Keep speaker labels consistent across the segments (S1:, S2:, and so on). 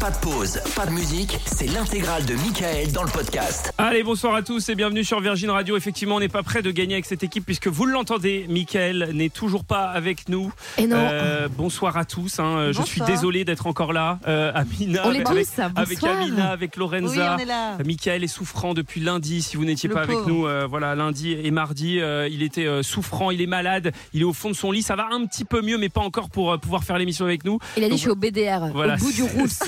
S1: Pas de pause, pas de musique, c'est l'intégrale de Michael dans le podcast.
S2: Allez, bonsoir à tous et bienvenue sur Virgin Radio. Effectivement, on n'est pas prêt de gagner avec cette équipe puisque vous l'entendez, Michael n'est toujours pas avec nous.
S3: Et non.
S2: Euh, bonsoir à tous. hein. Je
S3: Bonsoir.
S2: suis désolé d'être encore là. Euh, Amina,
S3: On est
S2: avec,
S3: tous,
S2: avec,
S3: bonsoir.
S2: avec Amina, avec
S4: Oui,
S2: Lorenza.
S4: on est là.
S2: Michael est souffrant depuis lundi. Si vous n'étiez
S4: Le
S2: pas avec
S4: pauvre.
S2: nous, euh, voilà, lundi et mardi, euh, il était euh, souffrant, il est malade, il est au fond de son lit. Ça va un petit peu mieux, mais pas encore pour euh, pouvoir faire l'émission avec nous.
S3: Il a dit
S2: Donc,
S3: je suis au BDR,
S2: voilà.
S3: au bout du rousse.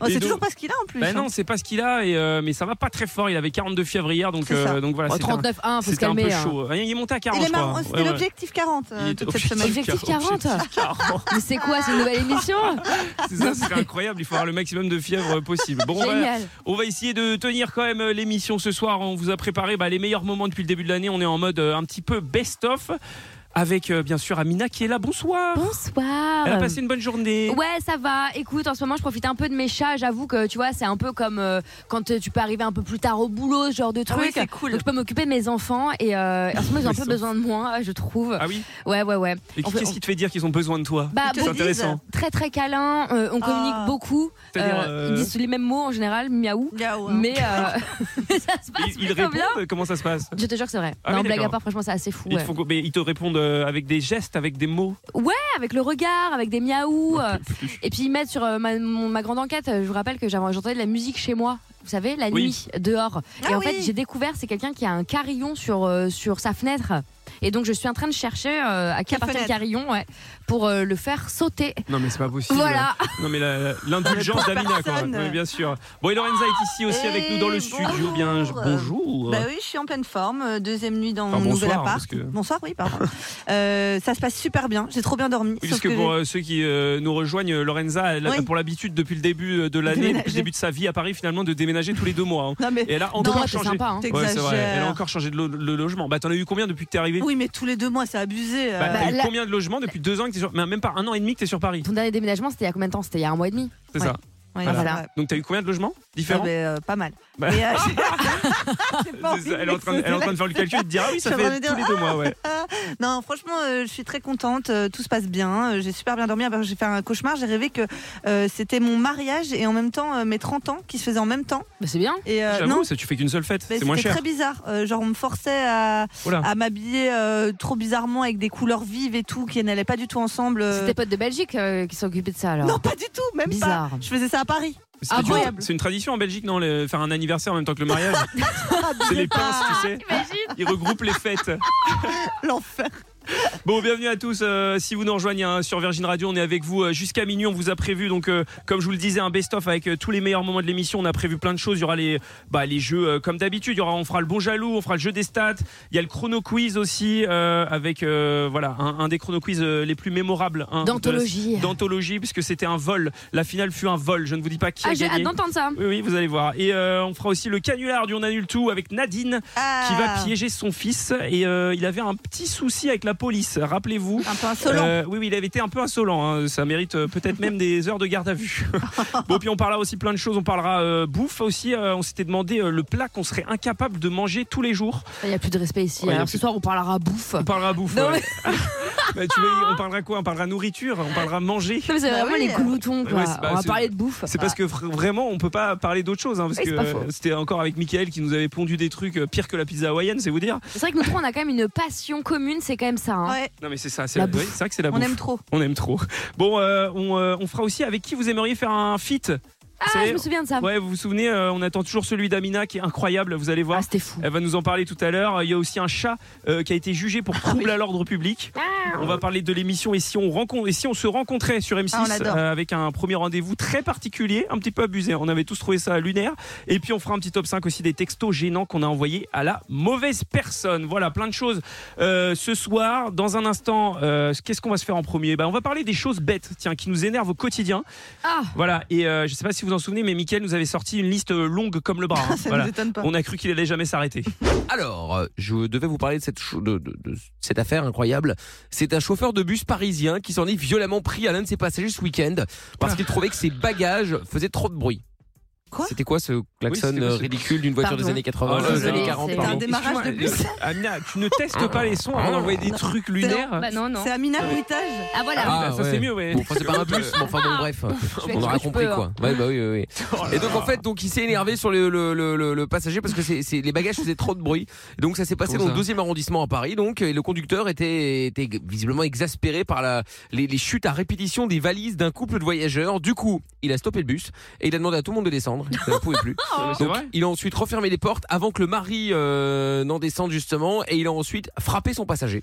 S4: Oh,
S2: Et
S4: c'est
S2: donc-
S4: toujours pas ce qu'il a en plus.
S2: Ben
S4: hein.
S2: non, c'est pas ce qu'il a, et, euh, mais ça va pas très fort. Il avait 42 fièvres hier, donc,
S4: C'est ça.
S2: euh, donc voilà,
S3: Bon,
S2: c'était un-
S3: 39-1, faut se
S2: C'était un peu
S3: calmer. hein.
S2: chaud. Il est monté à 40,
S4: Il est
S2: je
S4: marrant,
S2: crois.
S4: c'était
S2: Ouais, ouais.
S4: l'objectif 40 euh,
S2: Il est
S4: toute cette
S2: objectif
S4: semaine.
S3: Objectif 40.
S2: Objectif 40.
S3: Mais c'est quoi, c'est une nouvelle émission
S2: C'est ça, ce serait incroyable. Il faut avoir le maximum de fièvre possible. Bon, on va,
S3: Génial.
S2: on va essayer de tenir quand même euh, l'émission ce soir. On vous a préparé bah, les meilleurs moments depuis le début de l'année. On est en mode euh, un petit peu best-of avec euh, bien sûr Amina qui est là. Bonsoir.
S3: Bonsoir.
S2: Elle a passé une bonne journée.
S3: Ouais, ça va. Écoute, en ce moment, je profite un peu de mes chats. J'avoue que, tu vois, c'est un peu comme euh, quand euh, tu peux arriver un peu plus tard au boulot, ce genre de
S4: Ah
S3: truc.
S4: oui, c'est cool.
S3: Donc, je peux m'occuper de mes enfants. Et euh, en ce moment, ils ont un
S2: Mes
S3: peu
S2: enfants.
S3: besoin de moi, je trouve.
S2: Ah oui
S3: Ouais, ouais, ouais.
S2: Et
S3: On
S2: qui-
S3: peut-
S2: qu'est-ce
S3: on-
S2: qui te fait dire qu'ils ont besoin de toi
S3: Bah,
S4: Ils te
S2: C'est
S4: le disent.
S2: intéressant.
S3: très, très câlin. euh, on communique
S4: Ah.
S3: beaucoup.
S2: C'est-à-dire,
S3: Euh,
S2: euh,
S3: Ils disent les mêmes mots en général, miaou.
S4: Yaou, hein.
S3: Mais, euh, mais ça se passe
S2: Ils, ils
S3: plutôt
S2: répondent
S3: bien.
S2: euh, Comment ça se passe
S3: Je te jure que c'est vrai.
S2: Ah
S3: non,
S2: oui,
S3: blague à
S2: d'accord.
S3: part, franchement, c'est assez fou.
S2: ils, te
S3: ouais.
S2: font- mais ils te répondent euh, avec des gestes, avec des mots.
S3: Ouais, Avec le regard, avec des miaou. euh,
S2: Plus-
S3: Et puis ils mettent sur euh, ma, mon- ma grande enquête, euh, je vous rappelle que j'avais- j'entendais de la musique chez moi, vous savez, la
S2: Oui.
S3: nuit, dehors.
S4: Ah
S3: et en
S4: oui.
S3: fait, j'ai découvert, c'est quelqu'un qui a un carillon sur, euh, sur sa fenêtre. Et donc, je suis en train de chercher euh, à qui
S4: Quelle
S3: appartient le
S4: fenêtre
S3: carillon ouais, pour euh, le faire sauter.
S2: Non mais c'est pas possible.
S3: Voilà.
S2: Non mais la- la- l'indulgence
S4: Mais pas
S2: d'Amina quoi.
S4: personne.
S2: Ouais, bien sûr. Bon et Lorenza est ici aussi
S4: Eh,
S2: avec nous dans le studio.
S4: bonjour.
S2: Bien bonjour.
S4: Bah oui, je suis en pleine forme, euh, deuxième nuit dans
S2: Enfin,
S4: mon nouvel
S2: bonsoir,
S4: appart.
S2: parce que-
S4: Bonsoir, oui, pardon. Euh, ça se passe super bien, j'ai trop bien dormi.
S2: Oui,
S4: sauf
S2: Parce que
S4: que
S2: pour
S4: j'ai-
S2: euh, ceux qui euh, nous rejoignent, euh, Lorenza, elle a
S4: Oui.
S2: pour l'habitude depuis le début euh, de l'année,
S4: Déménager.
S2: depuis le début de sa vie à Paris finalement, de déménager tous les deux mois. hein.
S4: Non, mais
S2: Et elle a
S3: Non,
S2: encore
S3: c'est
S2: changé.
S3: sympa. hein.
S2: Ouais, c'est vrai. Elle a
S4: t'exagères.
S2: encore changé de lo- le logement. Bah t'en as eu combien depuis que t'es arrivé
S4: Oui, mais tous les deux mois, c'est abusé. euh.
S2: bah, T'as eu
S3: la-
S2: combien de logements depuis deux ans que t'es sur... mais Même pas un an et demi que t'es sur Paris.
S3: Ton dernier déménagement, c'était il y a combien de temps C'était il y a un mois et demi.
S2: C'est
S4: Ouais.
S2: ça.
S4: Ouais,
S3: Ah,
S4: c'est
S3: voilà.
S4: vrai.
S2: Donc t'as eu combien de logements
S4: Ah,
S2: différents
S4: bah, euh, pas mal.
S2: Bah.
S4: Mais, euh, j'ai- j'ai pas
S2: C'est
S4: envie
S2: ça,
S4: de
S2: elle, est en train de, elle est en train de faire le calcul et de dire ah oui ça
S4: Je suis en
S2: fait
S4: train de
S2: tous les
S4: dire,
S2: deux mois ouais.
S4: Non, franchement, euh, je suis très contente. euh, tout se passe bien. euh, j'ai super bien dormi. Après, J'ai fait un cauchemar. J'ai rêvé que euh, c'était mon mariage et en même temps euh, mes 30 ans qui se faisaient en même temps.
S3: Bah, c'est bien.
S4: Et euh, non,
S2: J'avoue ça tu fais qu'une seule fête
S4: mais
S2: c'est moins
S4: c'était
S2: cher.
S4: très bizarre. Euh, genre, on me forçait à,
S2: Oula.
S4: à m'habiller euh, trop bizarrement avec des couleurs vives et tout qui n'allaient pas du tout ensemble. euh.
S3: C'est tes potes de Belgique euh, qui s'occupaient de ça alors.
S4: Non, pas du tout, même
S3: Bizarre.
S4: pas. Je faisais ça à Paris.
S2: C'est
S3: Ah
S2: une-
S4: bon
S2: c'est une tradition en Belgique, non le- Faire un anniversaire en même temps que le mariage.
S4: Ah,
S2: c'est les pinces, tu sais. Ils regroupent les fêtes.
S4: L'enfer.
S2: Bon, bienvenue à tous. euh, si vous nous rejoignez hein, sur Virgin Radio, on est avec vous euh, jusqu'à minuit. On vous a prévu, donc, euh, comme je vous le disais, un best-of avec euh, tous les meilleurs moments de l'émission. On a prévu plein de choses. Il y aura les, bah, les jeux euh, comme d'habitude. Il y aura, on fera le bon jaloux, on fera le jeu des stats. Il y a le chrono quiz aussi, euh, avec euh, voilà un, un des chrono quiz euh, les plus mémorables. hein, de la-
S3: D'anthologie.
S2: D'anthologie, puisque c'était un vol. La finale fut un vol. Je ne vous dis pas qui
S3: Ah,
S2: a
S3: j'ai hâte
S2: gagné.
S3: d'entendre ça.
S2: Oui, oui, vous allez voir. Et euh, on fera aussi le canular du On annule tout avec Nadine qui
S4: Ah.
S2: va piéger son fils. Et euh, il avait un petit souci avec la police, rappelez-vous.
S4: Un peu insolent.
S2: Euh, oui, oui, il avait été un peu insolent. hein. Ça mérite euh, peut-être même des heures de garde à vue. bon, puis on parlera aussi plein de choses. On parlera euh, bouffe aussi. Euh, on s'était demandé euh, le plat qu'on serait incapable de manger tous les jours.
S3: Il n'y a plus de respect ici.
S2: Ouais, il y a
S3: alors
S2: plus-
S3: ce soir, on parlera bouffe.
S2: On parlera bouffe.
S3: Non, Ah.
S2: ouais. Bah, tu veux, on parlera quoi On parlera nourriture. On parlera manger.
S3: Non, mais c'est
S4: Bah
S3: vraiment
S4: oui.
S3: les gloutons quoi.
S2: Ouais, c'est- bah,
S3: on va
S2: c'est-
S3: parler de bouffe. Ah.
S2: C'est parce que vra- vraiment, on peut pas parler d'autre chose. hein, parce
S3: Oui,
S2: que
S3: c'est pas faux.
S2: euh, c'était encore avec Michael qui nous avait pondu des trucs euh, pires que la pizza hawaïenne, c'est vous dire
S3: C'est vrai que nous trois, on a quand même une passion commune, c'est quand même ça. hein.
S4: Ouais,
S2: Non, mais c'est ça. C'est
S3: La
S2: oui,
S3: bouffe.
S2: c'est vrai que c'est la
S4: on
S2: bouffe.
S4: aime trop.
S2: On aime trop. Bon, euh, on, euh, on fera aussi avec qui vous aimeriez faire un feat.
S3: Ah,
S2: C'est-
S3: je me souviens de ça.
S2: Ouais, vous vous souvenez, euh, on attend toujours celui d'Amina qui est incroyable, vous allez voir.
S3: Ah, c'était fou.
S2: Elle va nous en parler tout à l'heure. Il y a aussi un chat euh, qui a été jugé pour trouble à l'ordre public. On va parler de l'émission et si on rencontre et si on se rencontrait sur M6
S4: Ah, on adore.
S2: euh, avec un premier rendez-vous très particulier, un petit peu abusé. On avait tous trouvé ça lunaire. Et puis on fera un petit top 5 aussi des textos gênants qu'on a envoyés à la mauvaise personne. Voilà, plein de choses euh, ce soir. Dans un instant, euh, qu'est-ce qu'on va se faire en premier Bah, on va parler des choses bêtes, tiens, qui nous énervent au quotidien.
S3: Ah,
S2: Voilà, et euh, je sais pas si vous en souvenez, mais Mickaël nous avait sorti une liste longue comme le bras. hein.
S4: Ça
S2: Voilà.
S4: nous étonne pas.
S2: On a cru qu'il allait jamais s'arrêter.
S5: Alors, euh, je devais vous parler de cette, cho- de- de- de cette affaire incroyable. C'est un chauffeur de bus parisien qui s'en est violemment pris à l'un de ses passagers ce week-end parce qu'il trouvait que ses bagages faisaient trop de bruit.
S4: Ah. Quoi
S5: C'était quoi ce klaxon
S2: Oui, c'était-
S5: euh, ridicule d'une voiture
S3: Pardon.
S5: des années 80
S2: Oh,
S5: euh, des
S2: désolé,
S5: années 40
S3: c'est-
S4: T'as un
S5: pardon. Ah
S4: démarrage de
S2: Excuse-moi,
S4: bus
S2: Amina, tu ne testes pas les sons avant d'envoyer des trucs lunaires.
S3: Bah non, non.
S4: C'est Amina Bruitage.
S3: Ah voilà.
S2: Ah, ça, c'est mieux, ouais.
S5: Bon, enfin, c'est pas un bus, mais enfin bon, bref.
S3: vais
S5: On
S3: être
S5: aura
S3: ce que je
S5: compris
S3: peux, hein.
S5: quoi. Ouais, bah oui, oui, oui.
S2: Oh
S5: Et donc en fait, donc il s'est énervé sur le, le, le, le- le passager parce que c'est c'est- les bagages faisaient trop de bruit. Et donc ça s'est passé
S2: Comment
S5: dans
S2: ça
S5: le deuxième arrondissement à Paris. Donc et le conducteur était, était visiblement exaspéré par la, les, les chutes à répétition des valises d'un couple de voyageurs. Du coup, il a stoppé le bus et il a demandé à tout le monde de descendre. Il n'en pouvait plus.
S2: Non, mais Ah, c'est
S5: Donc,
S2: vrai.
S5: il a ensuite refermé les portes avant que le mari euh, n'en descende justement et il a ensuite frappé son passager.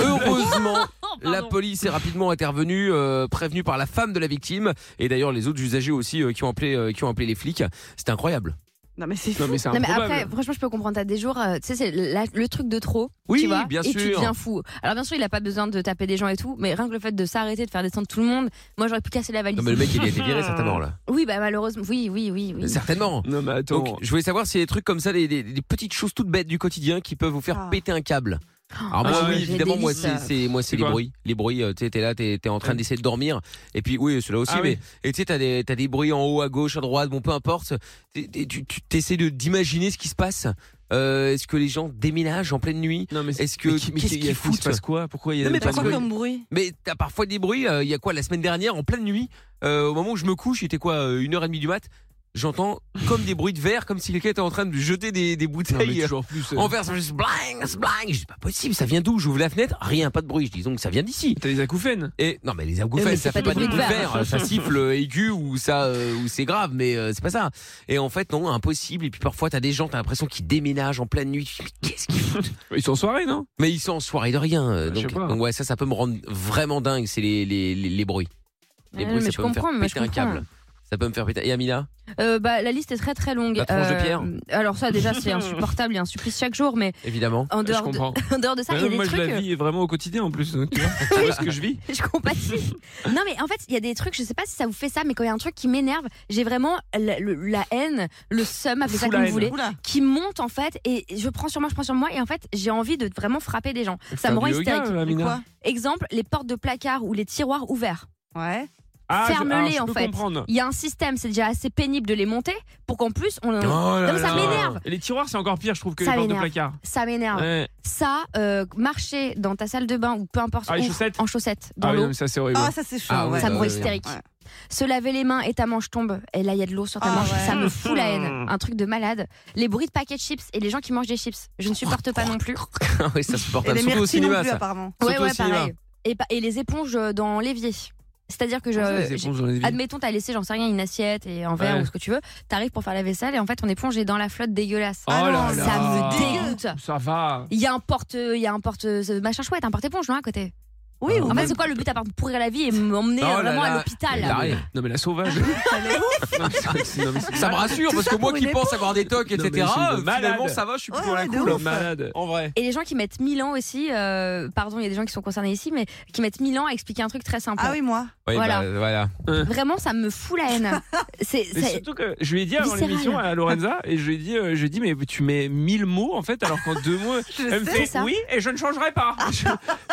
S5: Heureusement,
S3: Oh,
S5: la police est rapidement intervenue, euh, prévenue par la femme de la victime et d'ailleurs les autres usagers aussi euh, qui ont appelé euh, qui ont appelé les flics. C'était incroyable.
S4: Non, mais c'est
S2: Non, mais c'est
S3: Non mais
S2: improbable.
S3: après, franchement, je peux comprendre. T'as des jours, euh, tu sais, c'est la- le truc de trop.
S5: Oui,
S3: tu vois,
S5: bien
S3: Et tu
S5: sûr.
S3: deviens fou. Alors bien sûr, il a pas besoin de taper des gens et tout, mais rien que le fait de s'arrêter, de faire descendre tout le monde, moi j'aurais pu casser la valise.
S5: Non mais le mec il a été viré certainement là.
S3: Oui, bah malheureusement, oui, oui, oui, oui.
S5: Certainement.
S2: Non, mais attends.
S5: Donc je voulais savoir s'il y a des trucs comme ça, des, des- des petites choses toutes bêtes du quotidien qui peuvent vous faire
S4: Ah.
S5: péter un câble. Alors moi
S2: Ah
S5: oui
S2: ouais.
S5: évidemment moi
S3: J'ai des
S5: c'est
S3: listes.
S5: c'est- moi
S2: C'est
S5: c'est les
S2: quoi
S5: bruits les bruits euh, t'es t'es là t'es t'es en train
S2: Ouais.
S5: d'essayer de dormir et puis oui cela aussi
S2: Ah
S5: mais et tu sais t'as des t'as des bruits en haut à gauche à droite bon peu importe T'es- t'es- tu tu- t'essaies de d'imaginer ce qui se passe Euh, est-ce que les gens déménagent en pleine nuit
S2: non, mais c'est-
S5: est-ce que
S2: mais qui- mais
S5: qu'est-ce
S2: qui-
S5: qu'ils
S2: il se
S5: foutent
S2: passe quoi Pourquoi il y a
S5: Non, mais
S2: des-
S4: T'as
S5: parce
S4: quoi
S5: que-
S4: comme bruit
S5: mais t'as parfois des bruits. euh, Il y a quoi la semaine dernière, en pleine nuit, euh, au moment où je me couche, il était quoi, euh, une heure et demie du mat, j'entends comme des bruits de verre, comme si quelqu'un était en train de jeter des, des
S2: Non,
S5: bouteilles
S2: mais toujours plus.
S5: euh,
S2: euh,
S5: en verre. Ça fait juste bling, bling. Ah, Je dis pas possible, ça vient d'où J'ouvre la fenêtre, rien, pas de bruit. Je dis donc ça vient d'ici.
S2: T'as des acouphènes
S5: Et non, mais les
S3: Eh,
S5: acouphènes,
S3: mais
S5: ça
S3: c'est
S5: fait
S3: pas
S5: pas
S3: des
S5: des bruits
S3: bruits
S5: de
S3: de verre.
S5: verre, ça siffle aigu ou ça euh, ou c'est grave, mais euh, c'est pas ça. Et en fait, non, impossible. Et puis parfois t'as des gens, t'as l'impression qu'ils déménagent en pleine nuit. Tu te dis, Mais qu'est-ce qu'ils foutent
S2: Ils sont en soirée, non
S5: Mais ils sont en soirée de rien. euh,
S2: Bah, je sais
S5: donc,
S2: pas.
S5: donc ouais, ça, ça peut me rendre vraiment dingue. C'est les, les, les, les bruits. Les
S3: Ouais,
S5: bruits,
S3: mais
S5: ça
S3: je
S5: peut me faire
S3: comprends, mais je
S5: péter un câble. Ça peut me faire péter. Et Amina
S3: Euh, bah, la liste est très très longue. Euh,
S5: La tranche de pierre.
S3: Alors ça déjà c'est insupportable, il y a un supplice chaque jour, mais
S5: Évidemment.
S3: en
S2: Je
S3: dehors, de,
S2: comprends.
S3: en dehors de ça, il y a
S2: Moi,
S3: des
S2: je la
S3: trucs. euh.
S2: vis vraiment au quotidien en plus. donc, Tu vois Tu vois ce que je vis
S3: Je compatis. non, mais en fait, il y a des trucs, je sais pas si ça vous fait ça, mais quand il y a un truc qui m'énerve, j'ai vraiment la, le- la haine, le seum, appelez ça
S2: Fous la
S3: comme
S2: haine.
S3: vous voulez,
S4: Oula.
S3: qui monte en fait, et je prends sur moi, je prends sur moi, et en fait, j'ai envie de vraiment frapper des gens. Ça me rend hystérique.
S4: Quoi
S3: Exemple, les portes de placard ou les tiroirs ouverts.
S4: Ouais.
S2: Ah,
S3: Ah, Ferme-les, en fait.
S2: comprendre.
S3: Il y a un système, c'est déjà assez pénible de les monter, pour qu'en plus,
S2: Oh
S3: on.
S5: Oh
S3: Non, mais ça m'énerve.
S2: Et Les tiroirs, c'est encore pire, je trouve, que
S3: Ça
S2: les portes de
S3: m'énerve.
S2: placard.
S3: Ça m'énerve.
S2: Ouais.
S3: Ça, euh, marcher dans ta salle de bain ou peu importe
S2: Ah, les
S3: où,
S2: chaussettes
S3: en chaussettes, dans
S2: Ah oui,
S3: l'eau,
S2: non, mais ça, c'est horrible.
S4: Ah, ça c'est chaud.
S5: Ah, ouais,
S4: ouais.
S3: ça me rend
S5: ouais,
S3: hystérique.
S4: ouais.
S3: Se laver les mains et ta manche tombe, et là il y a de l'eau sur ta
S4: Ah
S3: manche,
S4: ouais.
S3: ça me fout la haine.
S2: Hmm.
S3: Un truc de malade. Les bruits de paquets de chips et les gens qui mangent des chips, je ne supporte pas non plus.
S5: Ah oui, ça se porte
S4: Et
S5: à
S4: les
S5: surtout au
S4: myrtilles non
S5: cinéma,
S4: plus,
S5: ça.
S4: apparemment.
S5: Surtout
S3: Ouais,
S5: au
S3: ouais,
S5: cinéma.
S3: pareil. Et, pa- et les éponges euh, dans l'évier. C'est-à-dire que je.
S2: Ah, les
S3: j'ai-
S2: éponges dans les vies.
S3: Admettons, t'as laissé, j'en sais rien, une assiette et un verre
S2: Ouais.
S3: ou ce que tu veux. T'arrives pour faire la vaisselle et en fait, ton éponge est dans la flotte dégueulasse.
S2: Oh là
S3: Ah ça
S2: là.
S3: me dégoûte.
S2: Ça va.
S3: Il y a un porte, il y a un porte, ce machin chouette, un porte-éponge, non, à côté.
S4: Oui, ou
S3: En fait,
S4: même
S3: c'est quoi le but à part de pourrir la vie et m'emmener
S5: Oh là
S3: euh, vraiment
S5: là.
S3: à l'hôpital
S5: Là, Arrête.
S2: Non, mais la sauvage. Non, mais c'est vrai que c'est- non, mais
S3: Bah,
S2: c'est-
S5: Ça me rassure parce que moi
S4: pour
S5: qui
S4: une
S5: pense avoir des tocs,
S2: Non, mais
S5: etc.
S2: c'est une
S5: euh, Finalement,
S2: malade.
S5: ça va, je suis
S4: Ouais,
S5: plutôt à la
S4: ouais, de
S5: cool.
S4: ouf.
S2: malade.
S5: En vrai.
S3: Et les gens qui mettent 1000 ans aussi, euh, pardon, il y a des gens qui sont concernés ici, mais qui mettent 1000 ans à expliquer un truc très simple.
S4: Ah oui, moi.
S5: Oui,
S3: Voilà.
S5: bah, voilà.
S3: Vraiment, ça me fout la haine. c'est,
S2: Mais
S3: c'est-
S2: surtout que je lui ai dit avant
S3: Viscéral.
S2: l'émission à Lorenza et je lui ai dit, euh, je lui ai dit mais tu mets 1000 mots en fait alors qu'en deux mots
S4: Je
S2: elle me
S4: sais.
S2: fait
S3: ça.
S2: oui et je ne changerai pas. Je,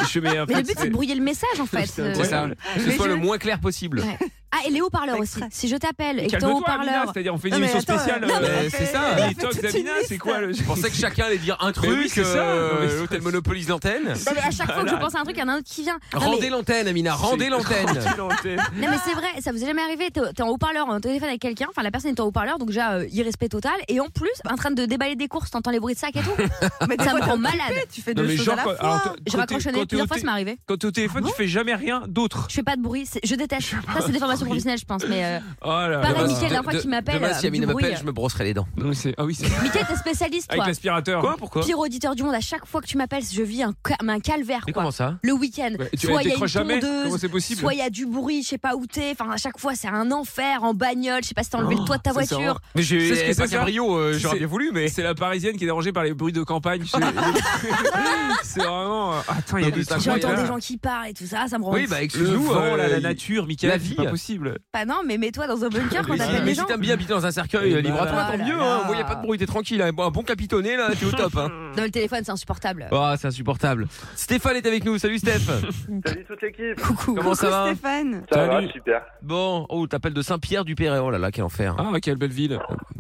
S2: je mets, en
S3: Mais le
S2: fait,
S3: but, c'est de brouiller le message, en fait. euh,
S2: C'est
S5: C'est ça.
S2: Ouais.
S5: Que ce
S4: Mais
S5: soit
S4: je-
S5: le moins clair possible.
S3: Ouais. Ah, et les haut-parleurs aussi.
S4: Extrait.
S3: Si je t'appelle et que ton
S2: Calme-toi, Amina,
S3: haut-parleur.
S2: c'est-à-dire on fait une
S4: Non, mais
S2: émission
S4: attends,
S2: spéciale.
S4: euh, non,
S2: euh,
S5: mais-
S4: elle
S5: c'est
S4: fait-
S5: ça,
S4: elle
S2: les
S4: fait
S2: tocs
S4: toute une
S2: d'Amina, c'est
S4: liste.
S2: quoi le
S5: Je pensais que chacun allait dire un truc.
S2: Mais oui, c'est ça.
S5: euh,
S2: Non, mais-
S5: L'hôtel monopolise l'antenne.
S3: Non, mais à chaque fois que je pense à un truc, il y en a un autre qui vient. Non,
S5: Rendez
S3: mais,
S5: l'antenne, Amina, rendez
S2: C'est-
S5: l'antenne.
S2: Rendez l'antenne.
S3: non, mais c'est vrai, ça vous est jamais arrivé. T'es, t'es en haut-parleur, en téléphone avec quelqu'un. Enfin, la personne est en haut-parleur, donc déjà, euh, irrespect total. Et en plus, en train de déballer des courses, t'entends les bruits de sac et tout.
S4: Mais des
S3: ça me
S4: fois, t'es
S3: rend malade.
S4: occupé, Tu fais
S2: Non,
S4: deux
S2: mais
S4: choses
S2: genre,
S4: à la
S2: quand- alors,
S4: fois.
S2: t-
S3: Je
S2: quand
S3: raccroche
S2: t'es-
S3: le
S2: quand
S3: nez
S2: t'es au
S3: plusieurs fois,
S2: té-
S3: ça m'est arrivé. Ah
S2: Quand t'es au téléphone, tu fais jamais rien d'autre.
S3: Je fais pas de bruit, c'est- je déteste. Ça, c'est des formations
S2: bruit.
S3: professionnelles, je pense. Mais euh,
S2: Oh là
S3: Pareil,
S2: là.
S5: Demain,
S3: Mickaël, la
S5: de-
S3: fois
S5: de-
S3: qu'il m'appelle,
S5: Demain, si
S3: euh,
S5: Amina
S3: du bruit,
S5: m'appelle,
S3: euh.
S5: je me brosserai les dents.
S2: Non, mais c'est- Ah oui, c'est
S3: Mickaël, t'es spécialiste,
S2: avec
S3: toi.
S2: l'aspirateur.
S5: Pourquoi
S3: Pire auditeur du monde, à chaque fois que tu m'appelles, je vis un, ca- un calvaire.
S5: Mais
S3: quoi.
S5: comment Bah, ça
S3: le week-end.
S2: Ouais, Tu
S3: soit il y a une
S2: t'écroches jamais Comment
S3: tondeuse,
S2: c'est possible
S3: soit il y a du bruit, je sais pas où t'es. Enfin, à chaque fois, c'est un enfer en bagnole. Je sais pas si t'as enlevé le toit de
S5: Oh,
S3: ta
S2: ça, c'est
S3: voiture.
S5: Mais
S2: C'est ce que
S5: j'ai
S2: c'est,
S5: pas
S2: ça
S5: cabrio, euh,
S2: C'est-
S5: j'aurais bien voulu, mais.
S2: C'est la parisienne qui est dérangée par les bruits de campagne. C'est c'est vraiment. euh, Attends, il y a
S5: Non, mais
S2: des
S5: c'est
S2: trucs.
S5: incroyable.
S3: J'entends
S2: là.
S3: des gens qui parlent et tout ça, ça me rend.
S5: Oui, bah
S2: Le
S5: excuse-nous,
S2: vent,
S5: euh,
S2: la, la
S5: il-
S2: nature, Michael,
S5: la vie.
S2: possible.
S3: Bah non, mais mets-toi dans un bunker Ah, quand
S5: Mais si-
S3: t'appelles les
S5: Ah, mais si
S3: gens.
S5: t'aimes bien habiter dans un cercueil,
S2: Et
S5: libre à toi,
S3: voilà.
S5: tant
S3: Oh là
S5: mieux.
S3: là.
S5: Hein. Moi, y a pas de bruit, t'es tranquille. hein. Un bon capitonné, là, t'es au top. Hein.
S3: Dans le téléphone, c'est insupportable.
S5: Ah, c'est insupportable. Stéphane est avec nous. Salut, Steph.
S6: Salut toute l'équipe
S3: Coucou.
S5: Comment ça va
S4: Stéphane.
S6: Ça
S5: Salut.
S6: va, super.
S5: Bon, oh, t'appelles de Saint-Pierre-du-Péret. Oh là là, quel enfer.
S2: Ah, quelle belle ville.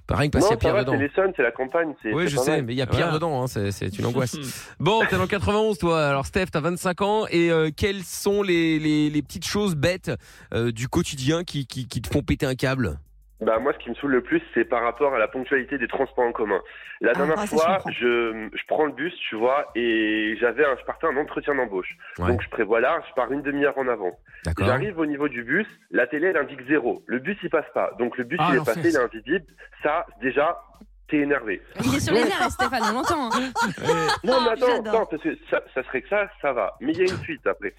S5: Rien que parce qu'il
S6: non,
S5: y a
S6: ça
S5: Pierre
S6: va,
S5: dedans.
S6: c'est l'Essonne, c'est la campagne. c'est-
S5: Oui,
S6: c'est
S5: je
S6: pas
S5: sais,
S6: mal.
S5: mais il y a Pierre
S2: Ouais.
S5: dedans, hein, c'est c'est une angoisse. Bon, t'es dans le 91, toi. Alors, Steph, t'as 25 ans. Et euh, quelles sont les, les, les petites choses bêtes euh, du quotidien qui, qui, qui te font péter un câble
S6: Bah, moi, ce qui me saoule le plus, c'est par rapport à la ponctualité des transports en commun. La dernière
S3: bah,
S4: ah, ça, je
S6: fois,
S4: comprends.
S6: je, je prends le bus, tu vois, et j'avais un, je partais à un entretien d'embauche.
S5: Ouais.
S6: Donc, je prévois là, je pars une demi-heure en avant.
S5: D'accord.
S6: J'arrive au niveau du bus, la télé, elle indique zéro. Le bus, il passe pas. Donc, le bus,
S2: Ah,
S6: il est
S2: l'enfer.
S6: passé, il est invisible. Ça, déjà, t'es énervé.
S3: Il est sur les nerfs, Stéphane, on l'entend. hein.
S6: Non, mais attends,
S4: j'adore.
S6: attends, parce que ça, ça serait que ça, ça va. Mais il y a une suite après.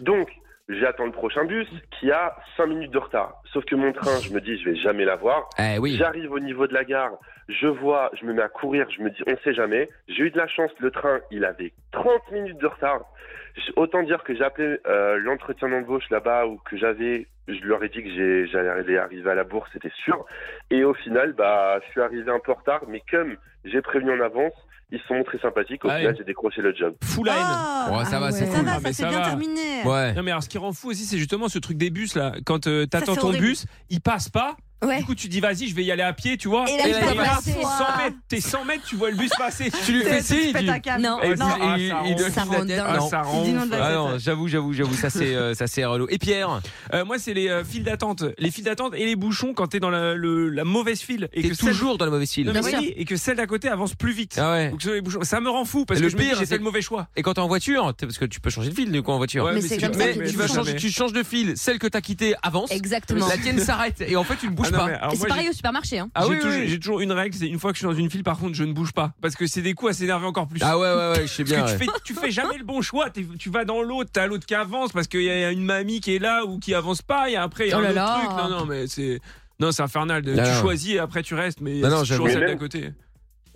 S6: Donc, j'attends le prochain bus qui a 5 minutes de retard. Sauf que mon train, je me dis, je vais jamais l'avoir.
S5: Eh oui.
S6: J'arrive au niveau de la gare, je vois, je me mets à courir, je me dis, on sait jamais. J'ai eu de la chance, le train, il avait 30 minutes de retard. J- Autant dire que j'ai appelé euh, l'entretien d'embauche là-bas ou que j'avais, je leur ai dit que j'ai- j'allais arriver à la bourse, c'était sûr. Et au final, bah, je suis arrivé un peu en retard, mais comme j'ai prévenu en avance, ils se sont montrés sympathiques. Au
S2: Allez.
S6: final, j'ai décroché le job.
S2: Fou la haine.
S4: Oh,
S5: Ouais, ça va, c'est
S4: Ça
S5: cool.
S4: va,
S2: Ah,
S4: ça
S2: mais
S4: s'est
S2: ça
S4: bien
S2: va.
S4: terminé.
S5: Ouais.
S2: Non, mais alors, ce qui rend fou aussi, c'est justement ce truc des bus, là. Quand euh, t'attends
S4: c'est
S2: ton
S4: horrible.
S2: bus, il passe pas.
S3: Ouais.
S2: Du coup, tu dis, vas-y, je vais y aller à pied, tu vois.
S3: Et là,
S5: il va
S2: t'es là,
S3: passer.
S2: 100 mètres, t'es 100 mètres, tu vois le bus passer.
S5: Tu lui fais
S4: Tu- tu
S5: signe.
S4: pètes
S5: il dit-
S4: un câble.
S3: Non.
S5: Et
S4: Non.
S5: puis, il-
S2: Ah, ça
S5: il
S2: rend-
S5: doit
S3: ça
S5: filer la
S3: rend
S5: tête.
S3: dingue.
S5: Ah,
S2: Ah,
S5: non.
S2: ça
S4: Il
S2: rend
S4: dit non de la
S5: Ah
S4: tête.
S5: non, j'avoue, j'avoue, j'avoue, ça c'est euh, ça c'est relou. Et Pierre,
S2: Euh, moi, c'est les euh, files d'attente. Les files d'attente et les bouchons quand t'es dans la, le- la mauvaise file. Et
S5: t'es
S2: que, celle...
S5: toujours dans la mauvaise file.
S2: Non, mais
S3: Bien sûr.
S2: oui, et que celle d'à côté avance plus vite.
S5: Ah ouais.
S2: Ou que sur les bouchons. Ça me rend fou parce
S5: Le
S2: que je me dis,
S5: pire,
S2: j'ai
S5: c'est-
S2: fait le mauvais choix.
S5: Et quand t'es en voiture, t'es- parce que tu peux changer de file du coup en voiture.
S2: Ouais,
S3: mais c'est
S2: si
S3: comme
S2: tu-
S3: ça
S5: Mais
S3: qu'il
S5: tu
S3: est
S5: vas
S3: toujours.
S5: changer, tu changes de file. Celle que t'as quittée avance.
S3: Exactement.
S5: La tienne s'arrête et en fait tu ne bouges
S2: Ah non,
S5: pas.
S2: mais alors
S3: Et c'est
S2: moi,
S3: pareil
S2: j'ai-
S3: au supermarché. hein.
S5: Ah
S2: j'ai
S5: oui,
S2: toujours,
S5: oui.
S2: j'ai toujours une règle, c'est une fois que je suis dans une file, par contre, je ne bouge pas. Parce que c'est des coups à s'énerver encore plus.
S5: Ah ouais ouais ouais, je sais bien.
S2: Parce que
S5: ouais.
S2: tu, fais, tu fais jamais le bon choix. T'es- Tu vas dans l'autre, t'as l'autre qui avance parce qu'il y a une mamie qui est là ou qui avance pas. Et après, il y a
S3: Oh
S2: un
S3: là
S2: autre
S3: là.
S2: truc. Non, non, mais c'est. Non, c'est infernal. de-
S5: Non,
S2: tu
S5: non.
S2: choisis et après tu restes, mais
S5: Non, non,
S2: c'est toujours
S5: j'avoue.
S2: celle
S6: Mais
S2: d'à
S6: même-
S2: côté.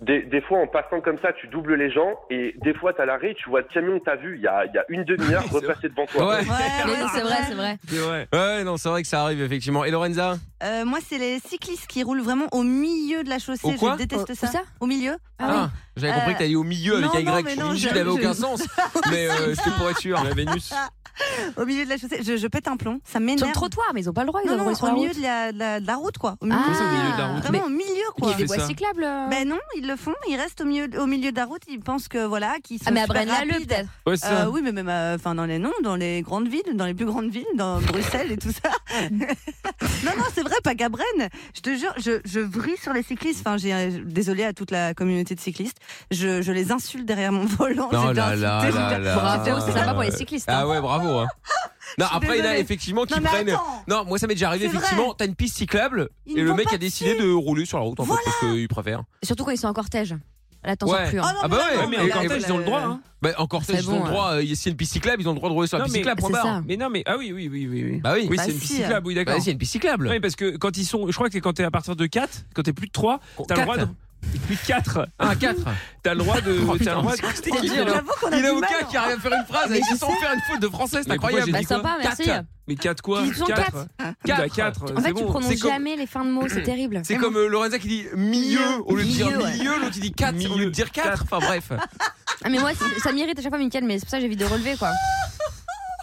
S6: Des, des fois, en passant comme ça, tu doubles les gens et des fois, t'as l'arrêt, tu vois le camion que t'as vu il y a, il y a une demi-heure repasser devant toi.
S5: Ouais.
S4: Ouais,
S3: Mais
S4: ouais,
S3: non, c'est vrai, c'est vrai.
S2: C'est vrai.
S5: Ouais, non, c'est vrai que ça arrive effectivement. Et Lorenza
S4: Euh, moi, c'est les cyclistes qui roulent vraiment au milieu de la chaussée.
S5: Au quoi
S4: je déteste
S3: Au-
S4: ça.
S3: où ça
S4: Au milieu.
S5: Ah, j'avais compris
S4: Euh,
S5: que t'allais au milieu avec
S4: non,
S5: un
S4: non,
S5: Y.
S4: mais
S5: Je
S4: non,
S5: me dis
S4: je-
S5: qu'il avait
S4: je-
S5: aucun sens. Mais euh, c'était pour être sûr.
S2: La Vénus.
S4: Au milieu de la chaussée. Je, je pète un plomb. Ça
S3: Sur le
S4: m'énerve.
S3: trottoir, mais ils ont pas le droit, ils
S4: Non,
S3: doivent
S4: non,
S3: rouler sur
S4: au
S3: la
S4: milieu
S3: route.
S4: de la, de la- de la route, quoi. Au milieu.
S5: ça, au milieu de la route
S4: Vraiment au milieu,
S3: Il y
S4: quoi.
S3: a des
S5: fait
S3: voies
S5: ça
S3: cyclables. euh.
S4: Ben non, ils le font. Ils restent au milieu, au milieu de la route. Ils pensent que voilà, qu'ils sont.
S3: Ah, mais à
S4: super
S3: Braine-l'Alleud,
S4: rapides.
S3: peut-être.
S2: Ouais,
S4: Euh, oui, mais même, euh, enfin, dans les noms, dans les grandes villes, dans les plus grandes villes, dans Bruxelles et tout ça. non, non, c'est vrai, pas Gabrène. Je te jure, je, je vrille sur les cyclistes. Enfin, j'ai, euh, désolé à toute la communauté de cyclistes. Je, je les insulte derrière mon volant.
S5: Non,
S4: J'ai déjà
S5: Oh là, là,
S4: insulté, j'ai
S5: là,
S4: déjà-
S5: là.
S3: Bravo, c'est
S5: Ah,
S3: sympa pour les
S5: ouais.
S3: cyclistes. hein.
S5: Ah ouais, bravo. hein. Non,
S4: suis
S5: après, il y en a
S4: désolée.
S5: effectivement qui
S4: Non, mais
S5: prennent.
S4: attends.
S5: Non, moi ça m'est déjà arrivé,
S4: C'est
S5: effectivement,
S4: vrai.
S5: t'as une piste cyclable
S4: Ils
S5: et
S4: ne
S5: le
S4: vont
S5: mec
S4: pas
S5: a décidé de rouler sur la route en fait parce qu'il préfère.
S3: Surtout quand ils sont en cortège. Là, t'en
S5: Ouais.
S3: sens plus. hein.
S4: Oh non,
S5: Ah bah
S4: mais
S5: ouais,
S4: non,
S5: mais
S4: mais
S5: en
S4: là,
S5: cortège,
S4: voilà.
S2: ils ont le droit. hein.
S5: Bah, en cortège,
S3: C'est
S5: ils ont
S3: bon,
S5: le droit, euh, s'il y a une piste cyclable, ils ont le droit de rouler sur la
S2: Non,
S5: piste
S2: mais
S5: cyclable, point
S3: c'est
S5: barre.
S3: ça.
S2: Mais non, mais ah oui, oui, oui, oui, oui.
S5: Bah oui,
S2: Oui,
S4: Bah
S2: c'est une piste
S4: si.
S2: cyclable, oui,
S5: bah,
S2: d'accord.
S5: s'il y a une piste cyclable.
S2: Oui, parce que quand ils sont, je crois que c'est quand t'es à partir de 4, quand t'es plus de 3, t'as le droit de.
S5: Oh, Quatre.
S2: Plus de 4,
S5: Un 4.
S2: t'as le droit de.
S5: Oh,
S2: t'as
S5: putain,
S2: le droit
S5: c'est quoi cette
S4: C'est
S5: équipe,
S4: dur,
S5: là
S4: J'avoue qu'on a
S5: Il
S4: du
S5: a aucun
S4: mal.
S5: qui arrive à faire une phrase et sans faire une faute de français, c'est
S2: Mais pourquoi
S5: incroyable.
S2: j'ai
S3: Bah,
S2: dit quoi
S3: sympa, merci.
S5: Quatre.
S2: Mais 4 quoi
S3: Ils sont quatre.
S5: Quatre.
S2: 4.
S3: En fait, tu
S2: bon.
S5: c'est
S3: prononces
S5: comme-
S3: jamais les fins de mots, c'est terrible.
S5: C'est comme euh, Lorenza qui dit milieu au lieu de dire
S3: Milieu, ouais.
S5: milieu, l'autre il dit 4 au lieu de
S2: Milieu.
S5: dire 4. Enfin bref.
S3: Ah, mais moi, c'est- ça m'irrite à chaque fois, Mickaël, mais c'est pour ça que j'évite de relever, quoi.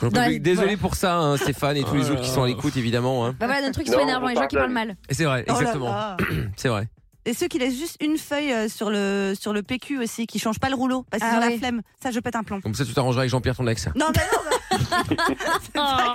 S3: Dans la-
S5: Désolé pour ça, hein, Stéphane et tous les autres qui sont à l'écoute évidemment. hein.
S3: Bah voilà, d'un truc qui soit
S6: Non,
S3: énervant,
S6: on
S3: les gens qui parlent
S6: pardonne.
S3: mal.
S5: Et c'est vrai,
S4: Oh là
S5: exactement.
S4: là.
S5: C'est vrai.
S4: Et ceux qui laissent juste une feuille euh, sur le, sur le PQ aussi, qui changent pas le rouleau parce qu'ils
S3: Ah
S4: ont
S3: oui.
S4: la flemme. Ça, je pète un plomb.
S5: Comme ça, tu t'arrangeras avec Jean-Pierre, ton ex.
S4: Non, mais non, mais-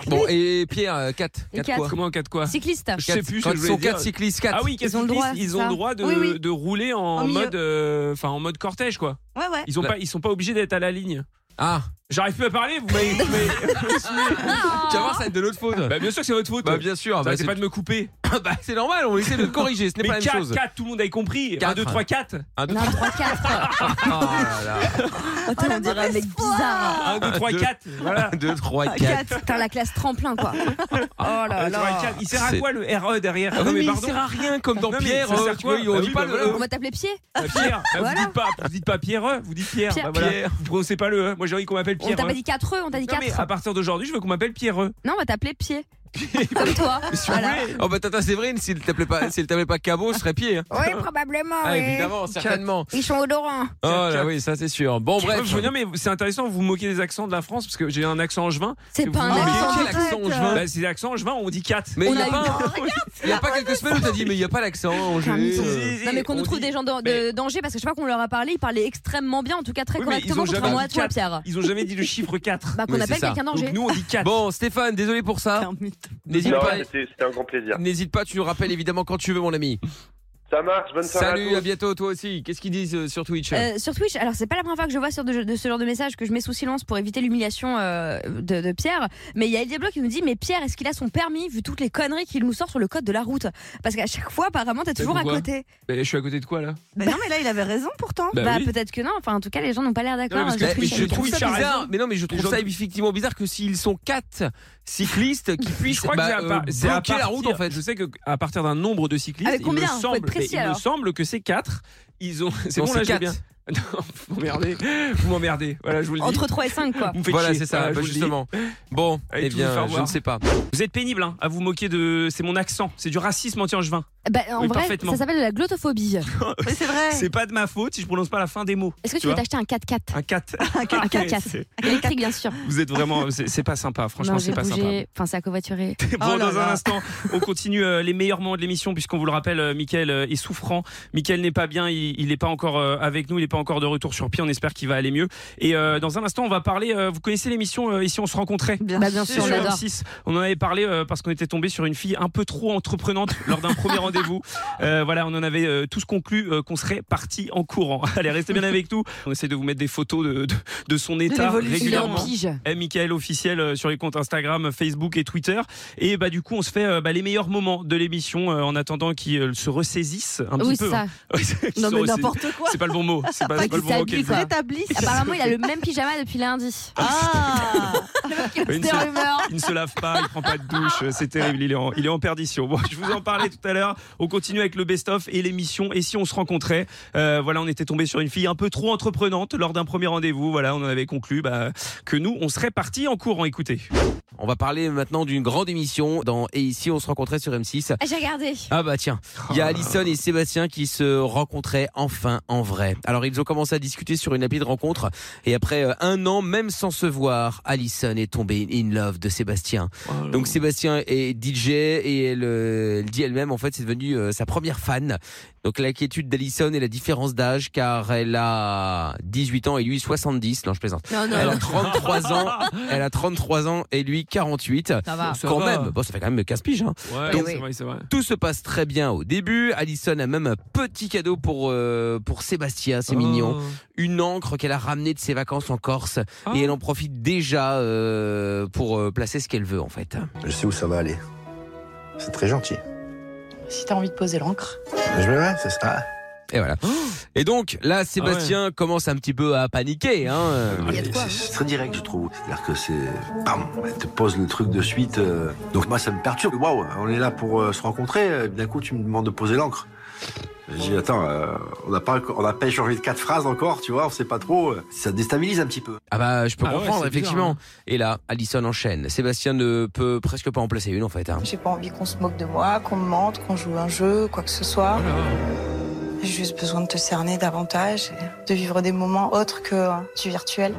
S5: Bon, et Pierre, 4.
S3: Et
S5: 4
S3: quatre.
S5: quoi
S2: Comment 4 quoi
S3: Cycliste.
S2: Je sais plus ce
S5: Quand
S2: que je
S5: ils
S2: voulais
S5: sont
S2: dire.
S5: 4 cyclistes, 4.
S2: Ah oui,
S4: Ils ont le droit,
S2: ils
S4: c'est
S2: ont
S4: ça
S2: le droit de,
S4: Oui, oui.
S2: de rouler en
S4: Au milieu.
S2: mode, euh, enfin en mode cortège quoi.
S4: ouais, ouais.
S2: Ils ont
S5: Là.
S2: pas, ils sont pas obligés d'être à la ligne.
S5: Bah. Ah,
S2: J'arrive plus à parler. Vous m'avez. vous m'avez-
S5: tu vas voir, ça va être de notre faute.
S2: bah bien sûr que c'est votre faute.
S5: Bah, bien sûr,
S2: Ça
S5: bah,
S2: arrêtez
S5: c'est
S2: pas de me couper.
S5: bah, c'est normal, on essaie de le corriger, ce n'est
S2: Mais
S5: pas la même
S2: 4,
S5: chose.
S2: 4, tout le monde avait compris. 1,
S5: Quatre.
S2: 2, 3, 4.
S5: Un, deux,
S3: Non, 3-4.
S5: trois. Oh là là.
S3: Oh, t'as l'air un mec bizarre.
S2: 1, 2, 3,
S5: Deux.
S2: 4. Voilà.
S5: Un, deux, trois,
S4: Ah,
S5: quatre.
S4: quatre.
S3: Putain, la classe tremplin, quoi. Oh là
S2: Un, deux, Ah, trois,
S3: là.
S2: quatre. Il sert à
S5: C'est-
S2: quoi le RE derrière
S5: Ah
S2: Non,
S5: oui, mais il
S2: pardon.
S5: sert à rien comme dans
S2: Non, mais
S5: Pierre.
S2: ça
S5: euh,
S2: sert
S5: tu
S2: quoi
S5: vois, on
S2: Bah
S5: dit
S2: oui,
S5: pas
S2: bah
S5: le-
S2: voilà.
S3: On va t'appeler pied.
S2: Ah, Pierre. Bah,
S3: Voilà.
S2: Vous dites pas, vous dites pas Pierre E, vous dites Pierre.
S3: Pierre.
S2: Bah, voilà.
S5: Pierre.
S2: Vous prononcez pas le E. Moi j'ai envie qu'on m'appelle
S3: On
S2: Pierre.
S3: t'a
S2: E.
S3: pas dit 4 eux, on t'a dit
S2: Non, mais
S3: 4.
S2: à partir d'aujourd'hui, je veux qu'on m'appelle Pierre E.
S3: Non, on va t'appeler pied. Comme toi. Voilà.
S5: Oh bah tata Séverine, s'il t'appelait pas, s'il t'appelait pas Cabot, ce serait pied. hein.
S7: Oui, probablement,
S5: Ah,
S7: oui.
S5: évidemment, certainement.
S7: Ils sont odorants.
S5: Oh là oui, ça c'est sûr. Bon bref.
S2: Vous- non, mais c'est intéressant, vous vous moquez des accents de la France parce que j'ai un accent angevin.
S3: C'est
S2: Vous
S3: pas un
S2: voyez
S3: accent.
S5: quel accent angevin
S2: Bah, c'est l'accent angevin, on dit 4.
S5: Mais
S3: On
S5: il n'y
S3: a
S5: a,
S3: eu-
S5: pas- il y a pas quelques semaines où t'as dit mais il n'y a pas l'accent angevin. euh.
S3: Non Ah, mais qu'on nous trouve des gens d'An- de- d'Angers parce que je sais pas qu'on leur a parlé, ils parlaient extrêmement bien, en tout cas très
S2: Oui, mais ils ont
S3: correctement, contrairement
S2: jamais
S3: à toi,
S2: dit
S3: Pierre.
S2: Ils ont jamais dit le chiffre 4.
S3: Bah qu'on
S5: Mais c'est
S3: appelle
S5: ça.
S3: quelqu'un d'Angers.
S2: Donc nous on dit 4.
S5: Bon Stéphane, désolé pour ça.
S4: Un mythe.
S5: N'hésite
S6: Non,
S5: pas.
S6: c'était c'était un grand plaisir.
S5: N'hésite pas, tu nous rappelles évidemment quand tu veux mon ami.
S6: Ça marche, bonne soirée à
S5: Salut,
S6: tous.
S5: à, bientôt toi aussi. Qu'est-ce qu'ils disent euh, sur Twitch
S3: Euh, sur Twitch, alors c'est pas la première fois que je vois sur de, de ce genre de message que je mets sous silence pour éviter l'humiliation euh, de, de Pierre, mais il y a El Diablo qui nous dit mais Pierre est-ce qu'il a son permis vu toutes les conneries qu'il nous sort sur le code de la route Parce qu'à chaque fois apparemment t'es toujours à
S5: pourquoi
S3: côté.
S5: Mais Je suis à côté de quoi là
S4: Mais Bah non, mais là, il avait raison pourtant.
S5: Bah
S3: Bah,
S5: oui.
S3: peut-être que non, enfin en tout cas les gens n'ont pas l'air
S2: Non,
S3: d'accord. hein,
S2: mais parce
S3: sur
S2: que
S5: Mais
S3: Twitch.
S5: je trouve
S2: Twitch
S5: ça
S2: a
S5: bizarre.
S2: raison.
S5: Mais non, mais je
S2: Les
S5: trouve ça
S2: gens-
S5: effectivement bizarre que s'ils sont quatre cyclistes qui puissent
S2: Je crois
S5: bah,
S2: que c'est à, par-
S5: euh,
S2: c'est à
S5: bloquer la
S2: partir-
S5: route en fait.
S2: Je sais que à partir d'un nombre de cyclistes,
S3: Avec combien
S2: il
S3: Faut
S2: me
S3: être
S2: semble,
S3: précis,
S2: mais il me
S3: alors.
S2: semble que ces 4 ils ont. C'est
S5: Non,
S2: bon là, j'ai
S5: quatre.
S2: bien. Non, vous m'emmerdez, vous m'emmerdez. Voilà, je vous le dis.
S3: Entre 3 et 5 quoi.
S2: Vous me faites
S5: Voilà,
S2: chier.
S5: c'est ça, bah,
S2: Voilà, je vous le dis.
S5: justement. Bon,
S2: Allez,
S5: eh
S2: tout vous faire
S5: bien, je
S2: voir.
S5: ne sais pas.
S2: Vous êtes pénible hein, à vous moquer de. C'est mon accent, c'est du racisme anti-angevin.
S3: Bah, en
S2: Oui,
S3: vrai
S2: parfaitement.
S3: ça s'appelle la glottophobie.
S4: Oui, c'est vrai.
S2: C'est pas de ma faute si je prononce pas la fin des mots.
S3: Est-ce que tu,
S2: Tu
S3: veux
S2: vois
S3: t'acheter un 4x4
S2: Un 4.
S3: Un 4x4
S2: c'est-
S3: électrique bien sûr.
S2: Vous êtes vraiment. C'est c'est pas sympa, franchement,
S3: Non,
S2: c'est
S3: j'ai
S2: pas sympa.
S3: bougé, enfin c'est à covoiturer.
S2: Bon,
S4: Oh là
S2: dans un
S4: là.
S2: instant, on continue euh, les meilleurs moments de l'émission, puisqu'on vous le rappelle, euh, Mickaël euh, est souffrant. Mickaël n'est pas bien, il n'est pas encore euh, avec nous, il n'est pas encore de retour sur pied. On espère qu'il va aller mieux. Et euh, dans un instant, on va parler. euh, vous connaissez l'émission euh, Ici, on se rencontrait
S4: Bien,
S3: Bah, bien sûr,
S2: sur
S3: on adore.
S2: M6. On en avait parlé euh, parce qu'on était tombé sur une fille un peu trop entreprenante lors d'un premier rendez-vous. Euh, voilà, on en avait euh, tous conclu euh, qu'on serait parti en courant. Allez, restez bien avec nous. On essaie de vous mettre des photos de, de- de son état
S3: Il est en
S2: régulièrement.
S3: pige.
S2: Eh, Michael officiel euh, sur les comptes Instagram, Facebook et Twitter. Et bah du coup, on se fait euh, bah, les meilleurs moments de l'émission euh, en attendant qu'ils euh, se ressaisissent un petit
S3: Oui
S2: peu.
S3: c'est ça.
S2: hein. Qu'ils
S4: Non,
S2: se
S4: mais
S2: ressaisissent.
S4: n'importe quoi.
S2: C'est pas le bon mot. C'est pas, c'est pas le
S3: qu'ils
S2: bon mot.
S3: s'habillent,
S2: Kate.
S3: quoi.
S4: Rétablis.
S3: Apparemment, il a le même pyjama depuis lundi.
S4: Ah
S2: Oui, une
S3: Des
S2: seule-
S3: rumeurs.
S2: Il ne se lave pas, il prend pas de douche, euh, c'est terrible, il est, en, il est en perdition. Bon, je vous en parlais tout à l'heure, on continue avec le best-of et l'émission, et si on se rencontrait, euh, voilà, on était tombé sur une fille un peu trop entreprenante lors d'un premier rendez-vous, voilà, on en avait conclu bah, que nous, on serait partis en courant, écoutez.
S5: On va parler maintenant d'une grande émission dans Et ici, on se rencontrait sur M6.
S3: Ah, J'ai regardé.
S5: Ah bah tiens, il
S3: Oh.
S5: y a Alison et Sébastien qui se rencontraient enfin en vrai. Alors ils ont commencé à discuter sur une appli de rencontre et après euh, un an même sans se voir, Alison est tombée in love de Sébastien.
S3: Oh
S5: Donc Sébastien est DJ et elle, euh, elle dit elle-même en fait c'est devenu euh, sa première fan. Donc l'inquiétude d'Alison est la différence d'âge car elle a 18 ans et lui 70. Non je plaisante.
S3: Non,
S5: Elle
S3: non,
S5: a 33 ans, elle a 33 ans et lui 48.
S3: ça va.
S2: Ça
S5: quand
S2: va.
S5: même, bon ça fait quand même 15 piges hein.
S2: Ouais,
S3: Donc-
S2: c'est vrai, c'est vrai.
S5: Tout se passe très bien au début. Alison a même un petit cadeau pour, euh, pour Sébastien,
S2: Oh.
S5: c'est mignon. Une encre qu'elle a ramenée de ses vacances en Corse.
S2: Ah.
S5: Et elle en profite déjà euh, pour euh, placer ce qu'elle veut en fait.
S8: Je sais où ça va aller. C'est très gentil.
S9: Si t'as envie de poser l'encre.
S8: Je me mets, c'est ça. Ah.
S5: Et voilà.
S2: Oh.
S5: Et donc
S2: Ah
S5: là, Sébastien commence un petit peu à paniquer. Hein. euh.
S3: Il y a de quoi. hein.
S8: C'est- C'est très direct, je trouve. C'est-à-dire que c'est. Bam Elle te pose le truc de suite. euh. Donc moi, ça me perturbe. Waouh, on est là pour euh, se rencontrer. euh, D'un coup, tu me demandes de poser l'encre. Je dis, attends, euh, on n'a pas, on n'a pas échangé de quatre phrases encore, tu vois, on sait pas trop. euh. Ça déstabilise un petit peu.
S5: Ah bah, je peux
S2: Ah ouais,
S5: comprendre
S2: c'est
S5: effectivement.
S2: bizarre,
S5: Et là, Alison enchaîne. Sébastien ne peut presque pas en placer une en fait. hein.
S9: J'ai pas envie qu'on se moque de moi, qu'on me mente, qu'on joue à un jeu, quoi que ce soit. J'ai juste besoin de te cerner davantage, et de vivre des moments autres que euh, du virtuel.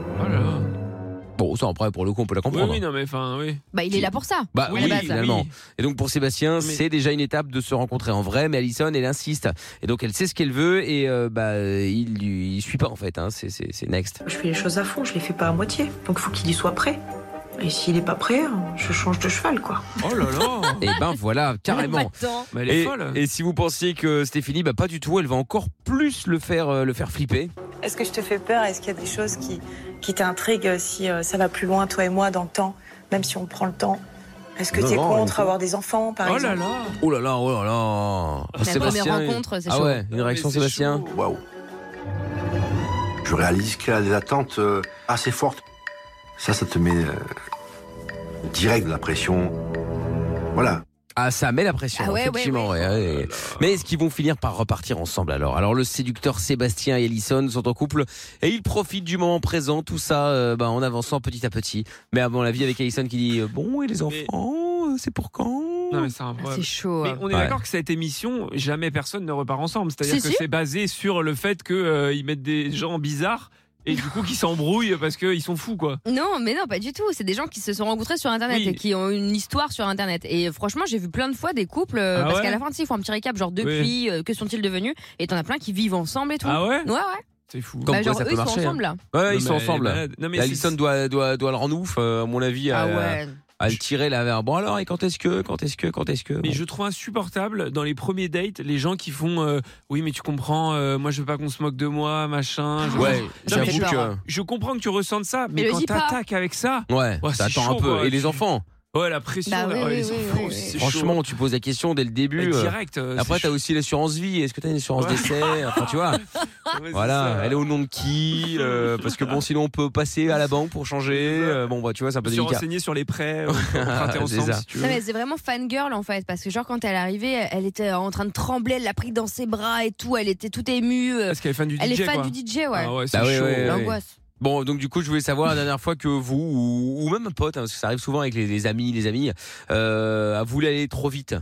S5: Bon, ça après pour le coup, on peut la comprendre.
S2: non, mais enfin, Oh oui.
S3: Bah, il est là pour ça.
S5: Bah
S3: Oui,
S5: oui,
S3: bah, ça-
S5: finalement. Et donc pour Sébastien,
S2: Mais-
S5: c'est déjà une étape de se rencontrer en vrai, mais Alison, elle insiste. Et donc elle sait ce qu'elle veut et euh, bah euh, il lui il suit pas en fait. Hein. C'est- C'est c'est next.
S9: Je fais les choses à fond, je les fais pas à moitié. Donc faut qu'il y soit prêt. Et s'il est pas prêt, je change de cheval, quoi.
S2: Oh là là
S5: Et ben voilà,
S3: Pas de
S5: carrément.
S3: temps.
S2: Mais elle est
S5: Et,
S2: folle
S5: et si vous pensiez que c'était fini, bah pas du tout. Elle va encore plus le faire euh, le faire flipper.
S9: Est-ce que je te fais peur Est-ce qu'il y a des choses qui, qui t'intriguent si euh, ça va plus loin, toi et moi, dans le temps, même si on prend le temps Est-ce que
S8: Non,
S9: t'es
S8: non, on
S9: contre
S8: peut.
S9: avoir des enfants, par
S2: Oh là
S9: exemple
S2: là
S5: Oh là là, oh là là.
S3: La première rencontre, c'est
S5: Ah
S3: chaud.
S5: ouais, une réaction
S2: Mais c'est
S5: Sébastien.
S8: Waouh. Je réalise qu'elle a des attentes euh, assez fortes. Ça, ça te met euh, direct de la pression. Voilà,
S5: Ah ça met la pression.
S3: Ah ouais, ouais,
S5: effectivement.
S3: ouais.
S5: ouais, ouais. Mais est-ce qu'ils vont finir par repartir ensemble alors Alors le séducteur Sébastien et Ellison sont en couple et ils profitent du moment ben, présent, tout ça euh, bah, en avançant petit à petit. Mais à mon avis avec Ellison qui dit euh, bon et les enfants, euh, c'est pour quand
S2: Non, mais c'est un problème.
S3: Ah, C'est chaud. hein.
S2: Mais on est
S5: Ouais.
S2: d'accord que cette émission, jamais personne ne repart ensemble. C'est-à-dire
S3: Si,
S2: que
S3: si.
S2: c'est basé sur le fait qu'ils mettent des gens bizarres et du coup qui s'embrouillent parce qu'ils sont fous, quoi.
S3: Non, mais non, pas du tout. C'est des gens qui se sont rencontrés sur Internet
S2: Oui.
S3: et qui ont une histoire sur Internet. Et franchement, j'ai vu plein de fois des couples, euh,
S2: Ah
S3: parce
S2: ouais
S3: qu'à la fin, tu sais, ils font un petit récap, genre depuis, euh, que sont-ils devenus Et t'en as plein qui vivent ensemble et tout.
S2: Ah ouais
S3: ouais, ouais.
S2: C'est fou.
S5: Comme
S3: Bah,
S5: quoi,
S3: genre,
S5: ça
S3: eux,
S5: peut
S3: ils sont
S5: marcher, hein.
S3: ensemble là.
S5: Ouais,
S2: Non,
S5: ils
S2: mais
S5: sont ensemble.
S2: elle est
S5: là.
S2: malade. Non, mais
S5: Et
S2: c'est-
S5: Alison doit, doit, doit le rendre ouf, euh, à mon avis, à,
S3: Ah ouais.
S5: à le tirer là vers bon alors, et quand est-ce que, quand est-ce que, quand est-ce que.
S2: Mais
S5: Bon.
S2: je trouve insupportable dans les premiers dates les gens qui font euh, oui mais tu comprends euh, moi je veux pas qu'on se moque de moi machin je...
S5: Ouais, euh.
S2: mais
S5: j'avoue
S2: je-
S5: que.
S2: je comprends que tu ressentes ça mais
S3: Mais le
S2: quand
S3: dis pas.
S2: t'attaques avec ça
S5: Ouais,
S2: Ouais, c'est
S5: t'attends
S2: chaud,
S5: un peu.
S2: quoi.
S5: Et les enfants
S2: ouais la pression
S3: Bah
S2: là,
S3: oui,
S2: ouais,
S3: oui,
S2: les
S3: oui,
S2: enfants
S3: oui,
S2: aussi,
S3: oui.
S2: c'est
S5: Franchement,
S2: chaud.
S5: tu poses la question dès le
S2: Mais
S5: début. euh,
S2: direct euh,
S5: Après,
S2: c'est
S5: t'as aussi l'assurance vie. Est-ce que t'as une assurance
S2: Ouais.
S5: décès Enfin, tu vois.
S2: chaud. Ouais, c'est
S5: Voilà.
S2: ça.
S5: Elle est au nom de qui Euh, Parce que bon, sinon, on peut passer à la banque pour changer. Euh, bon, bah, tu vois, c'est un peu
S2: se
S5: délicat.
S2: renseigner sur les prêts, on peut emprunter
S5: C'est
S2: ensemble
S5: ça.
S2: si tu veux.
S3: Non, mais c'est vraiment fangirl en fait, parce que genre quand elle est arrivée, elle était en train de trembler, elle l'a pris dans ses bras et tout, elle était toute émue. euh,
S2: Parce qu'elle est fan du
S3: Elle
S2: DJ.
S3: est fan
S2: quoi.
S3: du DJ, ouais.
S2: Ah ouais, c'est
S5: Bah ouais,
S2: chaud.
S5: ouais, ouais.
S3: L'angoisse.
S5: Bon, donc du coup, je voulais savoir la dernière fois que vous, ou, ou même un pote, hein, parce que ça arrive souvent avec les, les amis, les amies, euh, a voulu aller trop vite.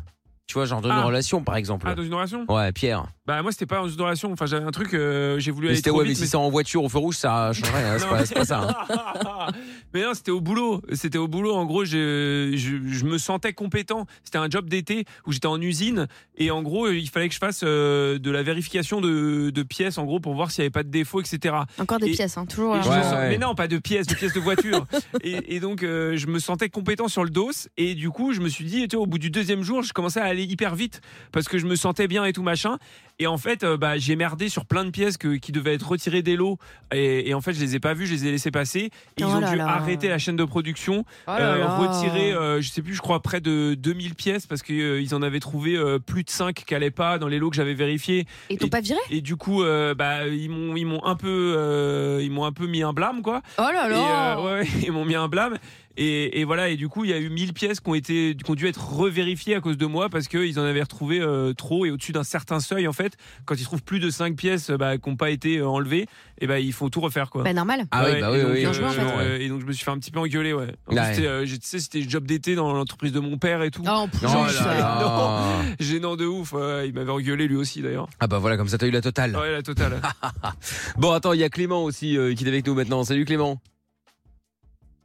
S5: Tu vois, genre dans une
S2: Ah.
S5: relation, par exemple.
S2: Ah, dans une relation
S5: Ouais, Pierre.
S2: Bah, moi, c'était pas dans une relation. Enfin, j'avais un truc, euh, j'ai voulu
S5: Mais
S2: aller
S5: c'était
S2: trop
S5: ouais, mais
S2: vite.
S5: si c'est en voiture au feu rouge, ça changerait. hein, c'est
S2: Non,
S5: pas,
S2: mais-
S5: c'est pas ça. hein.
S2: mais non, c'était au boulot. C'était au boulot. En gros, je, je, je me sentais compétent. C'était un job d'été où j'étais en usine et en gros, il fallait que je fasse euh, de la vérification de, de pièces, en gros, pour voir s'il n'y avait pas de défaut, etc.
S3: Encore des
S2: Et-
S3: pièces, hein, toujours.
S2: Et je
S3: hein.
S2: me
S5: Ouais,
S2: sens-
S5: ouais.
S2: Mais non, pas de pièces, de pièces de voiture. et, et donc, euh, je me sentais compétent sur le dos. Et du coup, je me suis dit, tu vois, au bout du deuxième jour, je commençais à aller hyper vite parce que je me sentais bien et tout machin. Et en fait, euh, bah, j'ai merdé sur plein de pièces que- qui devaient être retirées des lots. Et, et en fait, je les ai pas vues, je les ai laissées passer. Et ils
S3: Oh
S2: ont
S3: là
S2: dû
S3: là.
S2: arrêter la chaîne de production,
S3: Oh là
S2: euh,
S3: là.
S2: retirer, euh, je sais plus, je crois, près de 2000 pièces parce qu'ils en avaient trouvé euh, plus de 5 qui n'allaient pas dans les lots que j'avais vérifiés.
S3: Et t'ont pas viré
S2: Et du coup, euh, bah, ils m'ont ils m'ont un, peu, euh, ils m'ont un peu mis un blâme, quoi.
S3: Oh là
S2: Et,
S3: là
S2: euh, ouais, ouais, ils m'ont mis un blâme. Et, et voilà, et du coup, il y a eu 1000 pièces qui ont, été, qui ont dû être revérifiées à cause de moi parce qu'ils en avaient retrouvé euh, trop et au-dessus d'un certain seuil, en fait, quand ils trouvent plus de 5 pièces euh, bah, qui n'ont pas été euh, enlevées, et ben ils font tout refaire, quoi.
S3: Bah normal.
S5: Ah oui, bah oui,
S2: et donc,
S5: oui.
S3: Bien joué, en fait.
S2: euh, et donc je me suis fait un petit peu engueuler, ouais. En plus,
S5: Ouais.
S2: c'était, euh, j'ai- tu sais, c'était job d'été dans l'entreprise de mon père et tout.
S3: Ah, en plus,
S5: Non,
S3: ouais.
S5: là, là.
S2: Gênant de ouf, ouais, il m'avait engueulé lui aussi d'ailleurs.
S5: Ah bah voilà, comme ça t'as eu la totale.
S2: Ouais, la totale.
S5: Bon, attends, il y a Clément aussi euh, qui est avec nous maintenant. Salut Clément.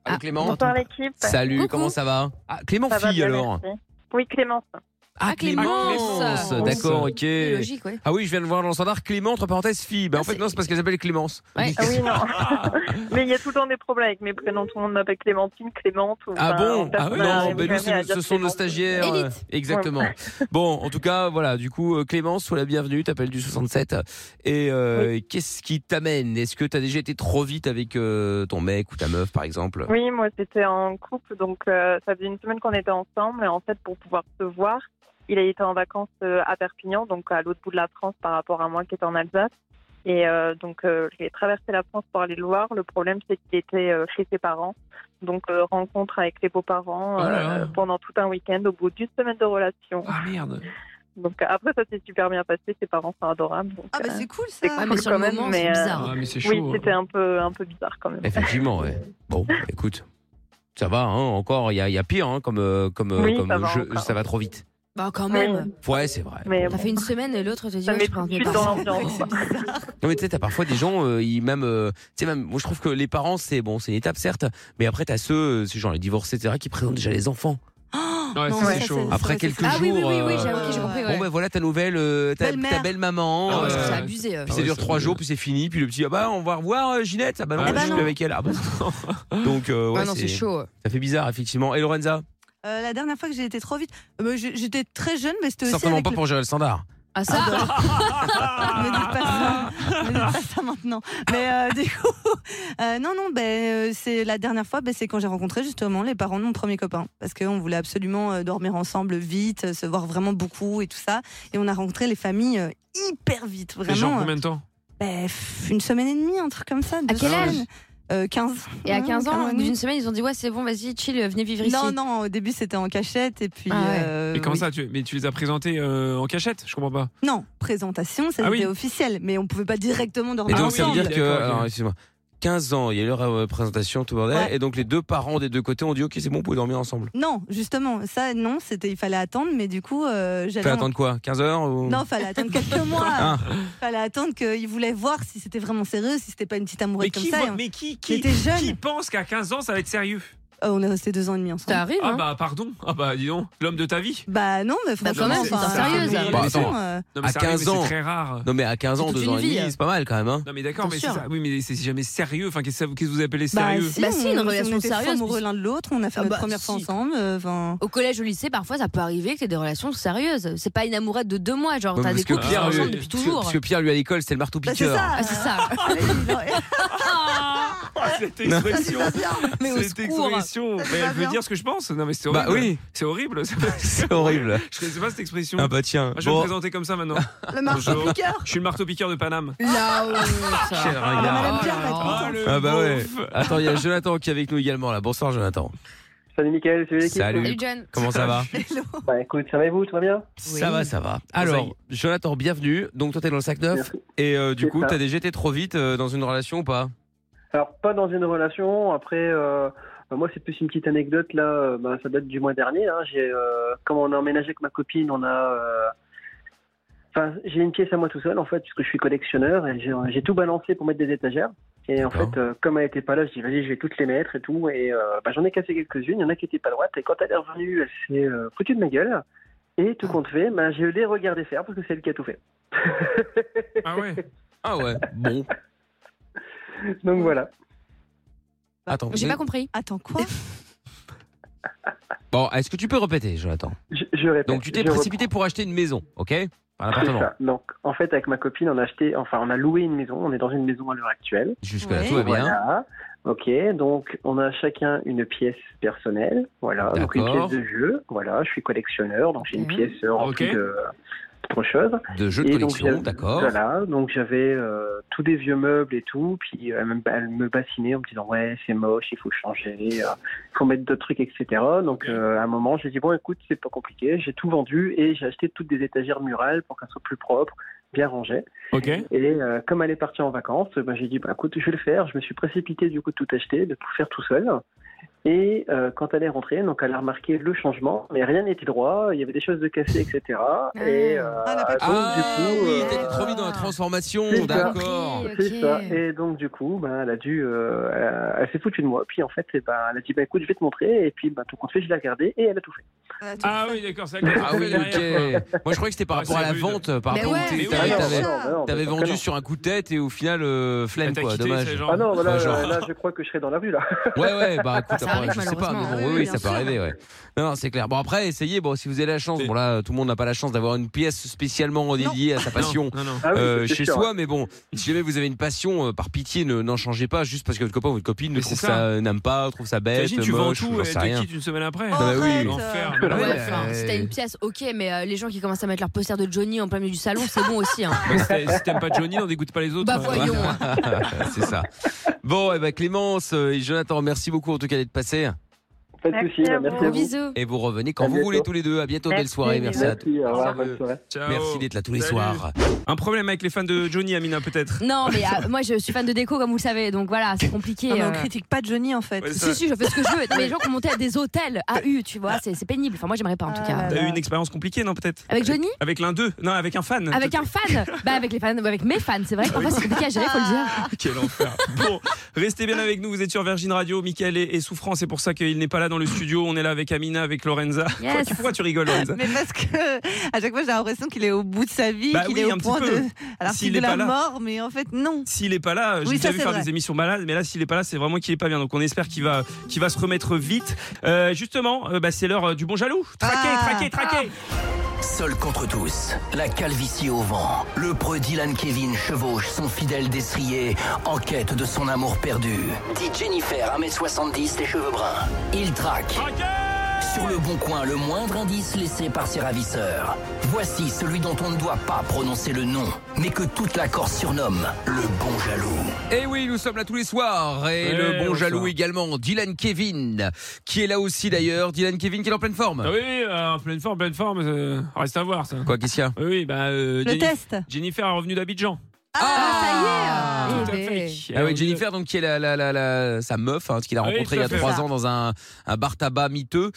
S5: Allô
S3: Ah,
S5: Clément.
S7: Bonsoir l'équipe.
S5: Salut,
S3: Coucou.
S5: comment ça va Ah, Clément
S7: Bah, Ça va
S5: fille
S7: bien,
S5: alors.
S7: merci. Oui, Clémence.
S3: Ah, Clémence.
S5: Clémence, D'accord, ok.
S3: C'est logique, ouais.
S5: Ah oui, je viens de voir dans le standard Clément entre parenthèses fille. Bah en
S3: Ah,
S5: fait
S3: c'est-
S5: non, c'est parce qu'elle s'appelle Clémence.
S3: Ouais.
S7: Ah oui, non. Mais il y a tout le temps des problèmes avec mes prénoms. Tout le monde m'appelle Clémentine, Clémente. Ou,
S5: Ah
S7: enfin,
S5: bon Ah
S7: personne
S5: oui,
S7: n'arrive
S5: non, ben nous
S7: jamais à
S5: c'est-
S7: dire
S5: ce sont nos
S7: Clémence.
S5: stagiaires.
S3: Élite.
S5: euh, Exactement. Bon, en tout cas, voilà, du coup euh, Clémence, sois la bienvenue, t'appelles du 67 et euh, qu'est-ce qui t'amène Est-ce que t'as déjà été trop vite avec euh, ton mec ou ta meuf par exemple
S7: Oui, moi c'était en couple, donc euh, ça faisait une semaine qu'on était ensemble. Et en fait, pour pouvoir se voir, il a été en vacances euh, à Perpignan, donc à l'autre bout de la France par rapport à moi qui était en Alsace. Et euh, donc euh, j'ai traversé la France pour aller le voir. Le problème, c'est qu'il était euh, chez ses parents, donc euh, rencontre avec les beaux-parents
S2: Oh là là.
S7: euh, pendant tout un week-end au bout d'une semaine de relation.
S2: Ah merde.
S7: Donc euh, après, ça s'est super bien passé. Ses parents sont adorables. donc,
S4: Ah, bah
S7: euh,
S4: c'est cool
S7: c'est
S4: ça.
S3: Ah,
S7: cool
S3: mais sur
S7: quand
S3: le
S7: même,
S3: moment,
S7: mais,
S3: c'est
S7: euh,
S3: bizarre.
S2: Ah mais c'est chaud.
S7: oui, c'était un peu, un peu bizarre quand même.
S5: Effectivement, ouais. Bon, écoute, ça va, hein, encore, il y a, il y a pire hein, comme, euh, comme, euh,
S7: Oui,
S5: comme
S7: ça va
S5: jeu,
S7: encore.
S5: ça va trop vite.
S3: Bah, quand même.
S5: Ouais, c'est vrai.
S7: Mais
S3: T'as
S7: bon,
S3: fait une semaine et l'autre te dit
S7: ça
S3: ouais,
S7: met
S3: je
S7: tout de
S3: reviens
S7: suite
S3: pas.
S7: dans l'ambiance. quoi.
S5: Non, mais tu sais, t'as parfois des gens, euh, ils même, euh, tu sais, même, moi je trouve que les parents, c'est bon, c'est une étape, certes, mais après, t'as ceux, euh, ces gens, les divorcés, etc., qui présentent déjà les enfants.
S3: Oh,
S2: Ouais,
S4: Non,
S2: ça,
S4: ouais,
S2: c'est
S4: ça,
S2: chaud.
S4: c'est-
S5: Après
S4: vrai,
S5: quelques
S3: Ah oui, oui,
S5: jours,
S3: oui, oui,
S5: euh,
S3: j'ai ok, j'ai compris. Ouais.
S5: Bon, ben voilà, ta nouvelle, euh, ta
S4: Belle-mère.
S5: ta belle-maman.
S2: Ah
S3: Ah ouais, ça,
S5: euh,
S3: c'est
S2: ouais.
S3: abusé. euh.
S2: Ah
S5: Puis ça
S2: ouais,
S5: dure
S2: ça
S5: trois
S2: doit-
S5: jours, puis c'est fini, puis le petit, ah bah on va revoir euh, Ginette, ah bah non,
S2: Ah
S5: je
S2: bah
S5: suis
S4: non.
S5: plus avec elle. Ah bon Donc, euh, ouais,
S3: Ah non, c'est
S5: c'est-
S3: chaud.
S5: ça fait bizarre, effectivement. Et Lorenza,
S4: Euh, la dernière fois que j'ai été trop vite, euh, j'ai- j'étais très jeune, mais c'était aussi.
S5: certainement
S4: avec
S5: pas
S4: le-
S5: pour gérer le standard.
S3: Ah, ça
S4: me dites pas ça, me dites pas ça maintenant. Mais euh, du coup, euh, non, non, ben, euh, c'est la dernière fois, ben, c'est quand j'ai rencontré justement les parents de mon premier copain. Parce qu'on voulait absolument euh, dormir ensemble vite, euh, se voir vraiment beaucoup et tout ça. Et on a rencontré les familles euh, hyper vite,
S2: Mais genre
S4: vraiment.
S2: combien de temps
S4: euh, ben, pff, une semaine et demie, un truc comme ça. deux
S3: quel âge
S4: semaines. Euh, 15.
S3: Et à 15 ans, au bout
S4: non,
S3: d'une semaine, ils ont dit ouais, c'est bon, vas-y, chill, venez vivre ici.
S4: non, non, au début c'était en cachette et puis.
S3: Ah ouais.
S4: euh,
S2: Mais comment
S4: oui.
S2: ça tu, Mais tu les as présentés euh, en cachette Je comprends pas.
S4: Non, présentation, ça
S2: Ah oui.
S4: c'était officiel, mais on pouvait pas directement
S5: Et
S4: dormir
S5: donc
S2: Ah
S5: ça veut
S4: ensemble.
S5: dire que
S2: D'accord, ok.
S5: alors excuse-moi. 15 ans. Il y a eu leur euh, présentation, tout le bordel.
S4: Ouais.
S5: Et donc les deux parents des deux côtés ont dit Ok, c'est bon, vous pouvez dormir ensemble.
S4: Non, justement, ça, non, c'était, il fallait attendre, mais du coup, euh, j'avais.
S5: Fais attendre quoi 15 heures ou...
S4: Non, fallait attendre quelques mois.
S5: Ah.
S4: Fallait attendre qu'ils voulaient voir si c'était vraiment sérieux, si c'était pas une petite amourette
S2: Mais
S4: comme
S2: qui,
S4: ça.
S2: voit-
S4: et on-
S2: mais qui, qui,
S4: J'étais jeune.
S2: qui pense qu'à 15 ans ça va être sérieux
S4: Euh, on est resté deux ans et demi ensemble.
S10: Ça arrive,
S2: Ah
S10: hein.
S2: bah pardon, ah bah dis donc, l'homme de ta vie.
S4: Bah non, mais
S10: Bah,
S4: franchement,
S10: quand même,
S4: enfin,
S10: c'est sérieux, ça.
S5: Bah,
S4: attends,
S5: attends.
S4: euh,
S2: Non, mais
S5: À
S2: ça arrive,
S5: 15
S2: mais
S5: ans.
S2: C'est très rare.
S5: Non, mais à 15 ans,
S10: C'est toute
S5: 2 ans
S10: une
S5: et
S10: vie,
S5: demi,
S10: hein.
S5: c'est pas mal quand même. Hein.
S2: Non mais d'accord, mais c'est
S10: Attention.
S2: ça. Oui, mais c'est jamais sérieux. Enfin, qu'est-ce que qu'est-ce que vous appelez
S4: bah,
S2: sérieux
S10: Bah, si, une
S4: on-
S10: relation
S4: on était
S10: sérieuse,
S4: amoureux
S10: puis-
S4: l'un de l'autre, on a fait
S10: Ah
S4: notre
S10: bah,
S4: première fois
S10: si.
S4: ensemble. euh, enfin,
S10: Au collège, au lycée, parfois, ça peut arriver que t'aies des relations sérieuses. C'est pas une amourette de deux mois, genre,
S5: Ouais,
S10: t'as des
S5: parce que
S10: couples qui sont
S5: Pierre, lui,
S2: euh,
S10: ensemble depuis
S5: parce que-
S10: toujours.
S5: parce que Pierre, lui, à l'école, c'était le marteau
S4: bah, c'est
S5: piqueur.
S4: ça.
S10: Ah, c'est ça.
S2: Ah, cette expression.
S10: Mais au
S2: Cette
S10: secours.
S2: expression, mais elle veut dire ce que je pense. Non mais c'est
S5: Bah
S2: horrible.
S5: oui,
S2: C'est horrible. ça.
S5: c'est horrible.
S2: Je connaissais pas cette expression.
S5: Ah bah tiens.
S2: Moi, je vais me
S5: Bon,
S2: présenter comme ça maintenant.
S4: Le marteau
S2: Bonjour.
S4: piqueur.
S2: Je suis le marteau piqueur de Paname.
S10: Là
S5: quel
S10: où.
S5: regard.
S4: Madame Pierre va être
S2: Ah, le
S5: Ah bah ouais.
S2: beauf.
S5: Attends, il y a Jonathan qui est avec nous également là. Bonsoir Jonathan.
S11: Salut Mickaël, salut l'équipe.
S5: Salut.
S10: Salut John.
S5: Comment ça va
S11: Bah écoute, ça va et vous, tout va bien
S5: Ça va, ça va. Alors, Jonathan, bienvenue. Donc toi t'es dans le sac neuf
S11: Merci.
S5: et euh, du
S11: C'est
S5: coup
S11: ça.
S5: t'as déjà été trop vite euh, dans une relation ou pas
S11: Alors pas dans une relation, après euh, bah, moi c'est plus une petite anecdote là, euh, bah, ça date du mois dernier, hein. j'ai, euh, comme on a emménagé avec ma copine, on a... euh, Enfin, j'ai une pièce à moi tout seul en fait, puisque je suis collectionneur et j'ai j'ai tout balancé pour mettre des étagères. Et en
S5: D'accord.
S11: fait, euh, comme elle n'était pas là, je dis vas-y, je vais toutes les mettre et tout. Et euh, bah, j'en ai cassé quelques-unes, il y en a qui n'étaient pas droites. Et quand elle est revenue, elle s'est euh, foutue de ma gueule. Et tout compte fait, bah, je l'ai regardé faire parce que c'est elle qui a tout fait.
S2: Ah ouais.
S5: Ah ouais. Bon.
S11: Donc voilà.
S5: Attends.
S10: J'ai pas compris.
S4: Attends, quoi
S5: Bon, est-ce que tu peux répéter, Jonathan
S11: Je, je répète.
S5: Donc tu t'es
S11: je
S5: précipité pour acheter une maison, ok Un
S11: reprends. C'est
S5: appartement.
S11: ça. Donc en fait avec ma copine on a acheté, enfin on a loué une maison, on est dans une maison à l'heure actuelle.
S5: Jusque là
S4: Ouais.
S5: tout va bien.
S11: Voilà. Ok, donc on a chacun une pièce personnelle, voilà, donc une
S5: D'accord.
S11: pièce de jeu, voilà, je suis collectionneur, donc j'ai une
S10: Mhm.
S11: pièce euh, remplie
S2: Ok.
S11: de d'autres choses.
S5: De jeux de
S11: Et donc,
S5: collection,
S11: j'avais-
S5: d'accord.
S11: Voilà, donc j'avais euh, tous des vieux meubles et tout, puis euh, elle me, elle me bassinait en me disant ouais c'est moche, il faut changer, euh, il faut mettre d'autres trucs, etc. Donc euh, à un moment j'ai dit bon écoute c'est pas compliqué, j'ai tout vendu et j'ai acheté toutes des étagères murales pour qu'elles soient plus propres, bien rangées.
S2: Ok.
S10: Ah,
S11: Et euh, comme elle est partie en vacances, ben, j'ai dit bah, écoute je vais le faire, je me suis précipité du coup de tout acheter, de tout faire tout seul. Et euh, quand elle est rentrée, donc elle a remarqué le changement, mais rien n'était droit, il y avait des choses de cassées, etc. Et euh,
S4: Ah, la
S11: donc,
S5: Ah
S11: du coup,
S5: oui,
S11: euh,
S5: t'es trop vite dans la transformation,
S11: C'est ça.
S5: d'accord.
S10: Ok.
S11: c'est ça. Et donc, du coup, ben, elle a dû. euh, elle- elle s'est foutue de moi. Puis, en fait, eh ben, elle a dit bah, écoute, je vais te montrer. Et puis, ben, tout compte fait, je l'ai regardé et elle a tout fait.
S2: Ah oui, d'accord, c'est la
S5: Ah oui, ok. Moi, je croyais que c'était par
S2: Ah,
S5: rapport
S2: c'est
S5: à la
S2: rude.
S5: vente, euh, par
S10: Mais
S5: rapport
S10: ouais,
S5: au
S2: mais
S5: t'avais-
S2: oui,
S11: Ah non,
S5: t'avais-
S11: non, non,
S5: T'avais
S11: bah,
S5: vendu
S11: non.
S5: sur un coup de tête et au final, euh, flemme,
S2: T'as
S5: quoi,
S2: quitté, c'est
S5: dommage.
S2: genre-
S11: Ah non, voilà,
S5: Ouais, genre.
S11: euh, là, je crois que je serais dans la rue, là.
S5: Ouais, ouais, bah écoute,
S10: Ça
S5: après,
S10: arrive,
S5: je sais pas, mais
S10: malheureusement.
S5: bon,
S11: hein.
S4: Ah
S5: oui,
S4: oui,
S5: oui,
S4: bien
S5: ça peut
S4: sûr.
S5: arriver, ouais. Non, non, c'est clair. Bon, après, essayez, bon, si vous avez la chance,
S2: C'est-
S5: bon, là, tout le monde n'a pas la chance d'avoir une pièce spécialement dédiée à sa passion.
S2: Non, non.
S11: Ah oui,
S5: euh,
S11: c'est
S5: chez
S11: sûr,
S5: soi,
S11: hein.
S5: mais bon, si jamais vous avez une passion, euh, par pitié, ne- n'en changez pas juste parce que votre copain ou votre copine ne
S2: Mais
S5: trouve
S2: c'est
S5: ça,
S2: ça.
S5: euh, n'aime pas, trouve ça bête,
S2: T'imagines, tu vends
S5: moche,
S2: tout
S5: j'en
S2: et
S5: sais
S2: te
S5: rien.
S2: quitte une semaine après.
S5: bah oui.
S4: Arrête,
S2: L'enfer.
S4: euh,
S2: Mais
S5: Ouais,
S2: non,
S10: Ouais,
S5: bah,
S10: enfin, si t'as une pièce, ok, mais euh, les gens qui commencent à mettre leur poster de Johnny en plein milieu du salon, c'est bon aussi. Hein.
S2: mais si t'aimes- si t'aimes pas Johnny, n'en dégoûte pas les autres.
S10: Bah
S2: hein.
S10: voyons. hein.
S5: c'est ça. Bon, et ben Clémence euh, et Jonathan, merci beaucoup en tout cas d'être passés.
S11: Pas de
S7: Merci
S11: soucis,
S7: à
S11: bah, merci
S7: vous.
S11: à
S10: Gros
S11: vous.
S10: bisous.
S5: Et vous revenez quand
S11: À
S5: vous
S11: bientôt.
S5: voulez tous les deux. À bientôt, belle
S7: Merci,
S5: soirée. Merci, à tous.
S11: Merci, au revoir,
S5: Salut.
S11: bonne soirée.
S2: Ciao.
S5: Merci d'être là tous les
S2: Salut.
S5: soirs.
S2: Un problème avec les fans de Johnny, Amina, peut-être.
S10: Non, mais euh, moi je suis fan de déco, comme vous le savez, donc voilà, c'est compliqué.
S4: Non, mais
S10: euh.
S4: on critique pas Johnny en fait.
S2: Ouais, c'est
S10: Si, si, je fais ce que je veux. Non, mais les gens qui ont monté à des hôtels, AU, tu vois, c'est c'est pénible. Enfin, moi j'aimerais pas en tout
S4: Ah
S10: cas.
S4: là
S2: T'as
S4: là.
S2: eu une expérience compliquée, non, peut-être
S10: Avec Johnny
S2: Avec l'un d'eux Non, avec un fan.
S10: Avec un fan Bah, avec les fans, avec mes fans, c'est vrai que parfois c'est compliqué à gérer, faut le dire.
S2: Quel enfer. Bon, restez bien avec nous. Vous êtes sur Virgin Radio. Michael est, est souffrant. C'est pour ça qu'il n'est pas là dans le studio. On est là avec Amina, avec Lorenza.
S10: Yes.
S2: Pourquoi, tu, pourquoi tu rigoles, Lorenza
S4: Mais parce que à chaque fois j'ai l'impression qu'il est au bout de sa vie,
S2: Bah
S4: qu'il
S2: oui,
S4: est
S2: un
S4: au
S2: petit
S4: point
S2: peu.
S4: de, alors
S2: S'il
S4: qu'il
S2: est
S4: de
S2: pas
S4: la
S2: là.
S4: mort, mais en fait non.
S2: S'il est pas là, j'ai
S4: Oui,
S2: déjà
S4: ça,
S2: vu
S4: c'est
S2: faire
S4: vrai.
S2: des émissions malades, mais là, s'il est pas là, c'est vraiment qu'il est pas bien. Donc, on espère qu'il va, qu'il va se remettre vite. Euh, justement, euh, bah, c'est l'heure euh, du bon jaloux. Traqué,
S4: Ah.
S2: traqué, traqué.
S1: Seul contre tous, la calvitie au vent, le preux Dylan Kevin chevauche son fidèle destrier en quête de son amour perdu. Dit Jennifer, 1m70, les cheveux bruns. Il traque. Sur le bon coin, le moindre indice laissé par ses ravisseurs. Voici celui dont on ne doit pas prononcer le nom, mais que toute la Corse surnomme le bon jaloux.
S5: Et Eh oui, nous sommes là tous les soirs. Et
S2: Ouais,
S5: le bon
S2: bonsoir.
S5: jaloux également, Dylan Kevin, qui est là aussi d'ailleurs. Dylan Kevin qui est en pleine forme.
S2: Ah oui, euh, en pleine forme, pleine forme. euh, reste à voir, ça.
S5: Quoi, qu'est-ce qu'il y a
S2: Oui, oui, bah, euh,
S4: Le
S2: Jennifer,
S4: test.
S2: Jennifer est revenue d'Abidjan.
S3: Ah,
S2: ça y est euh, eh ben.
S5: Ah ouais, Jennifer, donc qui est la, la, la, la- sa meuf, hein, qu'il a
S2: Ah oui,
S5: rencontrée il y a
S2: tout à fait.
S5: trois ans dans un, un bar tabac miteux,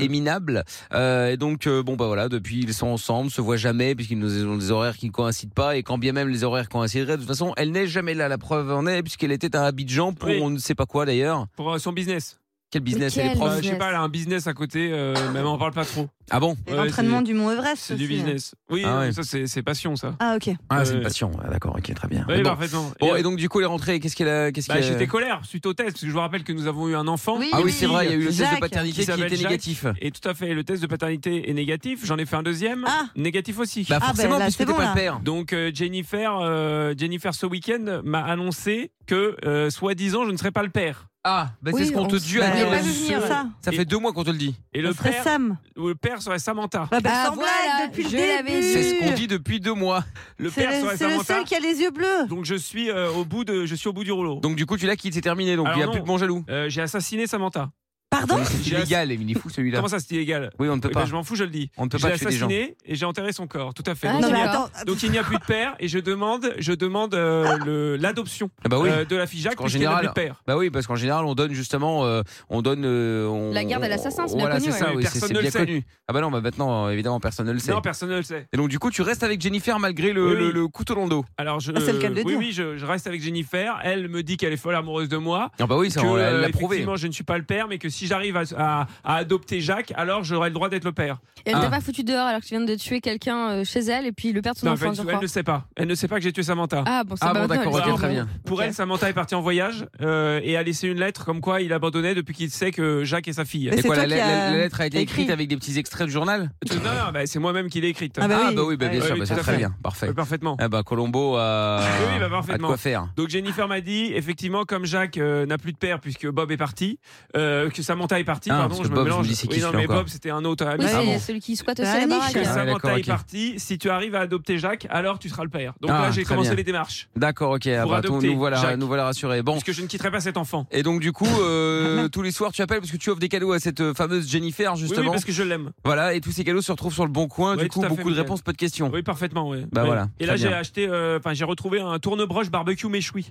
S5: et minable. Euh, et donc euh, bon bah voilà, depuis ils sont ensemble, se voient jamais puisqu'ils nous- ont des horaires qui ne coïncident pas. Et quand bien même les horaires coïncideraient, de toute façon, elle n'est jamais là. La preuve en est puisqu'elle était à Abidjan pour
S2: Oui.
S5: on ne sait pas quoi d'ailleurs.
S2: Pour euh, son business.
S5: Quel business elle est
S2: Bah,
S5: prof
S2: Je sais pas, elle a un business à côté, euh, mais elle en parle pas trop.
S5: Ah bon
S2: Ouais,
S4: Entraînement
S2: c'est-
S4: du Mont Everest.
S2: C'est du
S4: aussi. hein.
S2: business. Oui,
S5: Ah ouais.
S2: ça c'est c'est passion ça.
S4: Ah, ok.
S5: Ah c'est
S2: Ouais.
S5: une passion. Ah, D'accord, ok, très bien.
S2: Euh, Oui, bah,
S5: Bon.
S2: parfaitement. euh,
S5: Bon, et donc du coup elle est rentrée. Qu'est-ce qu'elle a Qu'est-ce
S2: Bah,
S5: qu'elle-
S2: j'étais colère suite au test, parce que je vous rappelle que nous avons eu un enfant.
S5: Oui, Ah oui, oui. c'est vrai, il y a eu le test de Jacques. paternité qui
S2: s'appelle
S5: était
S2: Jacques.
S5: négatif.
S2: Et tout à fait, le test de paternité est négatif. J'en ai fait un deuxième, négatif aussi.
S5: Bah, Ah, forcément, ben là, puisque c'est t'es bon, pas là. le père.
S2: Donc euh, Jennifer, euh, Jennifer ce week-end m'a annoncé que, euh, soi-disant, je ne serais pas le père.
S5: Ah, bah, c'est Oui, ce qu'on on te dit à se- dire. pas vu venir,
S2: Euh,
S5: ouais. Ça fait deux mois qu'on te le dit.
S2: Et
S5: On
S2: le
S5: serait
S2: père,
S5: Sam.
S2: le père serait Samantha.
S4: Ah, bah, sans blague, depuis le début.
S5: C'est ce qu'on dit depuis deux mois.
S2: Le
S4: C'est
S2: père
S4: le-
S2: serait
S4: c'est le
S2: Samantha.
S4: seul qui a les yeux bleus.
S2: Donc je suis euh, au bout de, je suis au bout du rouleau.
S5: Donc du coup tu l'as quitté, c'est terminé. Donc il n'y a
S2: Alors
S5: plus de
S2: non.
S5: bon jaloux.
S2: Euh, J'ai assassiné Samantha.
S4: Pardon
S5: C'est
S2: J'ai
S5: illégal, Émilie Fou celui-là.
S2: Comment ça, c'est illégal
S5: Oui, on ne peut
S2: Eh
S5: pas.
S2: ben, je m'en fous, je le dis.
S5: On ne peut
S2: J'ai
S5: pas tuer des gens.
S2: assassiné et j'ai enterré son corps, tout à fait.
S5: Ah,
S2: donc, il y a-
S5: d'accord.
S2: donc il n'y a plus de père et je demande, je demande euh, le- l'adoption
S5: Ah bah oui.
S2: euh, de la fille Jacques
S5: Parce qu'en
S2: puisqu'il n'y a plus
S5: général,
S2: de père.
S5: bah oui, parce qu'en général, on donne justement, euh, on donne, euh, on-
S2: La garde à
S5: on-
S2: l'assassin, c'est bien
S5: Voilà,
S2: connu, ouais.
S5: c'est ça, oui, c'est
S2: Personne
S5: c'est
S2: ne le
S5: bien
S2: sait.
S5: connu. Ah bah non, bah maintenant, euh, évidemment, personne ne le sait.
S2: Non, personne ne le sait.
S5: Et donc du coup, tu restes avec Jennifer malgré le,
S2: Oui, oui.
S5: le- le couteau dans le dos.
S2: Alors je,
S5: Ah, c'est le cas de le
S2: Euh, oui,
S5: dire.
S2: oui, je, je reste avec Jennifer. Elle me dit qu'elle est folle amoureuse de moi.
S5: Ah bah oui, ça,
S2: que,
S5: on l'a- elle
S2: euh,
S5: l'a prouvé.
S2: Effectivement, je ne suis pas le père, mais que si j'arrive à, à- à adopter Jacques, alors j'aurai le droit d'être le père. Ah.
S3: Et elle t'a pas foutu dehors alors que tu viens de tuer quelqu'un euh, chez elle et puis le père de son
S2: Non,
S3: enfant,
S2: elle,
S3: je
S2: elle
S3: crois.
S2: ne sait pas. Elle ne sait pas que j'ai tué Samantha.
S3: Ah, bon, ça Ah va, bon, maintenant, d'accord, elle ok, sait. très bien.
S2: Pour elle, Samantha est partie en voyage euh, et a laissé une lettre comme quoi il abandonnait depuis qu'il sait que Jacques est sa fille.
S5: Et quoi, la, la- la lettre a été écrite avec des petits extraits du journal
S2: Non, non, bah, c'est moi-même qui l'ai écrite.
S5: Ah bah oui, bah, bien
S2: Oui,
S5: sûr,
S2: oui,
S5: bah,
S2: tout
S5: c'est
S2: à
S5: très
S2: fait.
S5: bien, parfait.
S2: parfaitement.
S5: Ah bah Colombo a,
S2: Oui, oui, bah,
S5: a de
S2: parfaitement.
S5: quoi faire.
S2: Donc Jennifer m'a dit, effectivement, comme Jacques euh, n'a plus de père puisque Bob est parti, euh, que Samantha est partie,
S5: Ah,
S2: pardon,
S5: parce
S2: je
S5: que
S2: me
S5: Bob, je
S2: mélange.
S5: me dis, c'est qui
S2: oui, non,
S5: celui-là
S2: mais
S5: encore
S2: Bob, c'était un autre. à
S3: Oui,
S2: lui.
S3: c'est celui qui squatte aussi
S2: Ah,
S3: la
S2: niche.
S3: baraque.
S2: Que
S5: Ah,
S2: Samantha
S5: d'accord,
S2: est
S5: ok.
S2: partie, si tu arrives à adopter Jacques, alors tu seras le père. Donc
S5: Ah,
S2: là, j'ai
S5: très
S2: commencé
S5: bien.
S2: les démarches.
S5: D'accord, ok. ah
S2: Pour
S5: bah, donc,
S2: adopter
S5: nous voilà,
S2: Jacques.
S5: nous voilà rassurés. Bon.
S2: Parce que je ne quitterai pas cet enfant.
S5: Et donc du coup, euh, tous les soirs, tu appelles parce que tu offres des cadeaux à cette euh, fameuse Jennifer justement.
S2: parce que je l'aime.
S5: Voilà, et tous ces cadeaux se retrouvent sur le bon coin.
S2: Ouais,
S5: du
S2: tout
S5: coup,
S2: à fait,
S5: beaucoup de
S2: Mickaël.
S5: réponses, pas de questions.
S2: Oui, parfaitement, oui.
S5: Bah
S2: Oui.
S5: voilà.
S2: Et là, j'ai acheté, euh, enfin, j'ai retrouvé un tourne-broche barbecue méchoui.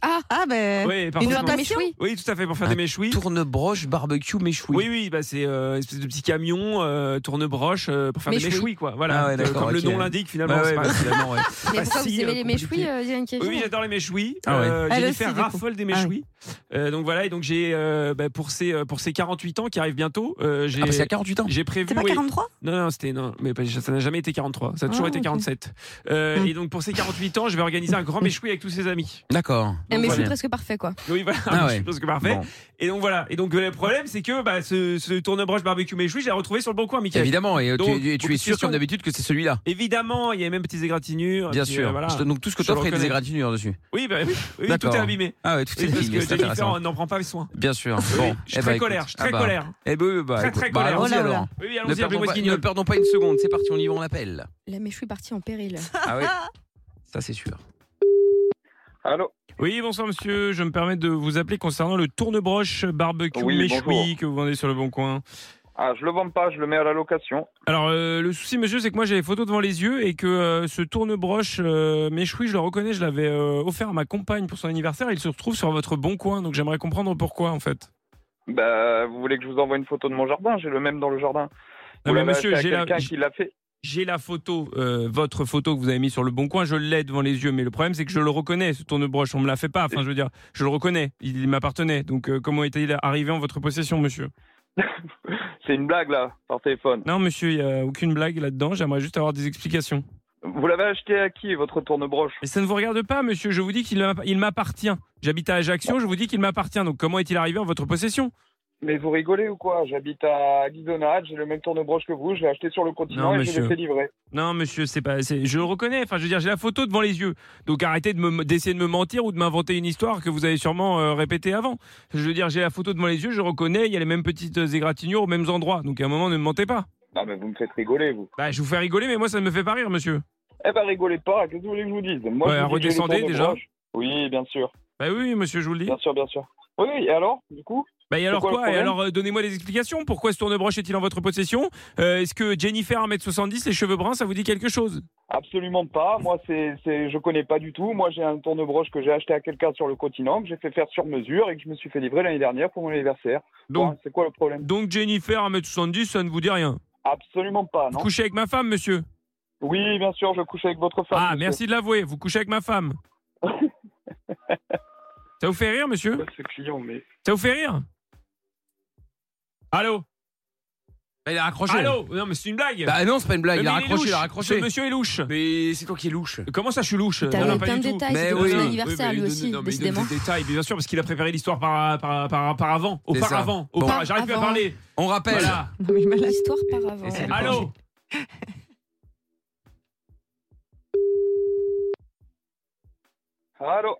S4: Ah, ah ben.
S2: Oui, par
S4: une
S2: contre,
S4: rotation
S2: Oui, tout à fait, pour faire
S5: Un
S2: des méchouis.
S5: Tourne-broche, barbecue, méchoui.
S2: Oui, oui, bah, c'est euh, une espèce de petit camion, euh, tourne-broche, euh, pour faire
S5: Méchoui.
S2: des méchouis, quoi. Voilà,
S5: Ah ouais,
S2: Euh,
S5: d'accord,
S2: comme le
S5: ok.
S2: nom l'indique, finalement.
S5: Ouais,
S2: c'est
S5: ouais,
S2: pas-
S5: bah, finalement, ouais.
S2: Bah,
S3: Mais pourquoi
S2: si,
S3: vous aimez
S2: euh,
S3: les
S2: compliqué.
S3: méchouis, euh, Diane
S2: Oui, oui, j'adore les méchouis.
S5: Ah ouais.
S2: Euh,
S5: Elle
S2: Jennifer
S5: aussi, du coup. Ah
S2: raffole des méchouis. Euh, donc voilà, et donc j'ai euh, bah, pour ces euh, pour ces 48 ans qui arrivent bientôt, euh, j'ai
S5: Ah, parce qu'il y a 48 ans.
S2: J'ai prévu.
S5: C'est pas
S2: oui.
S5: 43?
S2: Non, non, c'était non, mais bah, ça n'a jamais été 43. Ça a toujours
S5: Ah,
S2: été
S5: ok. Hum.
S2: 47. Euh, Et donc pour ces 48 ans, je vais organiser un grand méchoui avec tous ses amis.
S5: D'accord.
S10: Eh,
S3: Un
S2: Donc,
S3: méchoui
S2: voilà.
S3: presque parfait, quoi.
S2: Oui, voilà,
S5: Ah ouais.
S2: je pense que parfait.
S5: Bon.
S2: Et donc voilà. Et donc euh, le problème, c'est que bah, ce, ce tourne-broche barbecue méchoui, j'ai retrouvé sur le bon coin, Michael.
S5: Évidemment, et euh,
S2: Donc,
S5: tu, et tu
S2: beaucoup
S5: es
S2: de
S5: sûr
S2: questions.
S5: comme d'habitude que c'est celui-là.
S2: Évidemment, il y a même petites égratignures.
S5: Bien
S2: puis,
S5: sûr.
S2: euh, voilà.
S5: Je te- donc tout ce que
S2: Je le
S5: t'offres, il y a des
S2: reconnais.
S5: égratignures dessus.
S2: Oui, bah, oui, oui, tout
S5: D'accord.
S2: est abîmé.
S5: Ah ouais, tout
S2: Oui,
S5: est abîmé,
S2: Parce
S5: c'est
S2: que Jennifer
S5: intéressant.
S2: n'en prend pas soin.
S5: Bien sûr. Bon, eh ben, bah,
S2: je suis très colère, je suis très colère.
S5: Et Ah bah,
S2: Très,
S5: écoute,
S2: très
S5: bah,
S2: colère.
S5: allons-y
S2: Oh là
S5: alors.
S2: là. Oui, allons-y,
S5: ne, perdons
S2: appelez-moi
S5: pas,
S2: Guignol.
S5: ne perdons pas une seconde, c'est parti, on y va, on l'appelle.
S3: La méchoui partie en péril.
S5: Ah oui, ça c'est sûr.
S2: Allô Oui, bonsoir monsieur, je me permets de vous appeler concernant le tournebroche barbecue
S12: Oui,
S2: méchoui
S12: bonjour.
S2: que vous vendez sur le bon coin.
S12: Ah, je le vends pas, je le mets à la location.
S2: Alors euh, le souci monsieur, c'est que moi j'ai les photos devant les yeux et que euh, ce tournebroche euh, méchoui, je le reconnais, je l'avais euh, offert à ma compagne pour son anniversaire, il se retrouve sur votre bon coin, donc j'aimerais comprendre pourquoi en fait.
S12: Bah, vous voulez que je vous envoie une photo de mon jardin J'ai le même dans le jardin.
S2: Non,
S12: Vous
S2: mais
S12: l'avez
S2: monsieur,
S12: acheté
S2: j'ai
S12: à
S2: la,
S12: quelqu'un
S2: j'ai-
S12: qui l'a fait.
S2: j'ai la photo, euh, votre photo que vous avez mis sur le bon coin, je l'ai devant les yeux, mais le problème c'est que je le reconnais, ce tournebroche, on me l'a fait pas, enfin je veux dire, je le reconnais, il m'appartenait, donc euh, comment est-il arrivé en votre possession monsieur
S12: C'est une blague là, par téléphone.
S2: Non, monsieur, il n'y a aucune blague là-dedans. J'aimerais juste avoir des explications.
S12: Vous l'avez acheté à qui votre tournebroche
S2: Mais ça ne vous regarde pas, monsieur. Je vous dis qu'il m'a- il m'appartient. J'habite à Ajaccio, je vous dis qu'il m'appartient. Donc comment est-il arrivé en votre possession
S12: Mais vous rigolez ou quoi J'habite à Guidonade, j'ai le même tournebroche que vous, je l'ai acheté sur le continent
S2: Non,
S12: et je
S2: monsieur.
S12: l'ai fait livrer.
S2: Non, monsieur, c'est pas. c'est- Je le reconnais. Enfin, je veux dire, j'ai la photo devant les yeux. Donc arrêtez de me- d'essayer de, me mentir ou de m'inventer une histoire que vous avez sûrement euh, répétée avant. Je veux dire, j'ai la photo devant les yeux, je reconnais. Il y a les mêmes petites euh, égratignures aux mêmes endroits. Donc à un moment, ne me mentez pas.
S12: Non, mais vous me faites rigoler, vous.
S2: Bah, je vous fais rigoler, mais moi, ça ne me fait pas rire, monsieur.
S12: Eh ben, rigolez pas, qu'est-ce que vous voulez que je vous dise Moi,
S2: Ouais,
S12: je vous dis que j'ai le
S2: redescendez, déjà.
S12: tournebroche. Oui, bien sûr.
S2: Bah oui, monsieur, je vous le dis.
S12: Bien sûr, bien sûr. Oui, oui, et alors, du coup
S2: Bah et alors
S12: C'est quoi le
S2: quoi Et
S12: problème
S2: alors euh, donnez-moi des explications. Pourquoi ce tournebroche est-il en votre possession Euh, Est-ce que Jennifer 1m70, les cheveux bruns, ça vous dit quelque chose
S12: Absolument pas. Moi, c'est, c'est, je connais pas du tout. Moi, j'ai un tournebroche que j'ai acheté à quelqu'un sur le continent, que j'ai fait faire sur mesure et que je me suis fait livrer l'année dernière pour mon anniversaire.
S2: Donc-
S12: Voilà, c'est quoi le problème
S2: Donc Jennifer 1m70, ça ne vous dit rien
S12: Absolument pas,
S2: Vous
S12: non
S2: couchez avec ma femme, monsieur
S12: Oui, bien sûr, je couche avec votre femme.
S2: Ah, merci de l'avouer, vous couchez avec ma femme. ça vous fait rire, monsieur
S12: Ce client, mais.
S2: Ça vous fait rire Allô
S5: Il a raccroché.
S2: Allô Non, mais c'est une blague
S5: Bah non, c'est pas une blague,
S2: Mais
S5: il a
S2: est
S5: raccroché, il a
S2: louche.
S5: raccroché.
S2: Ce monsieur est louche. Euh,
S5: Mais c'est toi qui es louche.
S2: Comment ça, je suis louche
S5: T'as
S2: Non,
S5: donné
S2: non, pas
S5: plein
S2: du
S5: de
S2: tout.
S5: détails, Mais c'était pour oui. son anniversaire,
S2: mais bah,
S5: lui
S2: il donne-
S5: aussi,
S2: non, mais il donne
S5: décidément.
S2: des détails, bien sûr, parce qu'il a préparé l'histoire par, par, par, par avant.
S5: C'est ça.
S2: Auparavant.
S5: Bon.
S2: auparavant. J'arrive plus à
S5: Avant.
S2: parler.
S5: On rappelle.
S2: Voilà.
S10: L'histoire par avant.
S2: Allô
S12: Allô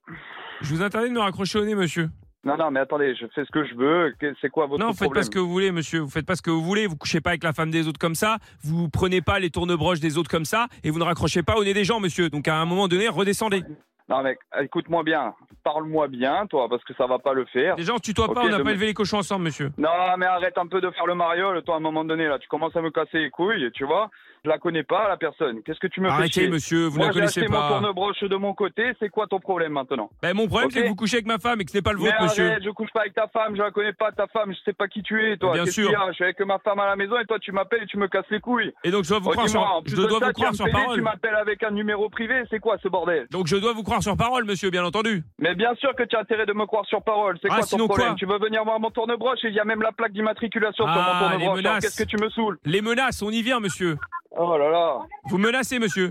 S2: Je vous interdis de me raccrocher au nez, monsieur.
S12: Non, non, mais attendez, je fais ce que je veux. Que- C'est quoi votre
S2: Non, vous faites
S12: problème
S2: pas ce que vous voulez, monsieur. Vous faites pas ce que vous voulez. Vous couchez pas avec la femme des autres comme ça. Vous prenez pas les tournebroches des autres comme ça. Et vous ne raccrochez pas au nez des gens, monsieur. Donc à un moment donné, redescendez.
S12: Non, mec, écoute-moi bien. Parle-moi bien, toi, parce que ça va pas le faire.
S2: Les gens, tutoie pas.
S12: Ok,
S2: on n'a
S12: je
S2: pas
S12: me-
S2: élevé les cochons ensemble, monsieur.
S12: Non, mais arrête un peu de faire le mariole, toi, à un moment donné, là. Tu commences à me casser les couilles, tu vois. Je la connais pas, la personne. Qu'est-ce que tu me fais
S2: Arrêtez,
S12: chier
S2: monsieur, vous
S12: Moi,
S2: la connaissez
S12: j'ai acheté
S2: pas.
S12: mon tournebroche de mon côté, c'est quoi ton problème maintenant
S2: Ben, mon problème,
S12: Ok.
S2: c'est que vous couchez avec ma femme et que ce n'est pas le
S12: Mais
S2: vôtre, monsieur.
S12: arrête, je couche pas avec ta femme, je la connais pas, ta femme, je sais pas qui tu es, toi.
S2: Mais bien
S12: Qu'est-ce
S2: sûr.
S12: qu'il y a Je suis avec ma femme à la maison et toi, tu m'appelles et tu me casses les couilles.
S2: Et donc, je dois vous
S12: Oh,
S2: croire
S12: dis-moi,
S2: sur-
S12: en plus
S2: je
S12: de
S2: dois
S12: ça,
S2: vous
S12: tu
S2: croire
S12: vas me
S2: sur
S12: payer,
S2: parole.
S12: Tu m'appelles avec un numéro privé, c'est quoi ce bordel
S2: Donc, je dois vous croire sur parole, monsieur, bien entendu.
S12: mais bien sûr que tu as intérêt de me croire sur parole. C'est
S2: Ah,
S12: quoi ton
S2: sinon
S12: problème
S2: quoi
S12: Tu veux venir voir mon tournebroche et il y a même la plaque d'immatriculation sur
S2: Ah,
S12: mon
S2: les
S12: tournebroche. Alors,
S2: menaces.
S12: Qu'est-ce que tu me saoules
S2: Les menaces, on y vient, monsieur.
S12: Oh là là.
S2: Vous menacez, monsieur.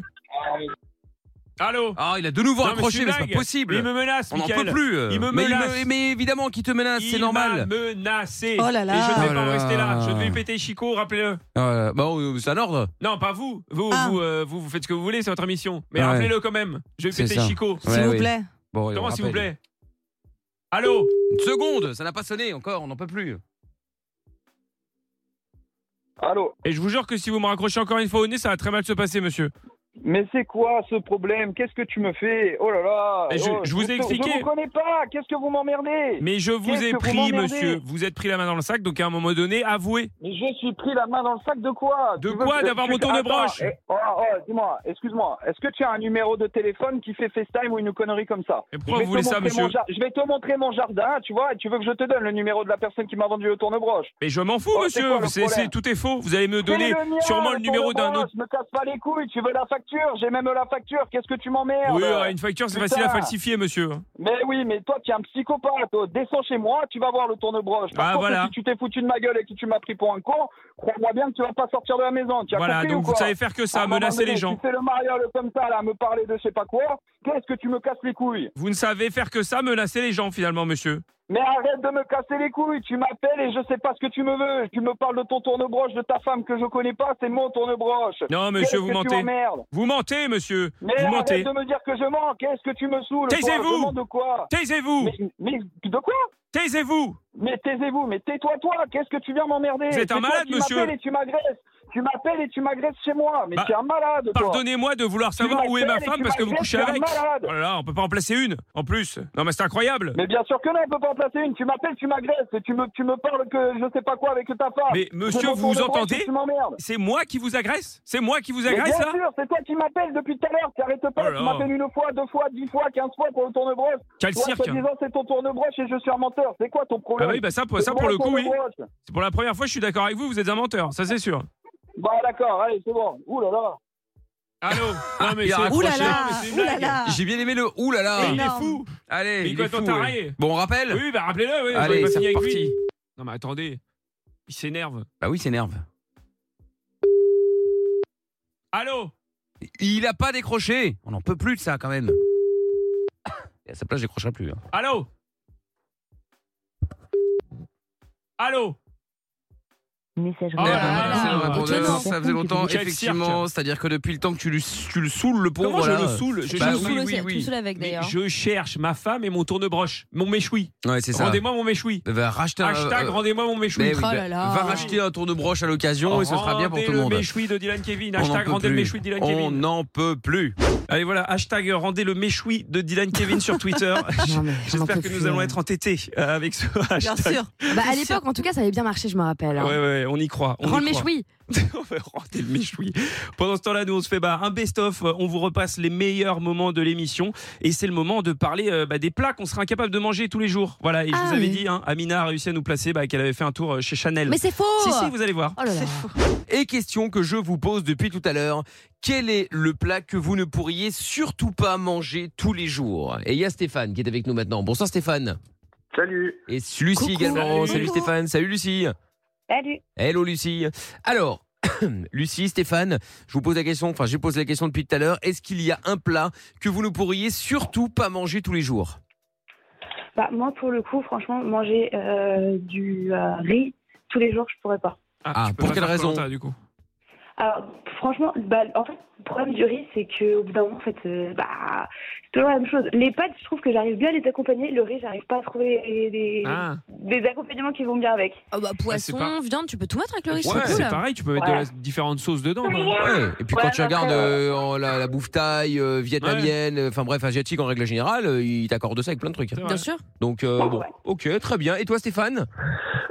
S2: Allô
S5: Ah, il a de nouveau
S2: Non, mais
S5: raccroché,
S2: c'est
S5: mais
S2: une
S5: c'est pas
S2: blague.
S5: possible.
S2: Il me menace,
S5: On n'en
S2: Mickaël.
S5: peut plus. euh.
S2: Il me
S5: mais,
S2: menace.
S5: mais évidemment qu'il te menace, c'est
S2: Il m'a
S5: normal.
S2: menacé.
S5: Oh là là.
S2: Et je ne vais
S5: Oh
S2: pas
S5: là
S2: en rester là.
S5: là.
S2: Je vais lui péter Chico, rappelez-le.
S5: Euh, bah, euh, c'est un ordre.
S2: Non, pas vous. Vous,
S5: Ah.
S2: vous, euh, vous, vous faites ce que vous voulez, c'est votre émission. Mais
S5: Ouais.
S2: rappelez-le quand même. Je vais
S5: C'est
S2: péter
S5: ça.
S2: Chico.
S5: S'il Ouais, vous oui. plaît. Bon, on
S2: Comment s'il vous
S5: rappelle.
S2: plaît Allô
S5: Une seconde, ça n'a pas sonné encore, on n'en peut plus.
S12: Allô
S2: Et je vous jure que si vous me raccrochez encore une fois au nez, ça va très mal se passer, monsieur.
S12: Mais c'est quoi ce problème Qu'est-ce que tu me fais Oh là là
S2: Mais je-
S12: Oh,
S2: je vous ai expliqué.
S12: Je vous connais pas Qu'est-ce que vous m'emmerdez
S2: Mais je vous
S12: Qu'est-ce
S2: ai
S12: que vous
S2: pris,
S12: m'emmerdez
S2: monsieur. Vous êtes pris la main dans le sac, donc à un moment donné, avouez.
S12: Mais je suis pris la main dans le sac de quoi
S2: De
S12: Tu veux
S2: quoi
S12: que-
S2: D'avoir
S12: tu-
S2: mon tournebroche
S12: Attends, eh, oh, oh, dis-moi, excuse-moi, est-ce que tu as un numéro de téléphone qui fait FaceTime ou une connerie comme ça
S2: Et pourquoi
S12: Je
S2: vous
S12: vais te
S2: voulez ça,
S12: montrer
S2: monsieur
S12: mon jar- Je vais te montrer mon jardin, tu vois, et tu veux que je te donne le numéro de la personne qui m'a vendu le tournebroche.
S2: Mais je m'en fous,
S12: Oh, c'est
S2: monsieur.
S12: quoi le
S2: C'est- c'est-
S12: problème
S2: tout est faux. Vous allez me
S12: C'est
S2: donner
S12: le mien,
S2: sûrement le numéro d'un
S12: tournebroche,
S2: autre.
S12: Me casse pas les couilles, tu veux la facture, j'ai même la facture, qu'est-ce que tu m'emmerdes
S2: Oui, euh, une facture, c'est facile à
S12: Putain.
S2: falsifier, monsieur.
S12: Mais oui, mais toi, tu es un psychopathe. toi. Descends chez moi, tu vas voir le tournebroche. Par
S2: Ah,
S12: contre,
S2: voilà.
S12: si tu t'es foutu de ma gueule et que tu m'as pris pour un con, crois-moi bien que tu vas pas sortir de la maison. Tu as
S2: Voilà,
S12: compris
S2: donc
S12: ou quoi
S2: vous savez faire que ça,
S12: À un moment
S2: menacer
S12: donné,
S2: les gens.
S12: Tu fais le mariole comme ça, là, à me parler de je sais pas quoi. Qu'est-ce que tu me casses les couilles
S2: Vous ne savez faire que ça, menacer les gens, finalement, monsieur.
S12: mais arrête de me casser les couilles, tu m'appelles et je sais pas ce que tu me veux. Tu me parles de ton tournebroche, de ta femme que je connais pas, c'est mon tournebroche.
S2: Non, monsieur,
S12: Qu'est-ce
S2: vous
S12: que tu
S2: mentez.
S12: m'emmerdes
S2: Vous mentez, monsieur.
S12: Mais
S2: vous
S12: arrête
S2: mentez.
S12: de me dire que je mens, qu'est-ce que tu me saoules toi
S2: Taisez-vous
S12: Vraiment de quoi
S2: Taisez-vous
S12: mais, mais de quoi
S2: Taisez-vous
S12: Mais taisez-vous, mais tais-toi, toi, qu'est-ce que tu viens m'emmerder
S2: Vous êtes un
S12: C'est toi
S2: malade,
S12: qui
S2: monsieur.
S12: m'appelles et tu m'agresses Tu m'appelles et tu m'agresses chez moi, mais
S2: Bah,
S12: tu es un malade, toi
S2: Pardonnez-moi de vouloir savoir où est ma
S12: m'appelles et
S2: femme
S12: tu
S2: parce que vous
S12: m'appelles,
S2: couchez
S12: tu es un
S2: avec.
S12: malade.
S2: Oh là là, on peut pas en placer une, en plus. Non, mais c'est incroyable.
S12: Mais bien sûr que non, on peut pas en placer une. Tu m'appelles, tu m'agresses, et tu me, tu me parles que je sais pas quoi avec ta femme.
S2: Mais
S12: Je
S2: monsieur, vous
S12: me tourne
S2: vous
S12: le bras et
S2: entendez
S12: Tu m'emmerdes.
S2: C'est moi qui vous agresse C'est moi qui vous
S12: Mais
S2: agresse,
S12: bien
S2: là
S12: sûr, c'est toi qui m'appelles depuis tout à l'heure. Tu arrêtes pas,
S2: Oh là
S12: tu
S2: là.
S12: m'appelles une fois, deux fois, dix fois, quinze fois pour le tournebroche.
S2: Quel
S12: Toi,
S2: cirque,
S12: soi-disant, c'est ton tournebroche et je suis un menteur. C'est quoi ton
S2: Ah
S12: problème
S2: oui, bah ça, pour,
S12: C'est
S2: ça
S12: moi
S2: pour le coup, oui.
S12: tournebroche.
S2: C'est pour la première fois, je suis d'accord avec vous, vous êtes un menteur, ça c'est sûr.
S12: Bah d'accord, allez, c'est bon. Ouh là là.
S2: Allô Non, mais
S5: Il a
S2: c'est-
S5: raccroché.
S2: Non, mais c'est une blague.
S5: J'ai bien aimé le oulala.
S2: Mais il est fou
S5: Allez,
S2: Mais
S5: il
S2: quoi,
S5: est fou.
S2: ton taré
S5: ouais. Bon, on rappelle
S2: Oui, bah rappelez-le, oui.
S5: Allez,
S2: j'aurais pas
S5: c'est
S2: fini avec
S5: reparti.
S2: lui. Non, mais attendez, il s'énerve.
S5: Bah oui, il s'énerve.
S2: Allô
S5: Il a pas décroché. On n'en peut plus de ça quand même. Et à sa place, je décrocherai plus. hein.
S2: Allô Allô
S13: Messagerie.
S5: Eh ben voilà, c'est le répondeur,
S13: Étonnant.
S5: ça faisait longtemps,
S2: Quel
S5: effectivement. C'est-à-dire que depuis le temps que tu, lui- tu le saoules, le pauvre.
S2: Comment je
S5: là.
S2: le saoule Je
S5: Bah
S2: le
S5: oui,
S2: saoule
S5: oui,
S2: aussi,
S5: oui.
S2: tu le saoules
S10: avec,
S2: Mais
S10: d'ailleurs.
S2: Je cherche ma femme et mon tournebroche, mon méchoui.
S5: Ouais, c'est ça.
S2: Rendez-moi mon méchoui.
S5: Va racheter un-
S2: Hashtag
S5: euh,
S2: rendez-moi mon méchoui.
S10: Oh
S5: Mais oui, bah, Va racheter un tour de broche à l'occasion et ce sera bien pour tout le
S2: Rendez
S5: monde.
S2: le méchoui de Dylan Kevin.
S5: On
S2: Hashtag
S5: n'en peut
S2: rendez le
S5: plus.
S2: méchoui de Dylan
S5: On
S2: Kevin.
S5: n'en peut plus.
S2: Allez voilà, hashtag euh, rendez le méchoui de Dylan Kevin sur Twitter. J'espère que nous
S5: hein.
S2: allons être entêtés euh, avec ce hashtag.
S10: Bah, à l'époque, en tout cas, ça avait bien marché, je me rappelle.
S2: Ouais,
S10: hein.
S2: ouais, on y croit. On
S10: Rends
S2: y
S10: le
S2: croit.
S10: méchoui.
S2: Rendez le méchoui. Pendant ce temps-là, nous, on se fait bah, un best-of. On vous repasse les meilleurs moments de l'émission. Et c'est le moment de parler euh, bah, des plats qu'on serait incapable de manger tous les jours. Voilà, et je
S10: Ah
S2: vous avais
S10: oui.
S2: dit, hein, Amina a réussi à nous placer bah, qu'elle avait fait un tour euh, chez Chanel.
S10: Mais c'est faux
S2: Si, si, vous allez voir.
S10: Oh là là.
S5: Et question que je vous pose depuis tout à l'heure. Quel est le plat que vous ne pourriez surtout pas manger tous les jours Et il y a Stéphane qui est avec nous maintenant. Bonsoir Stéphane.
S14: Salut.
S5: Et Lucie également. Salut Stéphane. Salut Lucie.
S14: Salut.
S5: Hello Lucie. Alors, Lucie, Stéphane, je vous pose la question, enfin j'ai posé la question depuis tout à l'heure, est-ce qu'il y a un plat que vous ne pourriez surtout pas manger tous les jours
S14: Bah, moi, pour le coup, franchement, manger euh, du euh, riz tous les jours, je pourrais pas.
S5: Ah, pour quelle raison
S2: du coup
S14: Alors, franchement, bah, en fait, le problème du riz, c'est qu'au bout d'un moment, en fait, euh, bah, c'est toujours la même chose. Les pâtes, je trouve que j'arrive bien à les accompagner. Le riz, j'arrive pas à trouver des, des-
S2: Ah.
S14: des accompagnements qui vont bien avec.
S10: Ah bah,
S2: poisson, Ah, c'est pas-
S10: viande, tu peux tout mettre avec le riz,
S2: Ouais,
S10: c'est cool.
S2: c'est pareil, tu peux mettre de la différentes sauces dedans.
S5: Ouais, Et puis quand tu regardes euh, en- la, la bouffe thaï, euh, vietnamienne, euh, enfin bref, asiatique en règle générale, euh, ils t'accordent ça avec plein de trucs.
S10: Bien sûr.
S5: Donc euh, bon, ok, très bien. Et toi Stéphane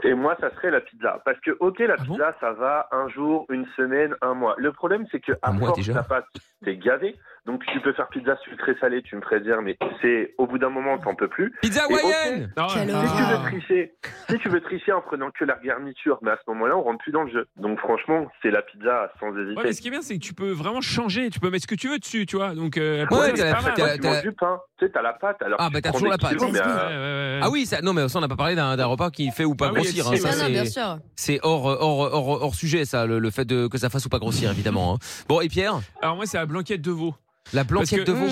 S6: Et moi, ça serait la pizza. Parce que, ok,
S5: Ah
S6: la pizza, ça va un jour, une semaine, un mois. Le problème, c'est que à force, ça passe, t'es gavé. Donc, tu peux faire pizza sucrée salée, tu me ferais dire, mais c'est au bout d'un moment, t'en peux plus.
S5: Pizza
S6: Et ok,
S5: hawaïenne
S2: Non,
S6: si,
S2: Ah ouais.
S6: tu veux tricher, si tu veux tricher en prenant que la garniture, mais à ce moment-là, on rentre plus dans le jeu. Donc, franchement, c'est la pizza sans hésiter.
S2: Ouais, mais ce qui est bien, c'est que tu peux vraiment changer. Tu peux mettre ce que tu veux dessus, tu vois. Donc, euh,
S5: Ouais,
S2: c'est
S5: t'as la-
S2: pas mal.
S5: t'as la-
S6: tu manges du pain, tu sais, t'as la pâte. Alors
S5: Ah
S6: tu
S5: bah t'as
S6: prends
S5: toujours la
S6: des
S5: pâte.
S6: kilos, mais, euh,
S5: Ah oui, ça, non mais ça on n'a pas parlé d'un d'un repas qui fait ou pas
S2: Ah oui,
S5: grossir.
S2: si,
S5: hein, ça,
S2: oui. Non, non,
S5: c'est-
S2: bien sûr.
S5: C'est hors, euh, hors, hors, hors sujet ça, le, le fait de, que ça fasse ou pas grossir évidemment. hein. Bon et Pierre
S2: Alors, moi, c'est la blanquette de veau.
S5: La blanquette de
S2: Parce que
S5: veau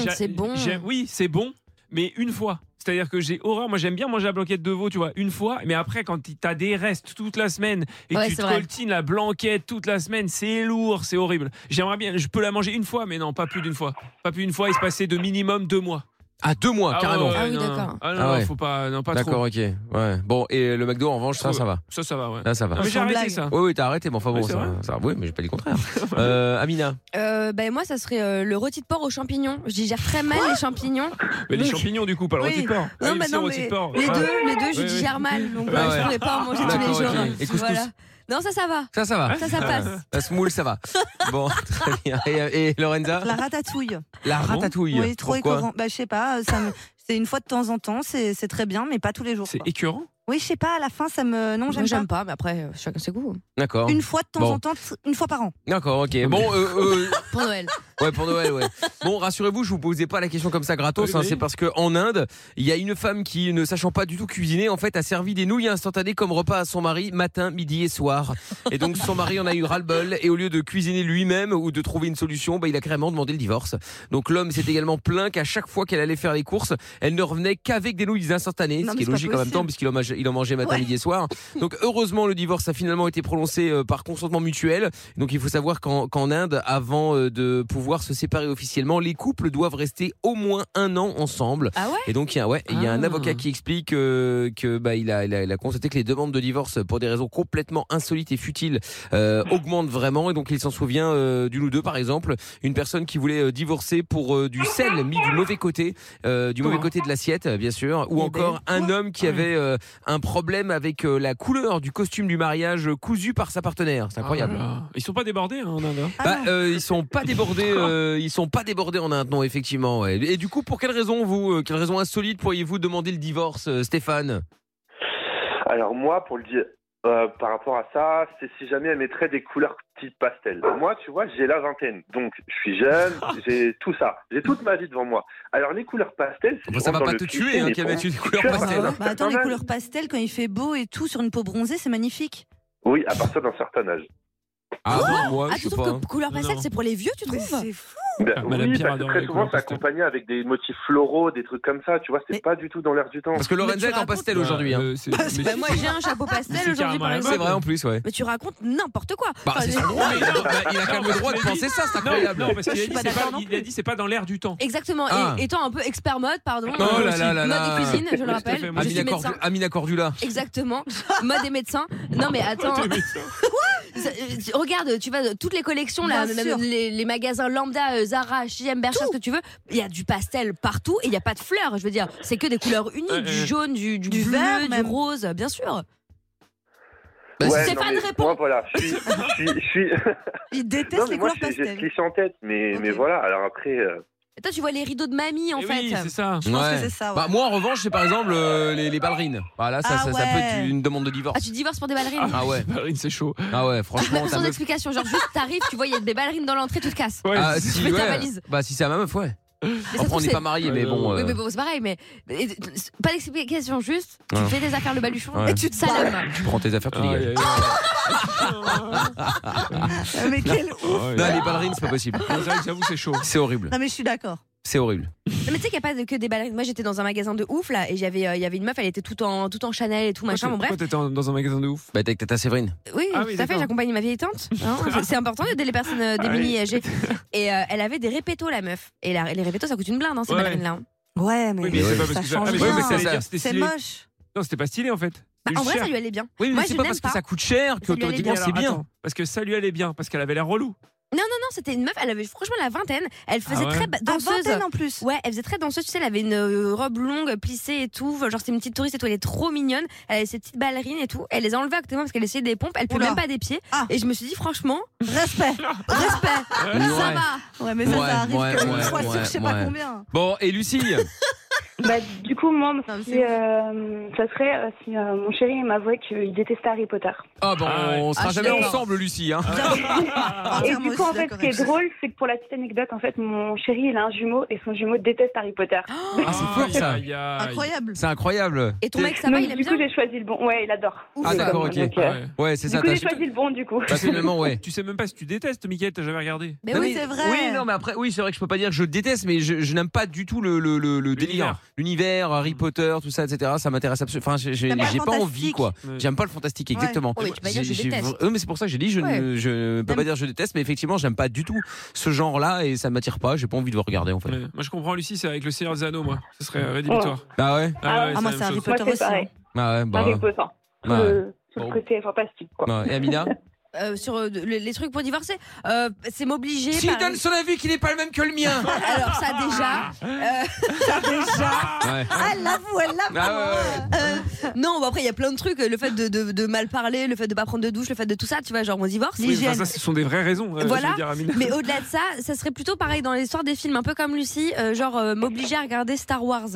S10: Mmh,
S2: j'a- j'aime- Oui, c'est bon, mais une fois. C'est-à-dire que j'ai horreur. Moi, j'aime bien manger la blanquette de veau, tu vois, une fois. Mais après, quand t- t'as des restes toute la semaine et
S10: Ouais,
S2: que tu
S10: c'est
S2: te
S10: vrai.
S2: coltines la blanquette toute la semaine, c'est lourd, c'est horrible. J'aimerais bien, je peux la manger une fois, mais non, pas plus d'une fois. Pas plus d'une fois, il se passait de minimum deux mois.
S5: Ah, deux mois,
S2: Ah,
S5: carrément.
S2: ouais, Ah oui, non, non. d'accord. Ah, non, non, faut pas- non, pas trop.
S5: D'accord, ok. Ouais. Bon, et le McDo, en revanche, ça, ça va.
S2: Ça, ça va, ouais.
S5: Là, ça va.
S2: Non, mais j'ai arrêté ça.
S5: Oui, oui, t'as arrêté, mais enfin bon,
S2: Oui, c'est
S5: ça,
S2: vrai.
S5: ça va. Oui, mais j'ai pas dit le contraire. Euh, Amina.
S10: Euh, bah, moi, ça serait euh, le rôti de porc aux champignons. Je digère très mal les champignons.
S2: Mais les champignons, du coup, pas le
S10: Oui.
S2: rôti de porc. Ah
S10: Non,
S2: oui,
S10: bah
S2: si,
S10: non,
S2: le rôti de
S10: mais
S2: porc.
S10: les
S2: Ah.
S10: deux, les deux, je
S2: Oui, oui.
S10: digère mal, donc
S5: Ah
S10: bah, je
S5: ouais.
S10: voulais pas en manger tous
S5: D'accord,
S10: les jours.
S5: ok. Et couscous.
S10: Voilà. Non, ça, ça va.
S5: Ça, ça
S4: Ah,
S5: va.
S10: Ça, ça passe.
S5: La semoule, ça va. Bon, très bien. Et, et Lorenza
S4: La ratatouille.
S5: La ratatouille.
S4: Oui, trop
S5: Pourquoi
S4: écœurant. Bah, je sais pas, ça me- c'est une fois de temps en temps, c'est c'est très bien, mais pas tous les jours.
S2: C'est
S4: quoi.
S2: écœurant.
S4: Oui, je sais pas, à la fin, ça me. Non, j'aime pas.
S10: j'aime pas, mais après, euh, chacun ses goûts.
S5: D'accord.
S4: Une fois de temps
S5: Bon.
S4: en temps, t- une fois par an.
S5: D'accord, ok. Bon, euh, euh,
S10: Pour Noël.
S5: Ouais, pour Noël, ouais. Bon, rassurez-vous, je vous posais pas la question comme ça gratos.
S2: Oui,
S5: hein,
S2: oui.
S5: c'est parce que en Inde, il y a une femme qui, ne sachant pas du tout cuisiner, en fait, a servi des nouilles instantanées comme repas à son mari matin, midi et soir. Et donc, son mari en a eu ras-le-bol. Et au lieu de cuisiner lui-même ou de trouver une solution, bah, il a carrément demandé le divorce. Donc, l'homme s'est également plaint qu'à chaque fois qu'elle allait faire les courses, elle ne revenait qu'avec des nouilles instantanées,
S2: Non, mais
S5: ce qui est
S2: c'est pas
S5: logique en même
S2: possible.
S5: temps puisqu'il en mange- il en mangeait matin, midi et soir. Donc heureusement, le divorce a finalement été prononcé euh, par consentement mutuel. Donc il faut savoir qu'en qu'en Inde, avant euh, de pouvoir se séparer officiellement, les couples doivent rester au moins un an ensemble.
S10: Ah ouais
S5: et donc il y a, ouais, il y a un avocat qui explique euh, que bah, il, a, il, a, il a constaté que les demandes de divorce euh, pour des raisons complètement insolites et futiles euh, augmentent vraiment. Et donc il s'en souvient euh, d'une ou deux, par exemple, une personne qui voulait euh, divorcer pour euh, du sel mis du mauvais côté, euh, du mauvais côté de l'assiette, euh, bien sûr, ou encore un homme qui avait euh, un problème avec euh, la couleur du costume du mariage euh, cousu par sa partenaire. C'est incroyable.
S2: Ah Ils sont pas débordés, hein, en Inde.
S3: Ah
S2: hein.
S5: Bah, euh, ils sont pas débordés, euh, ils sont pas débordés en Inde, non, effectivement. ouais. Et du coup, pour quelle raison vous, euh, quelle raison insolite pourriez-vous demander le divorce, euh, Stéphane
S6: Alors moi, pour le dire, euh, par rapport à ça, c'est si jamais elle mettrait des couleurs type pastel. Moi, tu vois, j'ai la vingtaine, donc je suis jeune, j'ai tout ça, j'ai toute ma vie devant moi. Alors les couleurs pastel, c'est
S5: Bon, ça va pas te tuer, hein, qu'elle mette une couleur pastel. hein.
S4: Bah, attends, les couleurs pastel, quand il fait beau et tout, sur une peau bronzée, c'est magnifique.
S6: Oui, à partir d'un certain âge.
S5: Ah
S10: Quoi
S5: bon, moi,
S10: ah,
S5: je
S10: tu
S5: sais
S10: trouves
S5: pas. hein. Bah,
S10: que couleur pastel, c'est pour les vieux, tu trouves
S4: C'est fou
S6: Ben,
S2: Madame
S6: oui,
S2: Pierre
S6: parce que
S2: adore
S6: très
S2: les
S6: souvent,
S2: couleurs
S6: c'est accompagné avec des motifs floraux, des trucs comme ça, tu vois, c'est pas du tout dans l'air du temps.
S5: Parce que Lorenza est en
S3: Euh,
S5: pastel aujourd'hui. hein.
S4: Euh,
S10: Euh,
S3: Bah, moi j'ai un chapeau pastel aujourd'hui par exemple.
S5: Ah, C'est vrai en plus, ouais.
S3: Mais tu racontes n'importe quoi.
S5: Bah,
S3: Enfin,
S5: c'est
S3: les-
S5: son droit, mais il a- il a quand même le droit de
S2: Non,
S5: penser ça, c'est
S2: non,
S5: incroyable.
S2: Non, parce qu'il
S5: Je
S2: a
S5: suis
S2: dit,
S5: pas
S2: c'est pas,
S5: d'accord non
S2: il a dit, c'est pas dans l'air du temps.
S3: Exactement.
S5: Ah.
S3: Et, étant un peu expert mode, pardon.
S5: Oh
S3: euh,
S5: là là là là.
S3: mode et cuisine, je le rappelle. Je suis
S5: Amina,
S3: médecin.
S5: Cordu- Amina Cordula.
S3: Exactement. Mode et médecin. Non mais attends.
S5: Mode et
S3: Quoi Ça, euh, tu- Regarde, tu vas dans toutes les collections là,
S10: Bien
S3: même
S10: sûr.
S3: les, les magasins lambda, euh, Zara, H&M, Bershka, ce que tu veux. Il y a du pastel partout et il n'y a pas de fleurs. Je veux dire, c'est que des couleurs uniques,
S2: Euh,
S3: du
S2: euh.
S3: jaune, du, du,
S4: Du
S3: bleu,
S4: vert,
S3: du
S4: même.
S3: rose, bien sûr.
S6: Ouais,
S3: Stéphane
S6: non, mais
S3: répond.
S6: Moi, voilà, je suis. Je suis, je suis...
S4: Il
S6: non,
S4: déteste
S6: mais
S4: les
S6: moi,
S4: couleurs
S6: j'ai j'ai ce
S4: pastel.
S6: cliché en tête, mais, mais voilà, alors après. euh,
S3: Et toi, tu vois les rideaux de mamie en
S2: Eh
S3: fait.
S2: oui, c'est ça.
S3: Je pense que c'est ça, ouais.
S5: Bah, moi, en revanche, c'est par exemple euh, les, les ballerines. Voilà, ça,
S3: Ah
S5: ça, ça peut être
S3: ouais.
S5: une demande de
S3: Ah,
S5: divorce.
S3: tu divorces pour des ballerines
S5: Ah ouais.
S2: ballerines, c'est chaud.
S5: Ah ouais,
S3: Bah,
S5: franchement, ta
S3: sans
S5: meuf-
S3: explication, genre juste t'arrives, tu vois, il y a des ballerines dans l'entrée, tu te casses.
S5: Ah,
S3: tu
S5: si,
S3: fais ta
S5: ouais.
S3: valise.
S5: Bah, si c'est à ma meuf, ouais.
S3: ça se
S5: Après, on
S3: trouve,
S5: n'est
S3: c'est-
S5: pas mariés, mais bon.
S3: Oui,
S5: euh,
S3: mais bon, c'est pareil, mais. mais- euh, Pas d'explication, juste, tu
S5: Ouais.
S3: fais des affaires le baluchon
S5: Ouais.
S3: et tu te salades.
S5: Tu prends tes affaires, tu
S2: Aïe,
S5: dégages.
S4: Mais quel
S5: Non.
S4: ouf.
S5: Non, les ballerines, c'est pas possible.
S2: J'avoue, c'est chaud.
S5: C'est horrible.
S4: Non mais je suis d'accord.
S5: C'est horrible.
S3: Non, mais tu sais qu'il n'y a pas de- que des ballerines. Moi, j'étais dans un magasin de ouf, là, et j'avais, euh, il y avait une meuf, elle était tout en, tout en Chanel et tout, machin, bon, bref.
S2: Pourquoi t'étais en- dans un magasin de ouf
S5: Bah, t'es avec Tata Séverine.
S3: Oui,
S2: Ah
S3: tout à
S2: oui,
S3: fait,
S2: d'accord. Ah
S3: j'accompagnais ma vieille tante. hein, c'est- c'est important d'aider les personnes euh, démunies et âgées. Et euh, elle avait des répétos, la meuf. Et la- les répétos, ça coûte une blinde, hein, ces
S2: Ouais.
S3: ballerines-là. hein.
S4: Ouais, mais,
S2: Oui, mais c'est pas
S4: ça
S2: parce que ça-
S4: change
S2: Ah, mais
S4: rien.
S2: c'est- c'est- c'est-
S4: C'est
S2: c'est stylé.
S4: moche.
S2: Non, c'était pas stylé en fait.
S3: Bah,
S2: C'est
S3: en
S2: juste
S3: vrai,
S2: cher.
S3: ça lui allait bien.
S5: Oui, mais
S3: Moi,
S5: c'est
S3: je
S5: pas
S3: n'aime
S5: parce
S3: pas.
S5: que ça coûte cher
S3: Ça lui allait
S5: qu'automatiquement
S3: bien.
S5: c'est bien.
S2: Attends, parce que ça lui allait bien, parce qu'elle avait l'air relou.
S3: Non, non, non, c'était une meuf, elle avait franchement la vingtaine. Elle faisait
S2: Ah ouais
S3: très ba-
S4: À
S3: danseuse.
S4: vingtaine en plus.
S3: Ouais, elle faisait très danseuse, tu sais, elle avait une euh, robe longue, plissée et tout. Genre, c'était une petite touriste et tout, elle est trop mignonne. Elle avait ses petites ballerines et tout. Elle les a enlevées à côté de moi parce qu'elle essayait des pompes, elle peut
S4: Oula.
S3: même pas des pieds.
S4: Ah.
S3: Et je me suis dit, franchement,
S4: Respect.
S3: respect,
S4: Euh,
S5: Ouais.
S3: ça va.
S4: Ouais, mais ça,
S5: Ouais,
S4: ça arrive
S5: ouais,
S4: que une
S5: ouais,
S4: fois sur je sais
S5: ouais,
S4: pas combien.
S5: Bon, et Lucille
S14: Bah, du coup, moi,
S4: Non, mais
S14: si,
S4: c'est
S14: euh, ça serait euh, si euh, mon chéri m'avouait qu'il détestait Harry Potter.
S5: Ah, bon,
S2: Ah ouais.
S5: on sera
S4: Ah, je
S5: jamais
S4: suis d'accord.
S5: ensemble, Lucie. Hein.
S14: Et
S4: Entièrement
S14: du coup,
S4: Ah. aussi
S14: en fait, ce
S4: d'accord
S14: qui
S4: avec
S14: est
S4: ça.
S14: drôle, c'est que pour la petite anecdote, en fait, mon chéri, il a un jumeau et son jumeau déteste Harry Potter.
S5: Ah, c'est fort ça.
S2: Aïe, aïe.
S4: Incroyable.
S5: C'est incroyable.
S3: Et ton mec, ça va,
S14: Donc,
S3: il aime
S14: du coup,
S3: bien.
S14: j'ai choisi le bon. Ouais, il adore.
S5: Ah, d'accord, ok.
S14: Donc,
S2: Ah
S14: euh,
S2: ouais.
S5: Ouais, c'est
S14: Du
S5: ça.
S14: coup,
S5: t'as-
S14: j'ai choisi le bon, du coup.
S5: Bah, finalement, ouais.
S2: Tu sais même pas si tu détestes, Mickaël, t'as jamais regardé.
S3: Mais
S5: Non,
S3: oui,
S5: mais-
S4: c'est vrai.
S5: Oui, non, mais après, oui, c'est vrai que je peux pas dire que je déteste, mais je, je n'aime pas du tout le, le, le, le délire.
S2: L'univers.
S5: L'univers,
S2: Mm.
S5: Harry Potter, tout ça, etc. Ça m'intéresse absolument. Enfin, j'ai j'ai-
S4: T'aimes pas le
S5: j'ai pas envie,
S4: fantastique.
S5: quoi.
S2: Ouais.
S5: J'aime pas le fantastique,
S4: Ouais.
S5: exactement.
S3: Oh, mais tu peux pas dire
S5: J'ai-
S3: je
S5: j'ai
S3: déteste.
S5: vra- euh, mais c'est pour ça que j'ai dit, je ne
S3: Ouais.
S5: je peux pas dire je déteste, mais effectivement, j'aime pas du tout ce genre-là et ça m'attire pas. J'ai pas envie de le regarder, en fait.
S2: Ouais. Moi, je comprends, Lucie, c'est avec le Seigneur des Anneaux, moi. Ce serait euh,
S4: Oh.
S2: rédhibitoire.
S5: Ah ouais?
S2: ouais,
S4: Ah, moi, c'est
S2: c'est la
S4: Harry
S2: même chose.
S14: Moi,
S4: Potter
S14: c'est
S4: aussi. hein.
S14: pareil.
S5: Ah ouais, bah.
S14: Harry Potter. Tout
S5: ouais.
S14: le- tout
S5: Bon.
S14: le côté fantastique, quoi.
S5: Ouais. Et Amina?
S3: Euh, sur euh, de- les les trucs pour divorcer, euh, c'est m'obliger.
S5: S'il
S3: par-
S5: donne son avis qu'il n'est pas le même que le mien!
S3: Alors, ça déjà. euh,
S5: Ouais.
S4: Elle l'avoue, elle l'avoue.
S5: Ah ouais, ouais.
S3: Non, bah après, il y a plein de trucs. Le fait de, de- de mal parler, le fait de pas prendre de douche, le fait de tout ça, tu vois, genre mon divorce.
S2: Oui, enfin, ça, ce sont des vraies raisons. euh, je
S3: Voilà.
S2: veux dire, Amina.
S3: Mais au-delà de ça, ça serait plutôt pareil dans l'histoire des films, un peu comme Lucie, euh, genre euh, m'obliger à regarder Star Wars.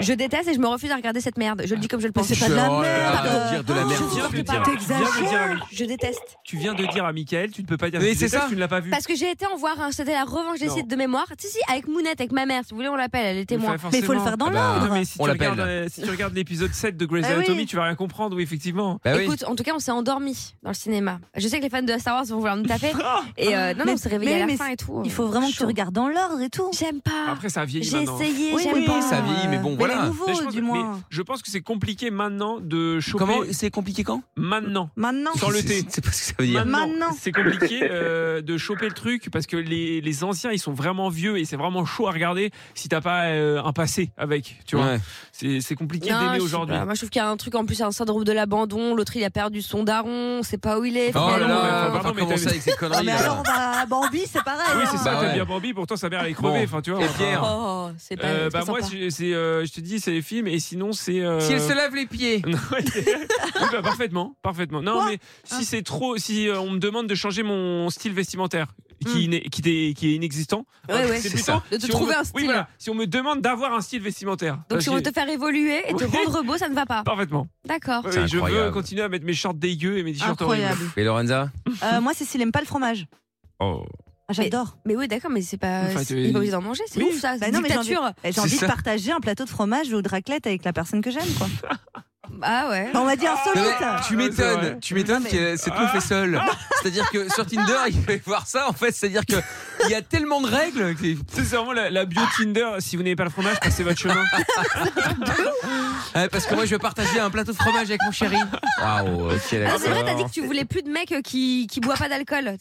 S3: Je déteste et je me refuse à regarder cette merde. Je le dis comme je le pense.
S4: c'est pas de la
S5: Oh là là,
S4: merde.
S5: dire de la
S2: Tu
S5: merde.
S2: viens de le dire.
S4: T'exagères.
S2: Tu viens de le dire à Mi-
S3: Je déteste.
S2: Tu viens de dire à Michael, tu ne peux pas dire
S5: Mais
S2: que tu
S5: c'est
S2: détestes,
S5: ça.
S2: euh, tu ne l'as pas vu.
S3: Parce que j'ai été en voir un, c'était la revanche des
S2: Non.
S3: sites de mémoire. Si, si, avec Mounette, avec ma mère, si vous voulez, on l'appelle, elle est
S2: Mais
S3: témoin.
S4: Mais il faut le faire dans
S5: Ah bah,
S4: l'ordre.
S2: Non, mais si
S5: On
S2: tu,
S5: l'appelle.
S2: regardes, euh, si tu regardes l'épisode 7 de Grey's
S4: Bah oui.
S2: Anatomy, tu vas rien comprendre, oui, effectivement.
S5: Bah oui.
S3: Écoute, en tout cas, on s'est endormi dans le cinéma. Je sais que les fans de Star Wars vont vouloir nous taper.
S2: Ah.
S3: Et euh, non, non,
S4: Mais-
S3: on s'est réveillés
S4: mais-
S3: à la
S4: mais
S3: fin et tout. euh.
S4: Il faut vraiment que tu
S3: Chaud.
S4: regardes dans l'ordre et tout.
S3: J'aime pas.
S2: Après, ça a vieilli
S3: J'ai
S2: maintenant.
S3: essayé,
S4: Oui,
S3: j'aime
S4: oui,
S3: pas.
S5: ça vieillit, mais bon,
S4: Mais
S5: voilà.
S4: les
S2: Mais je
S4: nouveaux,
S2: pense
S4: du
S2: que-
S4: moins.
S2: mais je pense que c'est compliqué maintenant de choper
S5: Comment? C'est compliqué quand?
S2: maintenant.
S4: Maintenant.
S2: Sans le thé.
S5: C'est c'est pas ce que ça veut dire.
S4: Maintenant.
S2: C'est compliqué euh, de choper le truc parce que les, les anciens, ils sont vraiment vieux et c'est vraiment chaud à regarder si t'as pas euh, un passé avec. Tu vois,
S5: Ouais.
S2: c'est c'est compliqué
S3: Non, je
S2: d'aimer
S3: sais
S2: aujourd'hui.
S3: pas. Moi, je trouve qu'il y a un truc en plus, il y a un syndrome de l'abandon. L'autre, il a perdu son daron, on sait pas où il est.
S5: Oh là
S3: finalement.
S5: là, on va
S2: Pardon,
S5: pas
S2: mais
S5: commencer
S2: t'as-
S5: avec ces
S4: euh, Ah,
S5: conneries.
S4: mais
S5: là.
S4: alors, bah, Bambi, c'est pareil.
S2: Oui,
S4: hein.
S2: c'est ça,
S5: Bah
S2: t'aimes
S5: ouais.
S2: bien Bambi, pourtant sa mère elle est crevée.
S5: Bon.
S2: Enfin, tu vois,
S5: Et
S2: enfin,
S5: Pierre
S3: Oh, c'est pas,
S2: euh,
S3: c'est
S2: bah
S3: pas
S2: moi,
S3: sympa.
S2: c'est- c'est, euh, je te dis, c'est les films et sinon c'est. euh,
S5: Si elle se lave les pieds.
S2: Non, ouais, c'est- oui, bah, parfaitement, parfaitement. Non,
S4: Quoi
S2: mais
S3: Ah.
S2: si c'est trop, si euh, on me demande de changer mon style vestimentaire, qui, n'est- qui, est, qui est inexistant,
S3: Hmm. Ouais,
S2: euh,
S3: ouais.
S2: c'est
S5: C'est
S2: plutôt
S5: ça.
S3: De te
S2: on
S3: trouver
S2: me-
S3: un
S2: oui,
S3: style.
S2: voilà, si on me demande d'avoir un style vestimentaire.
S3: Donc, si on
S2: J'ai-
S3: veut te faire évoluer et te
S2: Oui.
S3: rendre beau, ça ne va pas.
S2: Parfaitement.
S3: D'accord.
S5: C'est
S2: Oui, je veux
S5: incroyable.
S2: continuer à mettre mes shorts dégueux et mes t-shirts horribles.
S4: Incroyable.
S5: Et Lorenza
S4: Euh, Moi, c'est s'il aime pas le fromage.
S5: Oh.
S4: Ah, J'adore.
S3: Mais oui, d'accord, mais c'est pas.
S2: Enfin,
S3: c'est-
S2: tu-
S3: Il est pas obligé d'en manger, c'est
S2: Oui.
S3: ouf ça.
S4: Bah
S3: c'est
S4: non, mais j'ai envie,
S3: dictature.
S4: j'ai
S5: C'est
S4: envie de
S5: ça.
S4: partager un plateau de fromage ou de raclette avec la personne que j'aime, quoi. Bah,
S3: Ah ouais.
S4: On m'a dit
S5: Non,
S4: insolite.
S5: mais tu m'étonnes, tu m'étonnes que c'est
S2: Ah.
S5: tout fait seul. C'est-à-dire que sur Tinder, il peut y voir ça en fait, c'est-à-dire que il y a tellement de règles. que-
S2: C'est vraiment la, la bio Tinder. Si vous n'aimez pas le fromage, passez votre chemin.
S5: Euh, parce que moi je vais partager un plateau de fromage avec mon chéri. Waouh, ok,
S3: Ah, c'est vrai, t'as dit que tu voulais plus de mecs euh, qui, qui boivent pas d'alcool.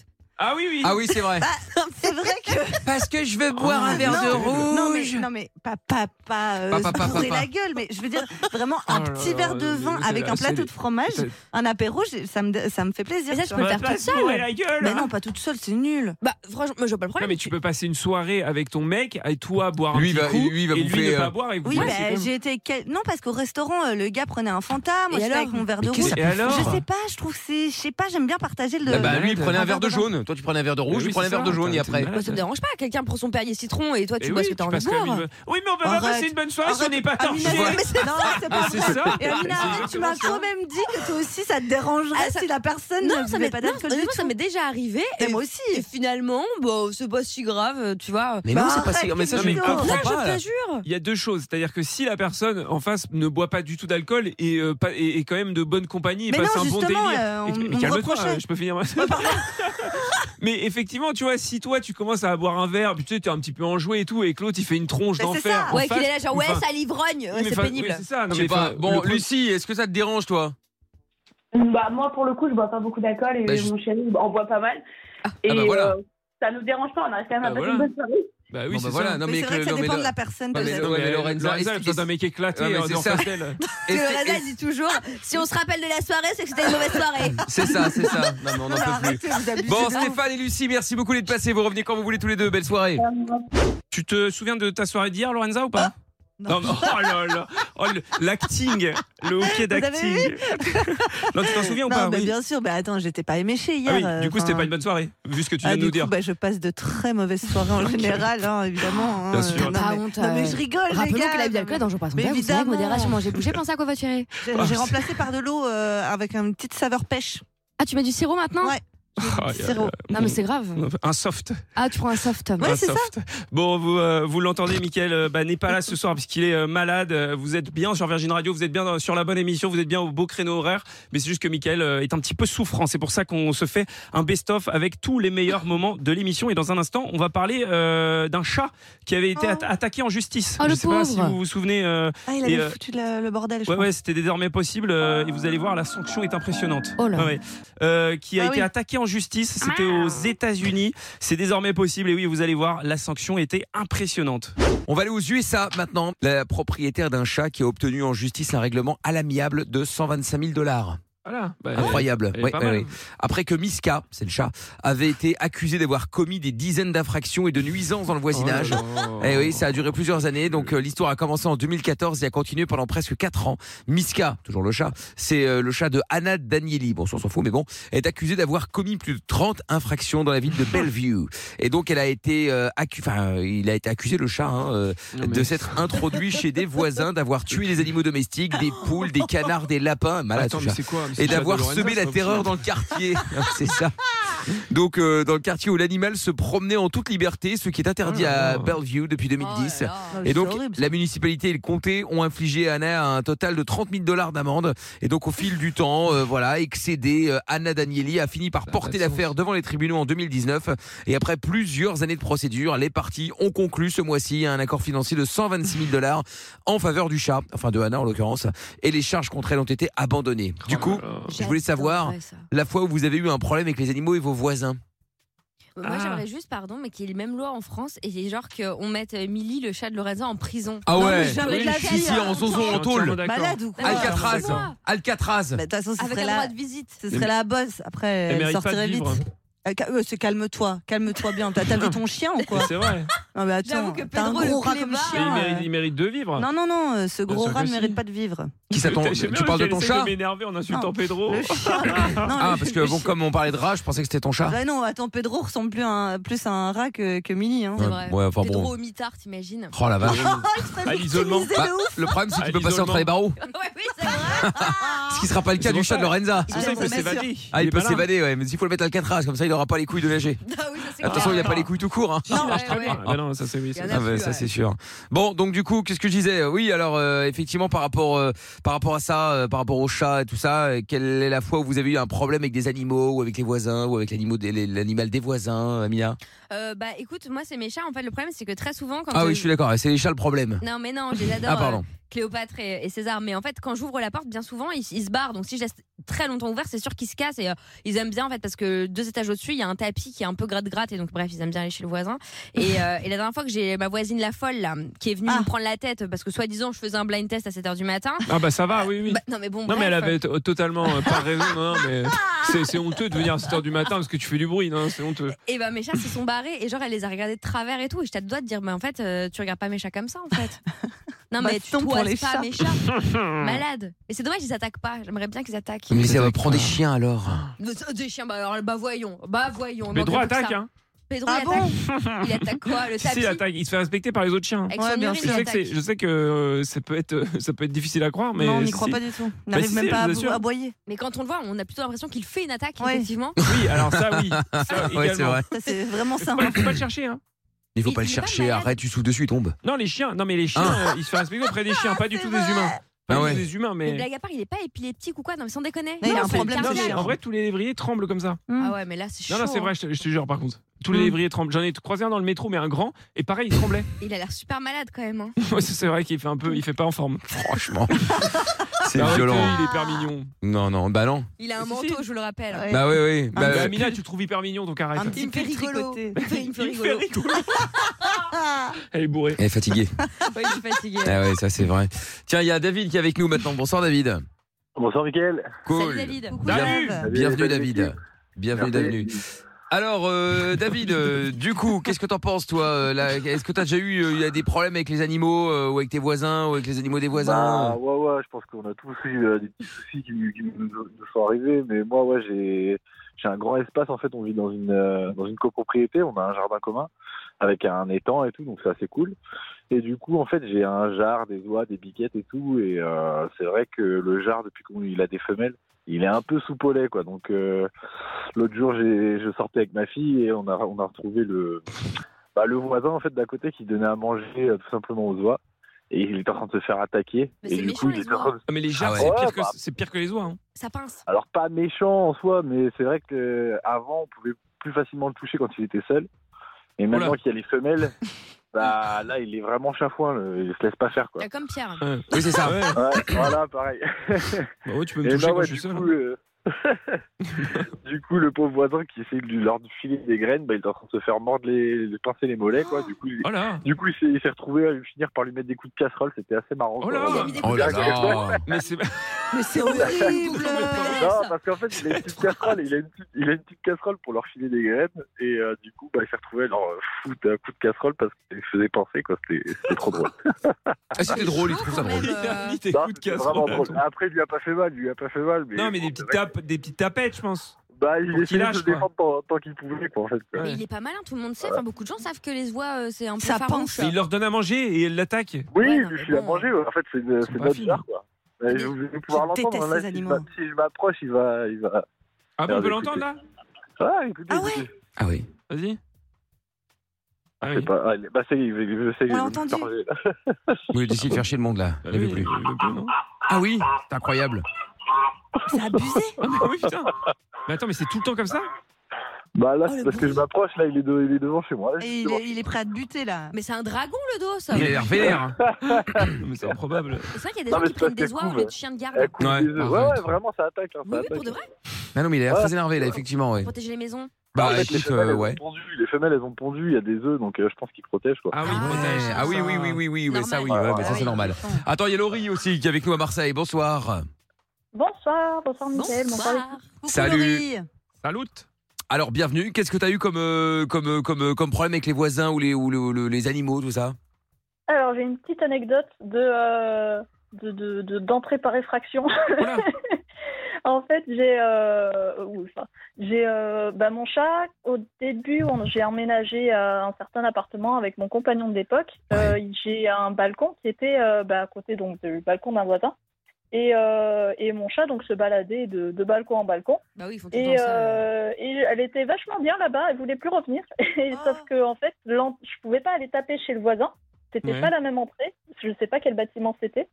S2: Ah oui, oui.
S5: Ah oui, c'est
S3: Bah,
S4: Bah,
S5: vrai.
S4: C'est vrai que.
S5: Parce que je veux boire un verre de rouge.
S4: Ah, Non, mais, non, mais pas, pas, pas, euh,
S5: Pas, pas, pas,
S4: se bourrer
S5: pas, pas.
S4: la gueule, mais je veux dire vraiment un
S5: Oh là
S4: petit
S5: là,
S4: verre de
S5: mais
S4: vin
S5: c'est
S4: avec
S5: la-
S4: un
S5: c'est
S4: plateau
S5: les-
S4: de fromage,
S5: c'est-
S4: un apéro, j'ai- ça me, ça me fait plaisir.
S3: Mais ça, je peux le faire toute seule.
S5: hein.
S4: Mais non, pas toute seule, c'est nul.
S3: Bah, franchement, moi, je vois pas le
S2: Non,
S3: problème.
S2: mais tu peux passer une soirée avec ton mec, et toi boire un
S5: Lui, il
S2: petit
S5: va-
S2: coup,
S5: lui, il va
S2: et lui
S5: bouffer,
S2: ne
S5: euh,
S2: pas boire. Et vous
S4: Oui,
S2: Ouais,
S4: bah,
S2: c'est quand même-
S4: j'ai été. quel- Non, parce qu'au restaurant, euh, le gars prenait un fanta, moi
S3: Et
S4: j'étais
S3: alors
S4: avec mon verre
S5: Mais
S4: de
S5: qu'est-ce
S4: rouge.
S5: que- et alors
S4: je sais pas, je trouve que c'est. Je sais pas, j'aime bien partager le.
S5: Ah bah lui il
S4: le-
S5: prenait un verre de
S4: vin.
S5: jaune, toi tu prenais un verre de rouge,
S2: Oui,
S5: lui prenait un
S2: c'est
S5: verre de
S2: ça,
S5: jaune et
S2: t'es
S5: après.
S2: malade.
S3: Bah, ça me dérange pas, quelqu'un prend son perrier citron et toi
S2: Eh
S3: tu bois
S2: oui,
S3: ce que t'as
S2: tu
S3: envie de
S2: passes quand même
S3: boire.
S2: une- Oui, mais on peut pas
S4: Arrête.
S2: passer bah, une bonne soirée si on
S4: Arrête.
S2: n'est pas torché.
S4: Amina, mais c'est- Non, c'est pas
S2: Et c'est
S4: vrai.
S2: ça. Bah, Ah,
S4: Et Amina,
S2: C'est
S4: arrête, tu m'as
S2: exactement
S4: quand même dit que toi aussi ça te dérangerait
S3: Ah, ça-
S4: si la personne
S3: Non,
S4: ne
S3: ça
S4: buvait
S3: m'est
S4: pas
S3: non,
S4: d'alcool du
S3: honnêtement,
S4: tout.
S3: ça m'est déjà arrivé.
S4: Mais
S3: Et
S4: moi aussi.
S3: Et finalement, bah, c'est pas si grave, tu vois.
S5: Mais
S4: Bah,
S5: non, c'est pas si
S4: arrête,
S5: mais ça je ne
S2: Camille,
S5: comprends
S3: Ouais,
S5: pas.
S3: je
S5: là.
S3: te jure.
S2: Il y a deux choses, c'est-à-dire que si la personne en face ne boit pas du tout d'alcool et, euh, pas- et, et quand même de bonne compagnie et
S4: Mais
S2: passe
S4: non,
S2: un bon délire,
S4: justement, euh, on-
S2: Et- mais
S4: on me
S2: calme-toi,
S4: reprochait.
S2: euh, je peux finir. ma- mais effectivement, tu vois, si toi tu commences à boire un verre, puis tu sais, t'es un petit peu enjoué et tout, et que l'autre il fait une tronche
S4: Mais Bah, c'est
S2: d'enfer.
S4: ça.
S2: en
S3: Ouais, qu'il
S2: face,
S3: est là, genre, ouais,
S2: enfin,
S3: ça l'ivrogne,
S2: oui,
S3: ouais,
S2: mais
S3: c'est
S2: enfin, oui,
S3: pénible.
S2: c'est ça. Non,
S5: Je sais
S2: mais
S5: pas.
S2: enfin,
S5: Bon
S2: le pro-
S5: Lucie, est-ce que ça te dérange toi
S14: Bah, moi, pour le coup, je bois pas beaucoup d'alcool et
S5: Bah, juste-
S14: mon chéri en boit pas mal. Et
S5: Ah bah voilà.
S14: euh, ça nous dérange pas, on arrive quand même à
S2: Bah
S14: passer
S2: voilà.
S14: une bonne soirée.
S2: Bah oui,
S5: Bon, bah,
S2: c'est
S5: voilà,
S2: ça.
S5: non
S4: Mais
S5: mais
S4: c'est vrai que ça
S5: non, mais
S4: dépend
S5: le-
S4: de la personne.
S5: non, mais
S4: peut-être.
S5: le-
S2: Non, mais
S5: Lorenza,
S2: Lorenza, elle
S5: est-ce-
S2: a besoin d'un mec éclaté
S5: Ouais, mais
S2: euh,
S5: c'est
S2: en
S5: ça.
S2: face d'elle.
S3: Et
S5: est-ce-
S3: le Rada, il
S5: est-ce-
S3: dit toujours si on se rappelle de la soirée, c'est que c'était une mauvaise soirée.
S5: C'est ça, c'est ça. Non mais on
S4: Non,
S5: en peut plus.
S4: arrêtez, vous abusez
S5: Bon
S4: de ouf.
S5: Stéphane et Lucie, merci beaucoup d'être passés, vous revenez quand vous voulez tous les deux, belle soirée.
S2: Tu te souviens de ta soirée d'hier, Lorenza, ou
S4: Ah.
S2: pas non. mais- oh là là, oh, le- l'acting, le hockey
S4: avez
S2: d'acting. non, tu t'en souviens ou
S4: Non,
S2: pas
S4: mais
S2: Oui.
S4: bien sûr, mais attends, j'étais pas éméchée hier.
S2: Ah oui, du coup, c'était
S4: euh,
S2: pas une bonne soirée, vu ce que tu
S4: Ah,
S2: viens de
S4: du
S2: nous
S4: coup,
S2: dire. Ah,
S4: bah, je passe de très mauvaises soirées en général, hein, évidemment. hein.
S2: Bien sûr.
S4: Non,
S3: Pas
S4: mais,
S3: honte,
S4: non, mais
S3: euh,
S4: je rigole, les
S3: Rappelons
S4: gars.
S3: que la vie d'alcool, dans pas son
S4: Mais
S3: verre, vous savez, avec
S4: évidemment.
S3: modération, manger, bouger, pensez à quoi, votre chérie
S4: J'ai
S2: Ah.
S4: j'ai remplacé par de l'eau euh, avec une petite saveur pêche.
S3: Ah, tu mets du sirop maintenant
S4: Ouais.
S2: Ah, y a-
S4: Sirop.
S3: Non, mais c'est grave.
S2: Un soft.
S3: Ah, tu prends un soft.
S4: Ouais,
S2: un
S4: c'est ça.
S2: soft. Bon, vous, euh, vous l'entendez, Mickaël euh, bah, n'est pas là ce soir puisqu'il est euh, malade. Euh, Vous êtes bien sur Virgin Radio, vous êtes bien dans- sur la bonne émission, vous êtes bien au beau créneau horaire. Mais c'est juste que Mickaël euh, est un petit peu souffrant. C'est pour ça qu'on se fait un best-of avec tous les meilleurs
S4: Ah.
S2: moments de l'émission. Et dans un instant, on va parler euh, d'un chat qui avait été
S4: Oh.
S2: atta- attaqué en justice.
S3: Oh,
S2: Je
S3: le
S2: sais pas si
S3: pauvre.
S2: vous vous souvenez. euh,
S4: Ah, il
S2: Et,
S4: avait
S2: euh,
S4: foutu la- le bordel, je
S2: Ouais,
S4: crois.
S2: ouais, c'était désormais possible. euh, et vous allez voir, la sanction est impressionnante.
S3: Oh là.
S2: Ouais, ouais. Euh, qui a
S4: Ah
S2: été
S4: oui.
S2: attaqué en justice. C'était aux États-Unis. C'est désormais possible. Et oui, vous allez voir, la sanction était impressionnante.
S5: On va aller aux USA maintenant. La propriétaire d'un chat qui a obtenu en justice un règlement à l'amiable de 125 000 dollars.
S2: Voilà. Bah,
S5: Incroyable.
S2: elle est
S5: Ouais,
S2: pas
S5: ouais,
S2: mal.
S5: ouais. Après que Miska, c'est le chat, avait été accusé d'avoir commis des dizaines d'infractions et de nuisances dans le voisinage.
S2: Oh
S5: Eh oui, ça a duré plusieurs années. Donc euh, l'histoire a commencé en 2014 et a continué pendant presque 4 ans. Miska, toujours le chat, c'est euh, le chat de Anna Danieli. Bon, ça, on s'en fout, mais bon, est accusée d'avoir commis plus de 30 infractions dans la ville de Bellevue. Et donc elle a été euh, accu- enfin, euh, il a été accusé le chat hein, euh, de s'être introduit chez des voisins, d'avoir tué des animaux domestiques, des poules, des canards, des lapins, malade
S2: Attends,
S5: ce
S2: mais
S5: chat.
S2: c'est quoi mais c'est
S5: et
S2: le chat de
S5: d'avoir
S2: Lorenza,
S5: semé
S2: c'est
S5: la
S2: pas
S5: terreur
S2: possible.
S5: dans le quartier. c'est ça. Donc euh, dans le quartier où l'animal se promenait en toute liberté, ce qui est interdit
S2: Oh là
S5: à
S2: là.
S5: Bellevue depuis
S4: Ah
S5: 2010.
S4: oui,
S5: Et
S4: c'est
S5: donc,
S4: horrible, ça.
S5: la municipalité et le comté ont infligé à Anna un total de 30 000 dollars d'amende. Et donc, au fil du temps, euh, voilà, excédée, euh, Anna Danieli a fini par porter l'affaire devant les tribunaux en 2019. Et après plusieurs années de procédure, les parties ont conclu ce mois-ci à un accord financier de 126 000 dollars en faveur du chat, enfin de Anna en l'occurrence. Et les charges contre elle ont été abandonnées. Du coup, je voulais savoir
S3: J'adorerais ça.
S5: la fois où vous avez eu un problème avec les animaux et vos voisins.
S3: Euh, Moi,
S2: Ah.
S3: j'aimerais juste, pardon, mais qu'il y ait les mêmes lois en France et genre qu'on mette euh, Milly, le chat de Lorenza, en prison.
S5: Ah
S4: Non, mais
S5: ouais,
S4: jamais de la vie,
S5: si, si,
S4: hein.
S5: en
S2: Je suis
S5: zonzon, en
S2: entièrement
S5: tôle.
S2: d'accord.
S4: Malade ou quoi
S5: Alcatraz,
S3: Excuse-moi.
S5: Alcatraz.
S4: Mais De toute façon, ce
S3: Avec un
S4: serait
S3: droit
S4: la,
S3: de visite.
S4: ce serait la bosse. Après,
S2: Elle
S4: elle
S2: mérite pas de
S4: sortirait vite.
S2: vivre.
S4: Euh, ca- euh, c'est calme-toi, calme-toi bien. T'as t'as vu ton chien ou quoi
S2: Mais C'est vrai.
S4: Non, mais attends,
S3: J'avoue que
S4: t'as un
S3: Pedro, le
S4: gros rat comme
S3: clébard.
S2: Mais il
S4: chien.
S2: mérite,
S4: euh.
S2: il mérite de vivre. Bah,
S4: Non, non, non, euh, ce gros
S2: sûr
S4: rat
S2: que
S4: ne mérite
S2: si.
S4: pas de vivre.
S5: Qui ça, ton-
S2: J'aime bien
S5: tu parles de
S2: qu'elle
S5: ton
S2: essaie
S5: chat
S2: m'énerver en insultant
S4: Non.
S2: Pedro.
S4: Le chien. Non,
S5: Ah,
S4: le-
S5: parce que
S4: le
S5: bon,
S4: chien-
S5: comme on parlait de rat, je pensais que c'était ton chat.
S4: Ouais, Bah non, attends, Pedro ressemble plus à un, plus à un rat que, que Millie. Hein.
S3: C'est
S5: Ouais,
S3: vrai.
S5: ouais, enfin
S3: Pedro
S5: bon.
S3: au mitard, t'imagines
S5: Oh la vache.
S4: Oh, il se fait
S2: À l'isolement.
S4: victimiser
S5: Bah,
S4: de ouf.
S5: le problème, c'est
S2: À
S5: qu'il peut passer
S2: l'isolement.
S5: entre les barreaux.
S3: Ouais, oui,
S5: Ce qui sera pas le cas du chat de Lorenza.
S2: C'est pour ça qu'il peut s'évader.
S5: Ah,
S2: Il
S5: il
S2: est
S5: peut
S2: pas là.
S5: s'évader, ouais. Mais il faut le mettre à Alcatraz, comme ça il aura pas les couilles de nager.
S3: Ah
S5: Attention, il a pas les couilles tout court. hein.
S2: Non, non, ça c'est oui, c'est-
S5: Ah bah, ça c'est sûr. Bon, donc du coup, qu'est-ce que je disais Oui, alors euh, effectivement par rapport euh, par rapport à ça, euh, par rapport aux chats et tout ça, euh, quelle est la fois où vous avez eu un problème avec des animaux ou avec les voisins ou avec l'animaux des- les- l'animal des voisins, Amina
S3: Euh, bah écoute, moi c'est mes chats. En fait, le problème c'est que très souvent quand
S5: Ah
S3: euh,
S5: oui, je suis d'accord, c'est les chats le problème.
S3: Non, mais non, je les adore.
S5: Ah, pardon.
S3: euh, Cléopâtre et, et César. Mais en fait, quand j'ouvre la porte, bien souvent, ils, ils se barrent. Donc, si je laisse très longtemps ouvert, c'est sûr qu'ils se cassent. Et euh, ils aiment bien, en fait, parce que deux étages au-dessus, il y a un tapis qui est un peu gratte-gratte. Et donc, bref, ils aiment bien aller chez le voisin. Et, euh, et la dernière fois que j'ai ma voisine la folle, là, qui est venue me prendre la tête, parce que soi-disant, je faisais un blind test à 7 h du matin.
S2: Ah bah ça va, oui, oui.
S3: Bah, non, mais bon,
S2: Non mais elle
S3: bref.
S2: avait t- totalement euh, pas raison, non, non, mais c'est- c'est honteux de venir à 7h du matin parce que tu fais du bruit, non, c'est honteux.
S3: Et bah mes chats se sont barrés et genre elle les a regardés de travers et tout et j'étais à deux doigts de dire mais en fait euh, tu regardes pas mes chats comme ça en fait. Non mais tu
S4: Baston pour
S3: toises
S4: les
S3: pas
S4: chats.
S3: mes chats.
S2: Hmm.
S3: Malade. Et c'est dommage ils attaquent pas. J'aimerais bien qu'ils attaquent.
S5: Mais ça va prendre
S2: Ah.
S5: des chiens alors.
S3: Des chiens bah, alors, bah voyons, bah voyons.
S2: Pedro
S3: manquerait plus que
S2: attaque,
S3: ça.
S2: hein.
S3: Pedro
S4: Ah
S3: il
S4: bon
S3: attaque. il attaque quoi le
S2: Si, si,
S3: tapis.
S2: il attaque, il se fait respecter par les autres chiens.
S3: Avec son Ouais, bien urine,
S2: je
S3: sûr.
S2: sais que, c'est- je sais que euh, ça, peut être, euh, ça peut être difficile à croire, mais.
S4: non, on n'y
S2: si,
S4: croit
S2: si.
S4: pas du tout. On
S2: Bah,
S4: n'arrive
S2: si,
S4: même
S2: si,
S4: pas à,
S2: je vous
S4: bou-
S2: assure.
S4: à boyer.
S3: Mais quand on le voit, on a plutôt l'impression qu'il fait une attaque
S4: Ouais.
S3: effectivement.
S5: Oui,
S2: alors ça, oui.
S5: ouais, c'est
S2: également.
S5: vrai.
S4: Ça, c'est vraiment ça.
S2: Faut pas- faut pas le chercher, hein.
S5: Il faut pas le chercher, arrête, tu souffles dessus, il tombe.
S2: Non, les chiens, non mais les chiens,
S5: Hein
S2: euh, ils se font respecter auprès des chiens, pas du tout des humains. Pas
S5: Ah
S2: du
S5: ouais.
S2: tout des humains,
S3: Mais
S2: mais.
S3: blague à part, il est pas épileptique ou quoi Non mais sans déconner.
S4: il a un
S3: c'est le
S4: problème Hmm. de
S2: Non,
S3: cardiaque.
S2: mais en vrai, tous les lévriers tremblent comme ça.
S3: Ah ouais, mais là c'est chaud.
S2: Non, non, c'est
S3: hein. Mmh.
S2: vrai, je te, je te jure, par contre. Tous les lévriers tremblent. J'en ai croisé un dans le métro, mais un grand, et pareil, il tremblait.
S3: hein. Il a l'air super malade quand même. hein.
S2: Ouais, c'est vrai qu'il fait un peu, il fait pas en forme.
S5: Franchement. C'est
S2: Ah ouais,
S5: violent.
S2: que Il est hyper mignon.
S5: Non, non, bah non.
S3: Il a un manteau, je vous le rappelle.
S5: Bah oui, oui.
S2: Ah,
S5: Bah,
S2: bah, Amina, tu le trouves hyper mignon, donc arrête.
S4: Un petit
S3: Il me fait
S4: peu
S3: rigolo.
S4: tricoté.
S3: Il me fait- il me fait
S2: Il fait
S3: rigolo.
S2: rigolo. Elle est bourrée.
S5: Elle est fatiguée.
S3: Ouais, je suis fatiguée.
S5: Ah ouais, ça c'est vrai. Tiens, il y a David qui est avec nous maintenant. Bonsoir David.
S13: Bonsoir Mickaël.
S5: Cool.
S3: Salut David.
S5: Bienvenue,
S13: David.
S5: bienvenue
S13: Salut,
S5: David. Bienvenue,
S13: Merci.
S5: bienvenue. Alors euh, David, euh, du coup, qu'est-ce que t'en penses toi euh, là Est-ce que t'as déjà eu euh, il y a des problèmes avec les animaux euh, ou avec tes voisins ou avec les animaux des voisins
S13: Bah, ouais, ouais, je pense qu'on a tous eu euh, des petits soucis qui, qui nous, nous sont arrivés. Mais moi, ouais, j'ai, j'ai un grand espace. En fait, on vit dans une, euh, dans une copropriété. On a un jardin commun avec un étang et tout. Donc, c'est assez cool. Et du coup, en fait, j'ai un jar, des oies, des biquettes et tout. Et euh, c'est vrai que le jar, depuis qu'il a des femelles, il est un peu sous polé, quoi. Donc, euh, l'autre jour, j'ai, je sortais avec ma fille et on a, on a retrouvé le, bah, le voisin, en fait, d'à côté qui donnait à manger euh, tout simplement aux oies. Et il était en train de se faire attaquer.
S3: Mais
S13: et
S3: c'est
S13: du
S3: méchant,
S13: coup, il
S3: les
S13: était en train de-
S2: Ah, mais les jarres,
S13: Ah
S2: c'est
S13: ouais.
S2: pire,
S13: Ouais,
S2: que-
S13: bah.
S2: c'est pire que les oies. hein.
S3: Ça pince.
S13: Alors pas méchant en soi, mais c'est vrai que euh, avant on pouvait plus facilement le toucher quand il était seul. Et maintenant
S2: Oula.
S13: qu'il y a les femelles, bah là il est vraiment chafouin, le- il se laisse pas faire quoi.
S3: Comme Pierre.
S2: Ouais.
S5: Oui, c'est ça.
S2: Ouais.
S13: Ouais, voilà, pareil.
S2: Bah ouais, tu peux
S13: Et
S2: me toucher
S13: bah
S2: quand
S13: ouais,
S2: je suis
S13: du
S2: seul. hein.
S13: coup, euh, du coup, le pauvre voisin qui essaie de lui- leur filer des graines, bah, il est en train de se faire mordre les, de pincer les mollets quoi. Du coup, il,
S2: Oh là
S13: du coup, il s'est- il s'est retrouvé à lui finir par lui mettre des coups de casserole, c'était assez marrant.
S2: Oh
S13: quoi.
S2: là
S3: Il a mis des
S5: Oh
S3: coups de
S5: là
S3: pied.
S5: là.
S2: Mais c'est.
S4: Mais c'est horrible.
S13: Non, parce qu'en fait, il a une petite casserole, il a une petite, il a une petite casserole pour leur filer des graines, et euh, du coup, bah, il s'est retrouvé à leur euh, foutre un coup de casserole parce qu'il faisait penser, quoi, c'était c'était trop drôle.
S5: Ah, c'était drôle, il trouve ça drôle.
S2: Il a mis des
S13: Non,
S2: coups de
S13: c'était vraiment
S2: casserole.
S13: drôle. Après, il lui a pas fait mal, il lui a pas fait mal, mais.
S2: Non, mais des
S13: bon,
S2: petites tapes, des petites tapettes, je pense.
S13: Bah, il
S2: Pour qu'il
S13: essayait de
S2: lâche,
S13: se
S2: quoi.
S13: défendre tant, tant qu'il pouvait, quoi, en fait. quoi.
S3: Mais il est pas malin, tout le monde sait. Enfin, beaucoup de gens savent que les oies, euh, c'est un peu
S4: Ça
S3: farouche.
S2: Mais il leur donne à manger et elle l'attaque.
S13: Oui,
S3: Ouais,
S13: il
S3: non, mais
S13: lui file à
S3: bon.
S13: manger, ouais. en fait, c'est une- c'est
S2: pas
S13: notre
S2: fines.
S13: genre, quoi. Mais
S4: Mais
S13: Vous vous allez pouvoir
S4: je
S13: l'entendre, hein,
S4: déteste
S13: là,
S4: ces
S13: si je
S4: animaux.
S13: m'a- si je m'approche, il va. Il va...
S2: Ah bon, on
S13: Alors,
S2: peut
S13: écoutez.
S2: l'entendre là
S13: Ah, écoutez,
S4: Ah ouais
S13: écoutez.
S5: Ah oui.
S2: Vas-y. Ah
S13: C'est
S2: oui.
S13: pas- ah, il- Bah, c'est, il veut- il veut essayer
S4: On
S13: de
S4: l'a
S13: me
S4: entendu.
S13: charger, là.
S5: Oui, il décide de faire chier le monde là. Il
S2: Ah
S5: veut
S2: oui,
S5: plus.
S2: il veut plus, non
S5: Ah oui, c'est incroyable.
S4: C'est abusé.
S2: Ah mais oui, putain. Mais attends, mais c'est tout le temps comme ça
S13: Bah, là,
S4: Oh, le
S13: c'est parce que
S4: bruit.
S13: je m'approche, là, il est, de- il est devant chez moi. là,
S4: Et il est, il est prêt à te buter là.
S3: Mais c'est un dragon le dos, ça.
S5: Il a l'air vénère. hein.
S2: Non, mais c'est improbable.
S3: C'est vrai qu'il y a des
S13: Non,
S3: gens
S13: mais
S3: qui
S13: c'est
S3: prennent
S13: parce
S3: des
S13: que
S3: oies
S13: cool,
S3: au lieu de
S13: ouais.
S3: chiens de garde.
S13: Elle coupe
S5: Ouais,
S13: des œufs.
S5: arrête.
S13: ouais, ouais, vraiment, ça attaque. Là, ça
S3: Oui, oui,
S13: attaque.
S3: pour de vrai.
S5: Ah non, mais il a l'air
S13: Ouais.
S5: très énervé là, effectivement, ouais.
S3: Protéger les maisons.
S13: En
S5: Bah
S13: fait, les,
S5: écoute,
S13: femelles,
S5: euh,
S13: elles
S5: ouais.
S13: ont pondu, les femelles, elles ont pondu, il y a des œufs, donc euh, je pense qu'ils protègent. Quoi.
S2: Ah oui,
S5: Ouais.
S2: protège.
S5: Ah oui, oui, oui, oui, oui, oui, ça oui,
S13: Normal.
S5: ouais, bah, ça c'est normal. Attends, il y a Laurie aussi qui est avec nous à Marseille. Bonsoir.
S14: Bonsoir, bonsoir Mickaël, bonsoir.
S3: Bonsoir.
S4: Coucou,
S5: Salut.
S4: Laurie.
S2: Salut.
S5: Alors bienvenue. Qu'est-ce que t'as eu comme euh, comme euh, comme euh, comme problème avec les voisins ou les ou le- le- les animaux tout ça
S14: Alors j'ai une petite anecdote de euh, de- de- de- d'entrée par effraction.
S2: Voilà.
S14: En fait, j'ai euh, ouh, enfin, j'ai euh, bah, mon chat. Au début, on- j'ai emménagé à un certain appartement avec mon compagnon de l'époque. Euh, j'ai un balcon qui était euh, bah, à côté donc du balcon d'un voisin. et, euh, et mon chat donc se baladait de, de balcon en balcon.
S10: Bah oui, ils font tout le
S14: Et,
S10: temps ça.
S14: euh, et elle était vachement bien là-bas, elle voulait plus revenir. Et
S3: Ah.
S14: Sauf que en fait, l'en- je pouvais pas aller taper chez le voisin. C'était
S10: Ouais.
S14: pas la même entrée. Je sais pas quel bâtiment c'était.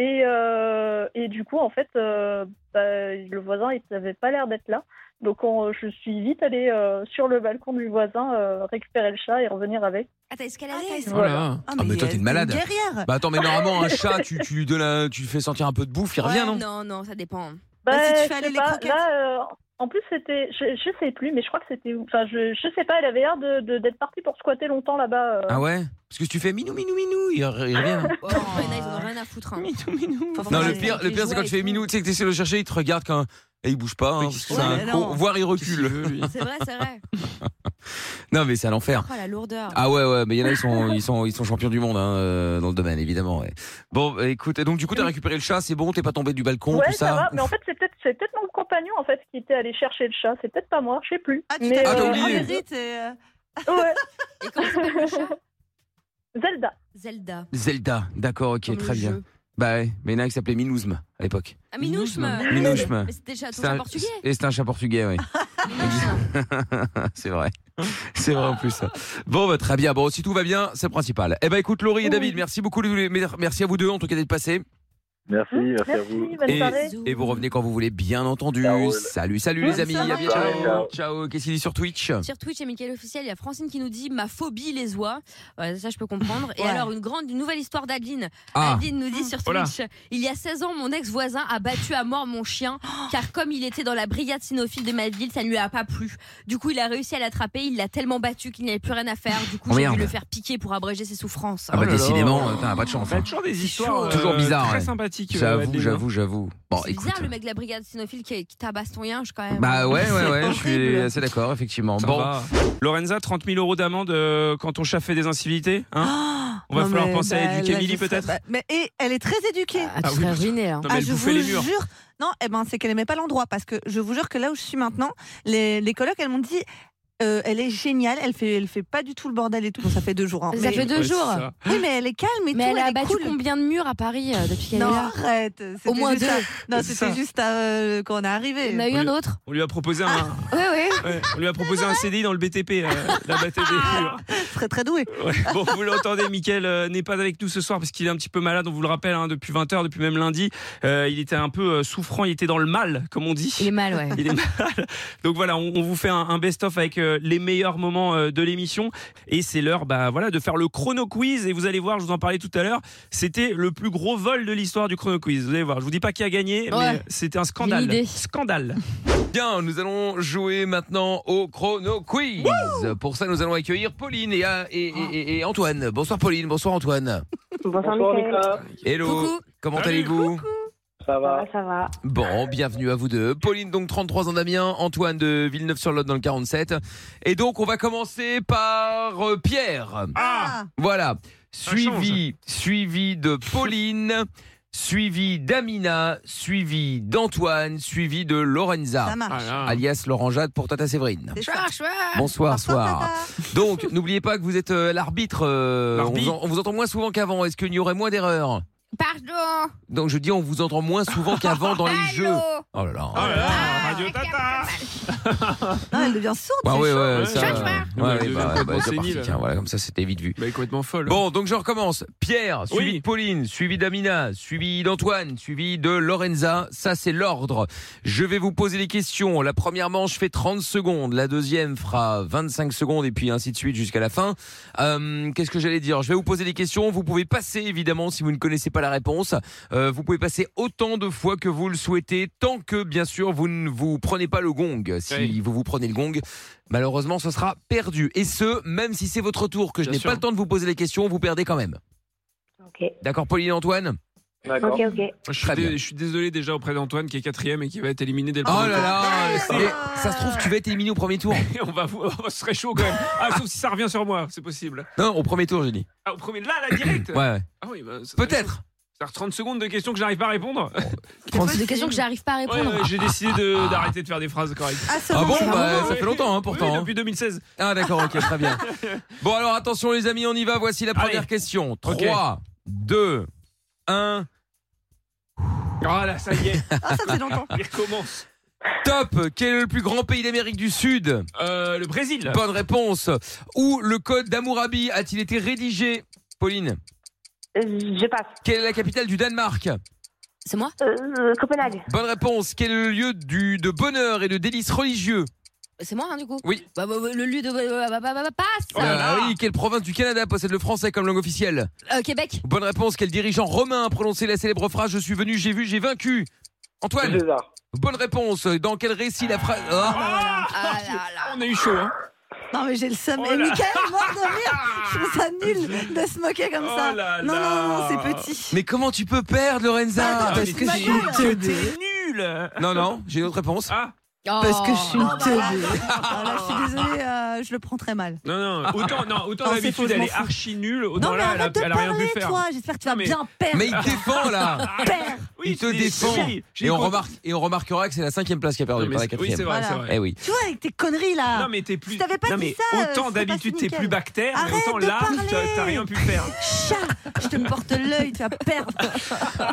S14: Et, euh, et du coup, en fait, euh, bah, le voisin, il n'avait pas l'air d'être là. Donc, on- je suis vite allée euh, sur le balcon du voisin euh, récupérer le chat et revenir avec.
S3: Ah, t'as escaladé
S5: Oh là là. Ah, mais toi, t'es une malade.
S3: guerrière. Ah,
S5: Bah attends, mais normalement, un chat, tu, tu lui donnes un- tu lui fais sentir un peu de bouffe, il revient, non
S3: Non, non, ça dépend.
S14: Bah,
S3: si tu
S14: je
S3: fais
S14: sais
S3: aller les
S14: pas.
S3: croquettes.
S14: Là, euh, en plus, c'était, je, je sais plus, mais je crois que c'était, où. enfin, je, je sais pas. Elle avait l'air de, de- d'être partie pour squatter longtemps là-bas. euh.
S5: Ah ouais Parce que si tu fais minou, minou, minou, il, re- il revient.
S10: Oh, il y en a, ils en ont rien à foutre. hein. Faut
S5: non,
S10: vraiment
S5: le
S10: les-
S5: pire, le
S10: les
S5: pire c'est quand
S10: jouets
S5: tu
S10: et
S5: fais minou, tu sais que t'essaies de le chercher, il te regarde quand. Et il bouge pas, hein, parce que c'est
S10: Ouais,
S5: un
S10: mais
S5: con,
S10: non.
S5: voire il recule.
S10: tout. C'est vrai, c'est vrai.
S5: non, mais c'est à l'enfer.
S10: Oh, la lourdeur.
S5: Ah ouais, ouais, mais il y en a, ils sont, ils sont, ils sont champions du monde hein, euh, dans le domaine, évidemment. ouais. Bon, bah, écoute, et donc du coup, t'as récupéré le chat, c'est bon, t'es pas tombé du balcon,
S14: ouais,
S5: tout ça.
S14: va. Mais en fait, c'est peut-être, c'est peut-être mon compagnon en fait qui était allé chercher le chat. C'est peut-être pas moi, je sais plus. Ah,
S4: tu
S14: mais,
S4: t'as
S14: euh,
S4: oublié.
S14: un des
S4: Ah,
S14: deux.
S4: mérite et, euh,
S14: Ouais.
S10: Et comment s'appelle le chat
S14: Zelda.
S10: Zelda.
S5: Zelda, d'accord, ok, très bien. Bah ouais, mais il y en a un qui s'appelait Minouzme à l'époque.
S10: Ah, Minouchme.
S5: Minouchme.
S10: Mais c'était chat, ton
S5: C'est
S10: chat
S5: un-
S10: portugais.
S5: Et c'est un chat portugais, oui. c'est vrai. C'est vrai en plus. Bon, bah, très bien. Bon, si tout va bien, c'est le principal. Eh ben, écoute, Laurie et David, merci beaucoup. les- les- Merci à vous deux, en tout cas, d'être passés. Merci,
S13: merci à Merci, vous. bonne
S5: et,
S13: soirée.
S5: et vous revenez quand vous voulez, bien entendu. Salut, salut les
S10: Bonne
S5: amis.
S10: soirée.
S5: À bientôt.
S10: Ciao.
S5: Ciao. Qu'est-ce qu'il dit sur Twitch
S10: Sur Twitch et Michael Officiel, il y a Francine qui nous dit ma phobie les oies. Ouais, ça je peux comprendre. Et
S3: Ouais.
S10: alors une grande, une nouvelle histoire d'Adeline.
S3: Ah.
S10: Adeline nous dit sur
S3: Oh là.
S10: Twitch il y a 16 ans, mon ex voisin a battu à mort mon chien car comme il était dans la brigade cynophile de ma ville, ça ne lui a pas plu. Du coup, il a réussi à l'attraper. Il l'a tellement battu qu'il n'y avait plus rien à faire. Du coup,
S5: Oh,
S10: j'ai dû
S5: merde.
S10: le faire piquer pour abréger ses souffrances.
S5: Ah bah, décidément, euh, t'as pas de chance. hein.
S2: Bah, Toujours des histoires. euh,
S5: Toujours bizarre.
S2: Très
S5: ouais.
S2: sympathique. euh,
S5: J'avoue,
S2: Adeline.
S5: j'avoue, j'avoue. Bon,
S10: C'est
S5: écoute.
S10: bizarre le mec de la brigade cynophile qui, qui tabasse ton yinge quand même.
S5: Bah ouais, ouais,
S10: C'est
S5: ouais, je suis
S10: horrible.
S5: assez d'accord, effectivement.
S2: Ça
S5: Bon.
S2: va. Lorenza, 30 000 euros d'amende euh, quand ton chat fait des incivilités. Hein On va
S4: Oh non,
S2: falloir
S4: mais,
S2: penser
S4: bah,
S2: à éduquer
S4: là,
S2: Milly
S4: je serais-
S2: peut-être
S4: bah, mais- Et elle est très éduquée.
S2: Ah, tu Ah oui. serais ruinée, hein. Non, mais elle
S4: je vous
S2: bouffait les murs.
S4: jure. Non, eh ben, c'est qu'elle aimait pas l'endroit parce que je vous jure que là où je suis maintenant, les, les colocs, elles m'ont dit. euh, elle est géniale, elle fait, elle fait pas du tout le bordel et tout. Bon, ça fait deux jours. hein,
S10: Ça
S4: mais-
S10: fait deux Ouais, jours. c'est ça.
S4: Oui, mais elle est calme et
S10: Mais
S4: tout.
S10: elle a
S4: est
S10: abattu
S4: cool.
S10: combien de murs à Paris euh, depuis qu'elle est
S4: Non,
S10: là
S4: arrête. C'était
S10: Au moins
S4: juste
S10: deux.
S4: à- Non,
S10: C'est
S4: c'était
S10: ça.
S4: juste à, euh, quand on est arrivé.
S10: On a eu un autre.
S2: On lui a proposé
S4: Ah.
S2: un.
S10: Ouais, ouais.
S2: Ouais, on lui a proposé un CDI dans le BTP, euh, la bataille
S4: Ah.
S2: des murs.
S4: Très, très doué.
S2: Ouais, Bon, vous l'entendez, Mickaël euh, n'est pas avec nous ce soir parce qu'il est un petit peu malade, on vous le rappelle, hein, depuis 20h, depuis même lundi. Euh, il était un peu euh, souffrant, il était dans le mal, comme on dit.
S10: Il est mal, ouais.
S2: Il est mal. Donc voilà, on, on vous fait un, un best-of avec euh, les meilleurs moments euh, de l'émission. Et c'est l'heure bah, voilà, de faire le chrono quiz. Et vous allez voir, je vous en parlais tout à l'heure, c'était le plus gros vol de l'histoire du chrono quiz. Vous allez voir, je vous dis pas qui a gagné, mais
S5: Ouais.
S2: c'était un scandale.
S5: J'ai une idée.
S2: Scandale.
S5: Bien, nous allons jouer maintenant au Chrono Quiz. Pour ça, nous allons accueillir Pauline et, euh, et- et- et- et Antoine. Bonsoir Pauline, bonsoir Antoine.
S14: Bonsoir,
S5: Hello, comment allez-vous
S14: Ça va. Ça va.
S5: Bon, bienvenue à vous deux. Pauline, donc 33 ans d'Amiens, Antoine de Villeneuve-sur-Lot dans le 47. Et donc, on va commencer par euh, Pierre.
S2: Ah
S5: Voilà. Suivi, suivi de Pauline, suivi d'Amina, suivi d'Antoine, suivi de Lorenza,
S10: Ça marche.
S5: Ah.
S2: Ah,
S5: alias Laurent Jade pour Tata Séverine.
S10: Chouard, chouard.
S5: Bonsoir, soir. Donc, n'oubliez pas que vous êtes euh, l'arbitre. euh, on, vous en- on vous entend moins souvent qu'avant. Est-ce qu'il y aurait moins d'erreurs
S10: Pardon.
S5: Donc, je dis, on vous entend moins souvent qu'avant dans les jeux. Oh là là.
S4: Ah,
S2: Radio Tata Bah
S4: Non, Ah, elle devient sourde.
S5: Ouais,
S4: c'est
S5: ouais,
S4: chaud.
S5: ouais, ça,
S4: Ouais,
S5: ouais,
S4: ouais.
S5: ouais,
S2: Elle devient
S5: bah,
S2: complètement
S5: bah, c'est
S2: sénile.
S5: parti, tiens, voilà, comme ça c'était vite vu.
S2: Bah, complètement folle.
S5: Bon, donc je recommence. Pierre, suivi de Pauline, suivi d'Amina, suivi d'Antoine, suivi de Lorenza. Ça, c'est l'ordre. Je vais vous poser les questions. La première manche fait 30 secondes. La deuxième fera 25 secondes et puis ainsi de suite jusqu'à la fin. Euh, Qu'est-ce que j'allais dire Je vais vous poser des questions. Vous pouvez passer, évidemment, si vous ne connaissez pas la réponse. Euh, vous pouvez passer autant de fois que vous le souhaitez, tant que, bien sûr, vous ne vous prenez pas le gong. Si vous vous prenez le gong, malheureusement, ce sera perdu. Et ce, même si c'est votre tour, que je
S2: Bien
S5: n'ai
S2: sûr.
S5: pas le temps de vous poser les questions, vous perdez quand même.
S14: Ok.
S5: D'accord, Pauline et Antoine
S14: D'accord. Ok, ok.
S2: euh, Je suis, dé- je suis désolé déjà auprès d'Antoine qui est quatrième et qui va être éliminé dès le
S5: Oh
S2: premier
S5: là
S2: tour. Ah,
S5: là c'est- Ça se trouve, tu vas être éliminé au premier tour.
S2: on va, vous- on serait chaud quand même. Ah, sauf si ça revient sur moi, c'est possible.
S5: Non, au premier tour, j'ai dit.
S2: Ah, au premier, là, là, direct
S5: Ouais, ouais.
S2: Ah oui, bah, ça-
S5: Peut-être.
S2: C'est-à-dire 30 secondes de questions que j'arrive pas à répondre.
S10: C'est des questions que j'arrive pas à
S2: Ouais,
S10: répondre.
S2: ouais, j'ai décidé de- d'arrêter de, faire des phrases correctes.
S10: Ah,
S5: Ah bon, bah, ça fait longtemps, hein, pourtant.
S2: Oui,
S5: hein.
S2: depuis 2016.
S5: Ah d'accord, ok, très bien. Bon alors attention les amis, on y va, voici la première question. 3, 2, 1.
S2: Ah là, ça y est.
S4: Ah, ça fait longtemps.
S2: Il recommence.
S5: Top Quel est le plus grand pays d'Amérique du Sud
S2: Euh, Le Brésil.
S5: Bonne réponse. Où le code d'Amourabi a-t-il été rédigé Pauline
S4: Euh,
S15: Je passe.
S5: Quelle est la capitale du Danemark
S3: C'est moi
S2: Euh,
S15: Copenhague.
S5: Bonne réponse. Quel est le lieu du, de bonheur et de délices religieux
S3: C'est moi, hein, du coup
S5: Oui.
S3: Bah, bah, bah, le lieu de. bah, bah, bah, bah, bah, passe
S5: Ah oui, quelle province du Canada possède le français comme langue officielle
S3: Euh, Québec
S5: Bonne réponse. Quel dirigeant romain a prononcé la célèbre phrase Je suis venu, j'ai vu, j'ai vaincu Antoine Bonne réponse. Dans quel récit la phrase. Oh.
S2: Oh On a eu chaud, hein
S4: Non, mais j'ai le seum.
S5: Oh
S4: Et
S5: là.
S4: Mickaël, mort de rire. Je trouve ça nul de se moquer
S2: Oh
S4: comme ça. non, non, non, c'est petit.
S5: Mais comment tu peux perdre, Lorenza
S4: Ah, parce que
S5: c'est
S4: je suis
S5: une
S4: teubée.
S2: nul
S5: Non, non, j'ai une autre réponse.
S2: Ah
S4: Parce que je
S2: Oh,
S4: suis une teubée.
S2: Ah,
S4: là, je suis désolée, euh, je le prends très mal.
S2: Non,
S5: Ah.
S2: non, autant, non, autant
S4: Non, c'est faux,
S2: d'habitude,
S4: je
S2: elle
S4: m'en
S2: est
S4: fous.
S2: archi nulle. Autant
S4: Non, mais
S2: là, elle a,
S4: arrête de
S2: elle a rien vu
S4: parler,
S2: faire.
S4: toi. J'espère que tu vas
S2: mais-
S4: bien perdre.
S5: Mais il défend là
S4: Perdre.
S2: Oui,
S5: Il te
S2: c'est des
S5: défend
S2: séries. J'ai
S5: et on,
S2: écouté.
S5: remarque, et on remarquera que c'est la cinquième place qui a perdu,
S2: Non, mais
S5: pas la
S2: c'est- oui,
S5: quatrième.
S2: c'est vrai, c'est vrai.
S5: Eh oui.
S4: Tu vois, avec tes conneries là.
S2: Non, mais t'es plus.
S4: Si t'avais pas
S2: non,
S4: dit
S2: mais
S4: ça, euh,
S2: autant
S4: c'est pas
S2: d'habitude,
S4: si
S2: t'es
S4: nickel.
S2: plus bactère, mais
S4: Arrête
S2: autant
S4: de
S2: là,
S4: parler.
S2: t'as t'as rien pu faire.
S4: Chat, je te me euh. porte l'œil, tu vas perdre.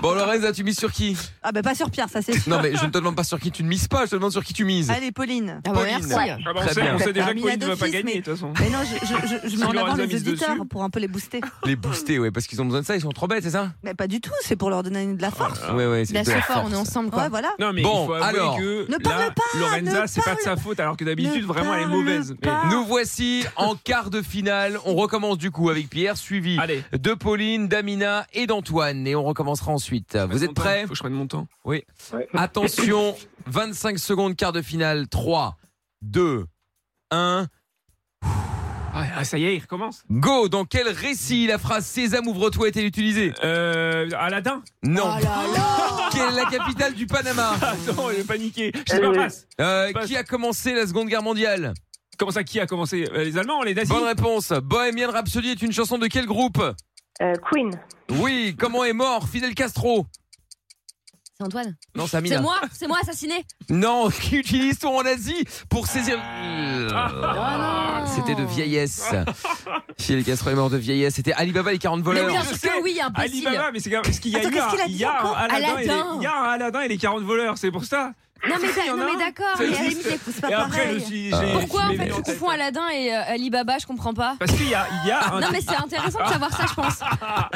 S5: Bon, Lorenza, tu mises sur qui
S4: Ah, bah, pas sur Pierre, ça c'est sûr.
S5: Non, mais je ne te demande pas sur qui tu ne mises pas, je te demande sur qui tu mises.
S4: Allez, Pauline.
S5: Ah bah, Pauline. merci.
S2: Ah bah, on,
S5: Très
S2: sait,
S5: bien.
S2: on sait déjà que
S4: Parmi
S2: Pauline
S4: la
S2: ne va pas
S4: d'office,
S2: gagner, de
S4: mais-
S2: toute façon.
S4: Mais non, je, je- je- je
S2: Si
S4: mets en
S2: Lorenza
S4: avant les
S2: mise dessus.
S4: auditeurs pour un peu les booster.
S5: Les booster, ouais, parce qu'ils ont besoin de ça, ils sont trop bêtes, c'est ça
S4: Mais pas du tout, c'est pour leur donner de la force.
S2: Ah.
S5: Ouais, ouais, c'est
S4: La
S5: de la
S4: sofa,
S5: force.
S3: ensemble,
S4: quoi. Ouais, voilà.
S2: Non, mais
S5: Bon,
S2: il faut avouer
S5: alors.
S2: que
S4: Ne
S2: là,
S4: parle pas,
S2: Euh, Lorenza,
S4: ne
S2: c'est pas de sa faute, alors que d'habitude,
S4: ne
S2: vraiment, elle est mauvaise. Mais-
S5: Nous voici en quart de finale. On recommence du coup avec Pierre, suivi de Pauline, d'Amina et d'Antoine. Et on recommencera ensuite. Vous êtes prêts Faut
S2: que je prenne mon temps.
S5: Oui. Attention, 25 secondes, quart de finale. 3, 2, 1.
S2: Ah, ça y est, il recommence.
S5: Go Dans quel récit la phrase Sésame ouvre-toi est-elle utilisée
S2: Euh. Aladdin
S5: Non. Quelle est la capitale du Panama
S2: Attends, il est paniqué. Je sais pas, passe.
S5: Euh, qui a commencé la Seconde Guerre mondiale
S2: Comment ça, qui a commencé Euh, Les Allemands, les nazis
S5: Bonne réponse. Bohemian Rhapsody est une chanson de quel groupe
S15: Queen.
S5: Oui, comment est mort Fidel Castro
S3: C'est Antoine
S5: Non, c'est Amina.
S3: C'est moi C'est moi assassiné
S5: Non, qui utilise ton en Asie pour saisir.
S3: Ah
S5: C'était de vieillesse. Fidel Castro est mort de vieillesse. C'était Alibaba les 40 voleurs.
S2: Mais bien sûr que oui,
S3: imbécile.
S2: Alibaba, mais c'est quand même- parce qu'il y a
S3: Attends,
S2: eu
S3: qu'est-ce qu'il a
S2: un-
S3: dit
S2: il y a un
S3: encore
S2: Aladdin et les-
S3: Aladdin.
S2: il y a un Aladdin et les 40 voleurs, c'est pour ça.
S3: Non mais,
S2: Si, il y
S3: d'a-
S2: en a
S3: non, mais
S2: un.
S3: d'accord,
S2: Ça
S3: mais à la
S2: existe.
S3: limite, c'est pas
S2: Et après, je
S3: pareil.
S2: suis.
S5: Ah.
S2: j'ai-
S3: Pourquoi
S2: je
S3: en
S2: m'ai
S3: fait
S2: mis
S3: tu
S2: en tête.
S3: confonds Aladdin et euh, Alibaba Je comprends pas.
S2: Parce qu'il y a, il y a un. Ah.
S3: Non mais c'est intéressant de savoir ça, je pense.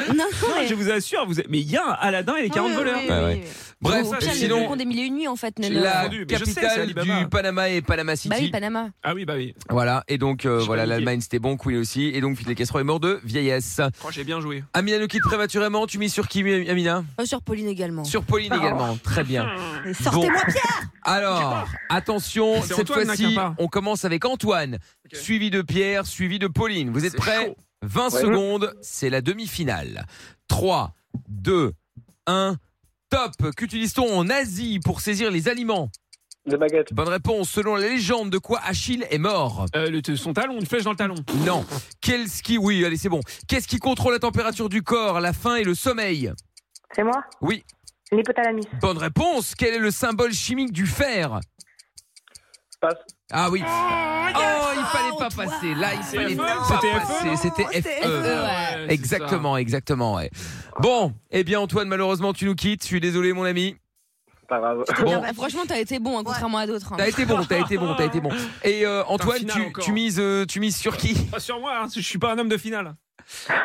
S3: Non,
S2: Non,
S3: mais- Ah
S2: je vous assure, vous êtes- mais il y a un Aladdin et les 40
S3: oui,
S2: voleurs.
S3: oui, oui, Ouais, oui.
S5: Ah Bref,
S3: Au pire, les
S5: sinon,
S3: des mille et une nuits en fait. Nano.
S5: la
S2: entendu, Ah mais je sais, c'est
S5: capitale
S2: Alibaba.
S5: du Panama est Panama City.
S3: Bah oui, Panama.
S2: Ah oui, bah oui.
S5: Voilà, et donc euh, voilà,
S2: paniqué.
S5: l'Allemagne c'était bon, Queen aussi, et donc Fidel Castro est mort de vieillesse.
S2: Oh, j'ai bien joué.
S5: Amina nous quitte prématurément, tu mises sur qui Amina
S3: Euh, Sur Pauline également.
S5: Sur Pauline également, très bien.
S4: Sortez-moi
S5: Bon. Alors, attention,
S2: C'est
S5: cette
S2: Antoine,
S5: fois-ci,
S2: Nakapa.
S5: on commence avec Antoine, suivi de Pierre, suivi de Pauline. Vous êtes prêts 20
S2: Ouais.
S5: secondes, c'est la demi-finale. 3, 2, 1, top Qu'utilise-t-on en Asie pour saisir les aliments
S11: Le baguette.
S5: Bonne réponse. Selon la légende, de quoi Achille est mort
S2: Son talon, une flèche dans Euh, le talon.
S5: Non. Quel ski Oui, allez, c'est bon. Qu'est-ce qui contrôle la température du corps, la faim et le sommeil
S15: C'est moi
S5: Oui.
S15: L'hypothalamus.
S5: Bonne réponse. Quel est le symbole chimique du fer Ah oui. Oh, il fallait pas passer. Là,
S3: Ah,
S5: il fallait
S2: FE,
S5: pas
S2: E. c'était FE,
S5: passer. C'était
S2: C'était
S5: FE.
S2: FE, ouais.
S5: Exactement, exactement. ouais. Bon, eh bien Antoine, malheureusement, tu nous quittes. Je suis désolé, mon ami.
S11: Pas grave.
S5: Bon,
S3: Bah, franchement, t'as été bon, hein, contrairement à d'autres. hein.
S5: t'as été bon, t'as été bon, t'as été bon. Et euh, Antoine,
S2: finale
S5: tu,
S2: encore.
S5: tu mises, euh, tu mises sur qui
S2: Pas sur moi, hein, je suis pas un homme de finale.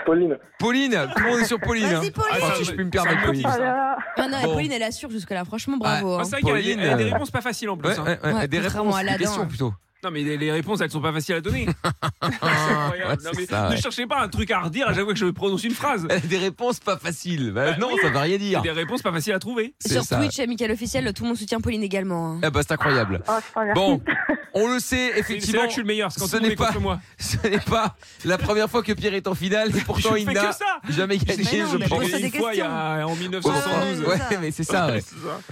S11: Pauline.
S5: Pauline, tout le monde est sur Pauline. hein. Ah, si je peux me permettre, Pauline.
S3: Ah non, et
S5: Bon.
S3: Pauline, elle assure jusque-là. Franchement, bravo.
S5: Ouais.
S3: hein.
S2: Ah, c'est vrai qu'elle a des-
S5: Pauline,
S2: elle a des
S5: euh,
S2: réponses pas faciles en plus.
S5: Ouais,
S2: hein.
S5: ouais, ouais,
S3: Ouais,
S5: des
S3: contrairement
S5: réponses,
S3: à
S5: des
S3: Aladdin,
S5: questions
S3: hein.
S5: plutôt.
S2: Non, mais les, les réponses, elles sont pas faciles à donner. C'est incroyable.
S5: Ouais,
S2: Non,
S5: c'est
S2: mais
S5: ça,
S2: ne
S5: ouais.
S2: cherchez pas un truc à redire à chaque fois que je prononce une phrase.
S5: Des réponses pas faciles. Bah, non,
S2: oui.
S5: ça veut rien dire.
S2: Des réponses pas faciles à trouver.
S5: C'est
S3: Sur
S5: ça.
S3: Twitch, Amical Officiel, tout le monde soutient Pauline également. hein.
S5: Ah bah, c'est incroyable.
S3: Ah,
S5: Bon, on le sait effectivement.
S2: c'est là que je suis le meilleur, c'est quand
S5: ce
S2: tout le monde
S5: n'est
S2: est
S5: pas,
S2: contre moi.
S5: ce n'est pas la première fois que Pierre est en finale et pourtant
S2: Je
S5: il
S2: fais
S5: n'a
S2: que ça.
S5: jamais gagné.
S2: Mais non,
S5: je
S2: mais
S5: pense.
S2: pose-toi des Une fois, il y a- en 1972.
S5: Ouais, mais c'est ça. ouais.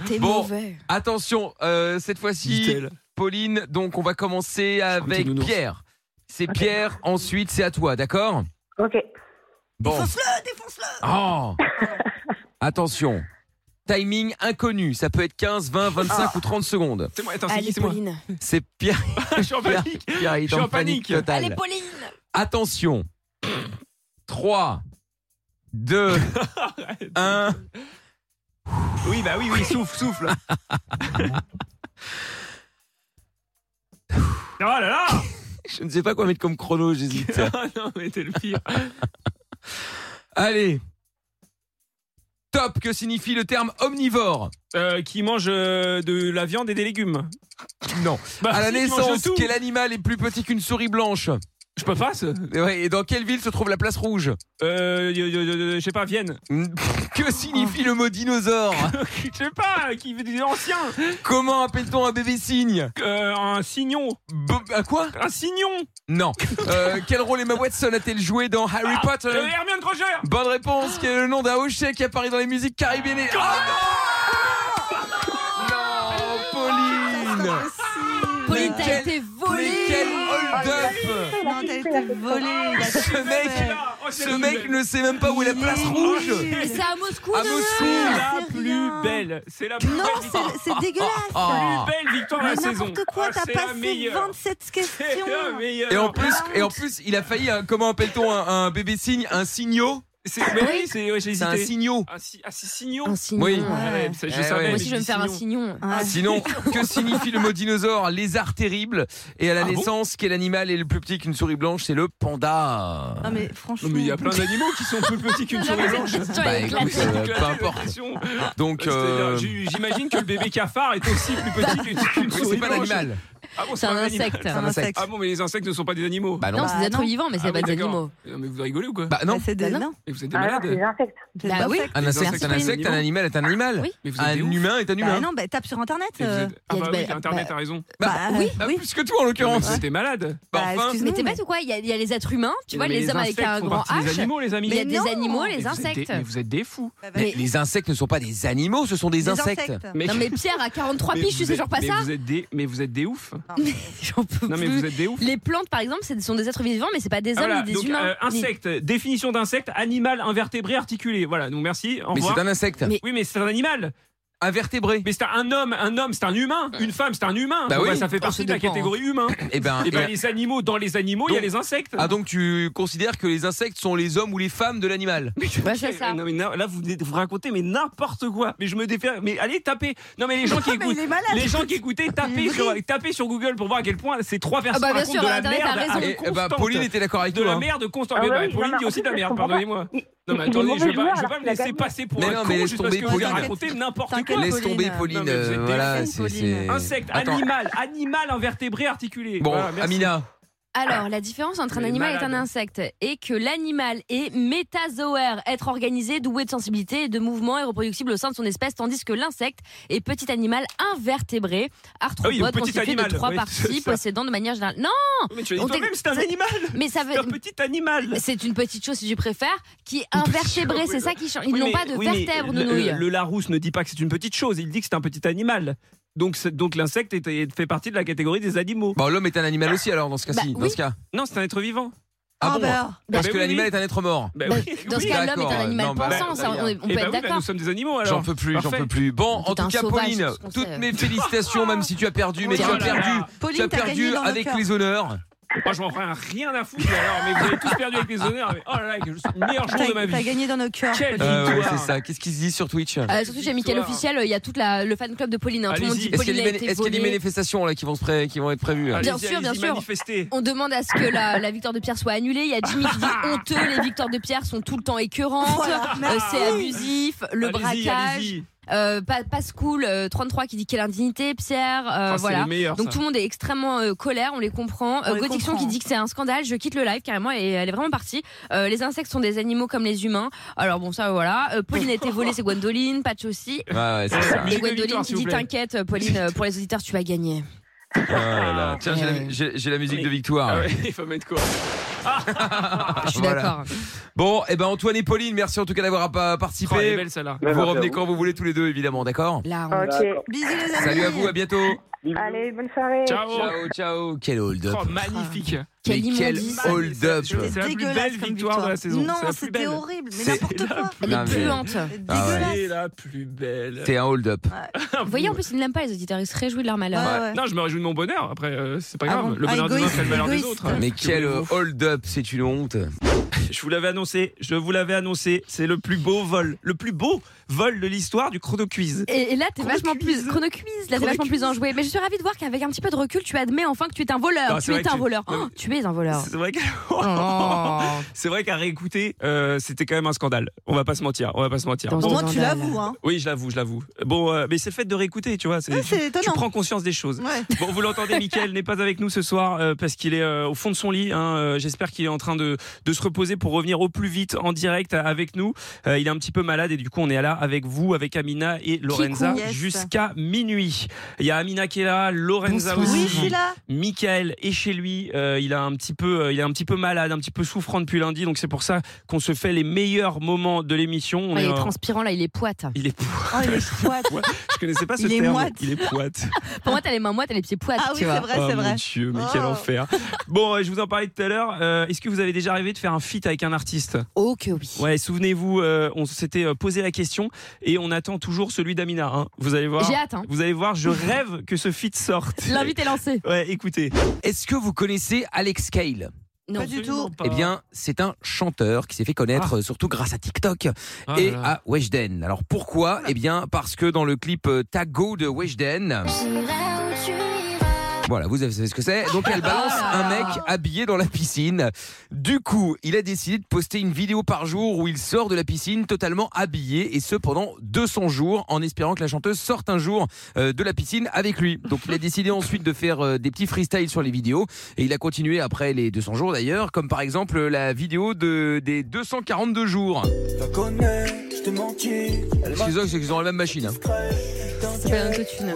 S3: T'es
S5: Bon,
S3: mauvais.
S5: attention, euh, cette fois-ci, Pauline. Donc on va commencer avec
S2: nounours.
S5: Pierre. C'est Pierre. Ensuite, c'est à toi, d'accord
S15: Ok.
S5: Bon. Oh. Attention. Timing inconnu, ça peut être 15, 20, 25 ou 30 secondes.
S2: C'est moi, attends, c'est
S3: Allez,
S2: qui, c'est moi
S3: Pauline.
S5: C'est Pierre.
S2: Je suis en panique.
S5: Pierre, il est
S2: Je suis
S5: en
S2: en panique.
S5: panique totale.
S3: Allez, Pauline.
S5: Attention. 3, 2, 1.
S2: Oui, bah oui, oui, souffle, souffle. Oh là là
S5: Je ne sais pas quoi mettre comme chrono, j'hésite.
S2: Ah non, mais t'es le pire.
S5: Allez. Top, que signifie le terme omnivore
S2: Qui mange euh, de la viande et des légumes.
S5: Non.
S2: Bah,
S5: à la
S2: si, il mange
S5: naissance,
S2: tout.
S5: quel animal est plus petit qu'une souris blanche
S2: Je peux pas, ça.
S5: et dans quelle ville se trouve la place rouge
S2: Euh, y- y- y- y- je sais pas, Vienne.
S5: Que signifie le mot dinosaure
S2: Je sais pas, Ah, qui veut dire ancien
S5: Comment appelle-t-on un bébé cygne
S2: Euh, Un signon.
S5: Un quoi
S2: Un signon
S5: Non. Euh, quel rôle Emma Watson a-t-elle joué dans Harry Potter
S2: Euh, Hermione Granger
S5: Bonne réponse. Quel est le nom d'un hochet qui apparaît dans les musiques caribéennes Oh non Non, Pauline
S3: Pauline, t'as
S5: Mais quel-
S3: été volée
S5: mais quel hold-up
S4: Non, t'as été volé.
S5: Ce mec,
S2: Ah, oh,
S5: ce mec ne sait même pas où est la place rouge
S3: Mais c'est à Moscou,
S5: À
S3: de
S5: Moscou.
S3: Noël.
S2: La plus belle. C'est la plus
S4: Non,
S2: belle
S4: c'est-
S2: victoire.
S4: c'est dégueulasse.
S2: La plus belle victoire de
S4: Mais
S2: la saison.
S4: n'importe quoi,
S2: Ah,
S4: t'as
S2: c'est la
S4: passé
S2: meilleure.
S4: 27 questions.
S2: C'est la meilleure.
S5: Et en plus,
S4: Ah,
S5: et en plus, il a failli. hein, comment appelle-t-on un, un bébé cygne Un signaux
S2: C'est- mais oui, c'est ouais, j'ai
S5: C'est
S2: hésité.
S5: un signaux.
S2: Un, si- un si- signon.
S3: Un signon.
S5: Oui.
S2: Ouais, ça, je
S5: Eh
S2: savais,
S5: ouais.
S3: Moi
S2: mais
S3: aussi, je vais me
S2: dis
S3: faire un signon.
S5: Sinon, que signifie le mot dinosaure Lézard terrible. Et à la
S2: Ah bon
S5: naissance, quel animal est le plus petit qu'une souris blanche C'est le panda.
S3: Ah,
S4: Non, ah, mais franchement.
S2: Non, mais il y a plein d'animaux qui sont plus petits qu'une souris blanche.
S5: Bah, écoute, euh, peu importe. Donc, euh,
S2: J- J'imagine que le bébé cafard est aussi plus petit
S4: Bah,
S2: qu'une qu'une
S5: oui,
S2: souris
S5: c'est pas
S2: blanche.
S5: l'animal.
S2: Ah bon,
S3: C'est un
S2: animal.
S3: insecte.
S5: un insecte.
S2: Ah bon, mais les insectes ne sont pas des animaux.
S5: Bah non.
S3: Non, c'est des êtres
S4: non.
S3: vivants, mais c'est
S2: Ah
S3: pas
S2: oui,
S3: des
S2: d'accord.
S3: animaux.
S2: Non, mais vous rigolez ou quoi
S5: Bah non.
S4: C'est des
S3: Bah non.
S4: nains. Ah,
S2: Mais Vous êtes des
S14: Alors, Ah c'est des
S2: malades.
S14: insectes.
S4: C'est
S3: Bah
S4: des
S3: oui.
S4: insectes.
S5: Un insecte, Ah c'est un
S2: Merci.
S5: insecte. Un animal est un
S4: Ah
S5: animal.
S3: Oui.
S2: Mais vous êtes
S5: Un
S2: des ouf.
S5: humain est un
S4: Bah
S5: humain.
S4: non, bah tape sur internet.
S2: Et vous
S4: euh,
S2: êtes- Ah
S3: y a
S2: bah
S3: des-
S2: oui,
S3: bah-
S2: Internet
S3: bah-
S2: a raison.
S4: Bah oui.
S5: Ah, Plus que toi en l'occurrence.
S2: C'était malade.
S5: Bah,
S4: Bah,
S5: enfin.
S4: excuse-nous,
S3: Mais t'es
S4: mais-
S3: bête ou quoi Il y, a- il y a les êtres humains, tu vois,
S2: Mais
S3: les hommes avec
S2: insectes
S3: un
S2: font
S3: grand
S2: partie des
S3: H.
S2: animaux, les amis.
S3: Il y a
S4: Mais
S3: des
S4: non.
S3: animaux,
S2: Mais
S3: les
S2: vous êtes des-
S3: insectes.
S2: Mais vous êtes des fous.
S4: Bah, vas-y.
S5: Mais les insectes ne sont pas des animaux, ce sont des,
S4: Des
S5: insectes.
S2: Mais
S3: Non mais Pierre à 43
S2: mais
S3: piges, tu
S2: vous
S3: sais
S2: êtes-
S3: toujours pas
S2: mais
S3: ça
S2: vous êtes des- Mais vous êtes des oufs.
S3: J'en peux
S2: Non mais
S3: plus.
S2: vous êtes des oufs.
S3: Les plantes par exemple, ce sont des êtres vivants mais c'est pas des hommes
S2: Voilà,
S3: ni des
S2: donc,
S3: humains.
S2: euh, insecte, définition d'insecte, animal invertébré articulé. Voilà, donc merci. Au
S5: Mais
S2: revoir.
S5: c'est un insecte.
S3: Mais-
S2: Oui, mais c'est un animal.
S5: Invertébré.
S2: Mais c'est un homme, un homme, c'est un humain. Une femme, c'est un humain.
S5: Bah
S2: Bon,
S5: oui.
S2: ça fait partie
S3: ça
S2: de la
S3: Oh, dépend, hein.
S2: catégorie humain.
S5: Eh ben,
S2: Et ben
S5: et-
S2: les animaux, dans les animaux, Oh, il y a
S5: Donc-
S2: les insectes.
S5: Ah donc tu considères que les insectes sont les hommes ou les femmes de l'animal
S2: Mais je-
S3: Ouais, c'est Bah, ça.
S2: Non, mais na- là, vous, vous racontez, mais n'importe quoi. Mais je me défère. Mais allez, tapez. Non, mais les gens qui
S4: mais
S2: écoutent.
S4: il est malade.
S2: Les gens qui écoutaient, tapez sur, tapez sur Google pour voir à quel point ces trois personnes
S3: Ah bah, bien
S2: racontent
S3: sûr,
S2: de la
S3: Internet a
S2: merde.
S3: raison.
S2: à-
S5: Et eh ben,
S2: constante.
S5: Pauline était d'accord avec
S2: de
S5: toi.
S2: la
S5: hein.
S2: merde constante.
S14: Ah
S2: Mais
S14: bah
S2: bah,
S14: oui,
S2: Pauline
S14: non,
S2: dit
S14: mais
S2: aussi de la
S14: en fait, je
S2: merde,
S14: comprends pas.
S2: pardonnez-moi.
S14: Il-
S2: Non, mais
S14: il est
S2: attendez, je
S14: mauvais
S2: vais pas,
S14: joueur
S2: je vais
S14: alors
S2: pas me
S14: qu'il a
S2: laisser
S14: gagné.
S2: passer pour
S5: Mais
S2: un
S5: non,
S2: con
S5: mais laisse
S2: juste parce
S5: tomber,
S2: que vous avez
S5: Pauline.
S2: raconté n'importe
S4: T'inquiète,
S2: quoi.
S5: Laisse tomber
S4: Pauline.
S5: Pauline.
S2: Non, mais vous êtes
S5: euh,
S2: des
S5: voilà,
S4: fous,
S5: c'est
S4: Pauline.
S5: c'est-
S2: Insecte,
S5: Attends.
S2: animal, animal invertébré articulé.
S5: Bon,
S2: Voilà, merci.
S5: Amina.
S3: Alors la différence entre un
S2: Les
S3: animal et un
S2: malades.
S3: insecte est que l'animal est métazoaire, être organisé, doué de sensibilité, et de mouvement et reproductible au sein de son espèce, tandis que l'insecte est petit animal invertébré, arthropode
S2: Ah petit
S3: constitué
S2: animal,
S3: de trois
S2: oui, c'est
S3: parties
S2: ça.
S3: possédant de manière générale. Non,
S2: Mais tu as dit
S3: On t'est-
S2: toi-même, c'est un animal.
S3: mais ça veut
S2: C'est un petit animal.
S3: c'est une petite chose si tu préfères qui est invertébrée,
S2: chose,
S3: c'est
S2: oui, bah.
S3: ça qui change. Ils
S2: Oui,
S3: n'ont
S2: mais-
S3: pas de
S2: oui, mais
S3: vertèbres,
S2: le- euh,
S3: nounouilles.
S2: Le, le Larousse ne dit pas que c'est une petite chose, il dit que c'est un petit animal. Donc, c'est- donc l'insecte est- est- fait partie de la catégorie des animaux.
S5: Bon, l'homme est un animal aussi alors dans ce cas-ci.
S3: Bah,
S5: Dans
S3: oui.
S5: ce cas.
S2: Non, c'est un être vivant.
S5: Ah
S4: Ah,
S5: bon
S4: bah, alors.
S5: Parce
S2: Bah,
S5: que
S2: oui,
S5: l'animal
S2: oui.
S5: est un être mort.
S2: Bah
S3: Bah,
S2: oui,
S3: dans ce
S2: oui.
S3: cas, l'homme est
S5: d'accord,
S3: un
S5: euh,
S3: animal
S5: non, bah,
S3: pensant, ça, on, est- on
S2: Eh
S3: peut
S2: bah
S3: être
S2: oui, bah,
S3: d'accord.
S2: nous sommes des animaux alors.
S5: J'en peux plus, j'en
S2: Parfait.
S5: peux plus. Bon,
S3: Tout
S5: en tout
S3: un
S5: cas,
S3: sauvage,
S5: Pauline,
S3: ce qu'on
S5: toutes
S3: sait.
S5: mes félicitations, même si tu as perdu,
S4: Oui,
S5: mais tu as
S4: oh là
S5: perdu.
S2: là.
S5: Tu as
S4: Pauline, t'as gagné
S5: perdu
S4: dans nos
S5: avec
S4: cœurs.
S5: les honneurs.
S2: Moi, je m'en ferai rien à foutre alors, mais vous avez tous perdu avec les honneurs. mais oh là là, que je suis le meilleur
S3: Ah,
S2: jour de ma
S4: T'as t'as
S2: vie.
S4: gagné dans nos cœurs.
S2: Quelle
S5: Euh, ouais,
S2: victoire.
S5: c'est ça. Qu'est-ce qu'ils se disent sur Twitch
S3: Euh, surtout chez Michael
S2: Victoire.
S3: Officiel, il y a tout le fan club de Pauline. hein. Tout le monde
S2: Allez-y.
S3: dit
S5: Est-ce qu'il
S3: Pauline
S5: y
S3: a
S5: a des,
S3: été
S5: est-ce qu'il y a des
S3: volée.
S5: manifestations là qui vont se pré- qui vont être prévues hein
S2: Allez-y,
S3: Bien sûr,
S2: allez-y,
S3: bien sûr.
S2: manifestez.
S3: On demande à ce que la, la victoire de Pierre soit annulée. Il y a Jimmy qui dit honteux, les victoires de Pierre sont tout le temps écœurantes,
S4: Voilà,
S3: euh,
S4: merci.
S3: c'est
S5: Ah
S3: abusif, le
S2: Allez-y,
S3: braquage,
S2: allez-y.
S3: euh, pas, pas cool, 33 qui dit quelle indignité, Pierre, euh,
S2: Ah, c'est
S3: voilà.
S2: les meilleurs,
S3: Donc
S2: ça.
S3: tout le monde est extrêmement euh, colère, on les comprend.
S4: On
S3: Euh,
S4: les
S3: Godiction
S4: comprend.
S3: qui dit que c'est un scandale, je quitte le live carrément et elle est vraiment partie. Euh, les insectes sont des animaux comme les humains. Alors bon ça voilà. Euh, Pauline a été volée, c'est Gwendoline, Patch aussi.
S5: Ouais, ouais, c'est ça.
S3: Et
S2: Musique de
S3: Gwendoline
S2: victoire,
S3: qui
S2: s'il vous
S3: dit
S2: plaît.
S3: t'inquiète Pauline, euh, pour les auditeurs tu vas gagner.
S5: Oh là là. Tiens, j'ai la- j'ai j'ai la musique de
S2: Ah
S5: victoire.
S2: ouais, il faut mettre quoi
S3: Je suis
S5: Ah, Voilà.
S3: d'accord.
S5: Bon, eh ben Antoine et Pauline, merci en tout cas d'avoir euh, participé.
S2: Oh, elle est belle celle-là.
S16: Merci
S5: Vous
S16: à
S5: revenez
S16: vous.
S5: quand vous voulez tous les deux, évidemment, d'accord
S3: Là on-
S14: Ok.
S4: Bisous les amis.
S5: Salut à vous, à bientôt.
S14: Allez, bonne soirée.
S2: Ciao.
S5: ciao. Quel hold
S2: Oh, magnifique.
S5: Mais
S3: Quel
S5: quel
S3: immondice.
S5: hold-up
S2: C'est la plus
S4: dégueulasse
S2: belle
S4: comme
S2: victoire,
S4: victoire.
S2: de la saison.
S4: Non,
S2: C'est la plus
S4: c'était
S2: belle.
S4: horrible, mais
S5: C'est-
S4: n'importe quoi.
S5: Elle est Non, mais- puante. Ah ouais.
S2: C'est la plus belle.
S5: C'est un hold-up.
S3: Vous voyez, en plus, ils ne l'aiment pas, les auditeurs. Ils se réjouissent de leur malheur.
S2: Non, je me réjouis de mon bonheur. Après, euh, c'est pas
S3: Ah
S2: grave.
S3: bon
S2: Le
S3: Ah,
S2: bonheur des uns
S3: égoïste,
S2: fait le malheur des
S3: égoïste.
S2: autres.
S5: Mais quel euh, hold-up, c'est une honte.
S2: Je vous l'avais annoncé. Je vous l'avais annoncé. C'est le plus beau vol. Le plus beau vol de l'histoire du chrono quiz.
S3: Et, et là, t'es vachement plus chrono quiz, là, t'es vachement plus enjoué. Mais je suis ravie de voir qu'avec un petit peu de recul, tu admets enfin que tu es un voleur.
S2: Non, c'est
S3: tu
S2: vrai
S3: es
S2: que
S3: un
S2: tu-
S3: voleur.
S2: Non, mais-
S3: Oh, tu es un voleur.
S2: C'est vrai que-
S3: Oh.
S2: c'est vrai qu'à réécouter, euh, c'était quand même un scandale. On va pas se mentir. On va pas se mentir.
S4: Au
S2: Bon.
S4: moins, tu l'avoues, hein.
S2: Oui, je l'avoue, je l'avoue. Bon, euh, mais c'est le fait de réécouter, tu vois. C'est,
S4: Ouais, c'est
S2: tu- tu
S4: étonnant.
S2: prends conscience des choses.
S4: Ouais.
S2: Bon, vous l'entendez, Mickaël n'est pas avec nous ce soir euh, parce qu'il est euh, au fond de son lit. hein. Euh, J'espère qu'il est en train de, de se reposer pour revenir au plus vite en direct avec nous. Euh, il est un petit peu malade et du coup, on est là avec vous, avec Amina et Lorenza
S4: Kikou, yes.
S2: jusqu'à minuit. Il y a Amina qui est là, Lorenza
S4: Bonsoir.
S2: aussi.
S4: Oui, je suis là.
S2: Michael est chez lui. Euh, il a un petit peu, euh, il est un petit peu malade, un petit peu souffrant depuis lundi. Donc c'est pour ça qu'on se fait les meilleurs moments de l'émission. On
S3: Ah, il est
S2: en-
S3: transpirant, là, il est poite.
S2: il est poite. Je connaissais pas ce
S3: Il est
S2: terme.
S3: moite.
S2: Il est poite.
S3: Pour moi, t'as les mains moites, t'as les pieds poites.
S4: Ah oui,
S3: tu vois.
S4: c'est vrai, c'est
S2: oh mon
S4: vrai.
S2: dieu, mais quel
S3: Oh.
S2: enfer. Bon, euh, je vous en parlais tout à l'heure. Euh, Est-ce que vous avez déjà rêvé de faire un feat avec un artiste
S3: Oh que oui.
S2: Ouais, souvenez-vous, euh, on s'était euh, posé la question et on attend toujours celui d'Amina. hein. Vous allez voir.
S3: J'ai hâte, hein.
S2: Vous allez voir, je rêve que ce feat sorte.
S3: L'invite est lancé.
S2: Ouais, écoutez.
S5: Est-ce que vous connaissez Alex Cale
S3: Non.
S4: Pas du tout.
S5: Eh bien, c'est un chanteur qui s'est fait connaître euh, surtout grâce à TikTok
S2: Ah
S5: et
S2: là Ah. là.
S5: à Weshden. Alors pourquoi Eh bien, parce que dans le clip euh, Tago de Weshden, voilà, vous savez ce que c'est. Donc elle balance un mec habillé dans la piscine. Du coup, il a décidé de poster une vidéo par jour où il sort de la piscine totalement habillé et ce pendant 200 jours en espérant que la chanteuse sorte un jour euh, de la piscine avec lui. Donc il a décidé ensuite de faire euh, des petits freestyles sur les vidéos et il a continué après les 200 jours d'ailleurs, comme par exemple euh, la vidéo de, des 242 jours. Excusez-moi, c'est qu'ils ont la même machine. hein.
S3: C'est pas un autotune.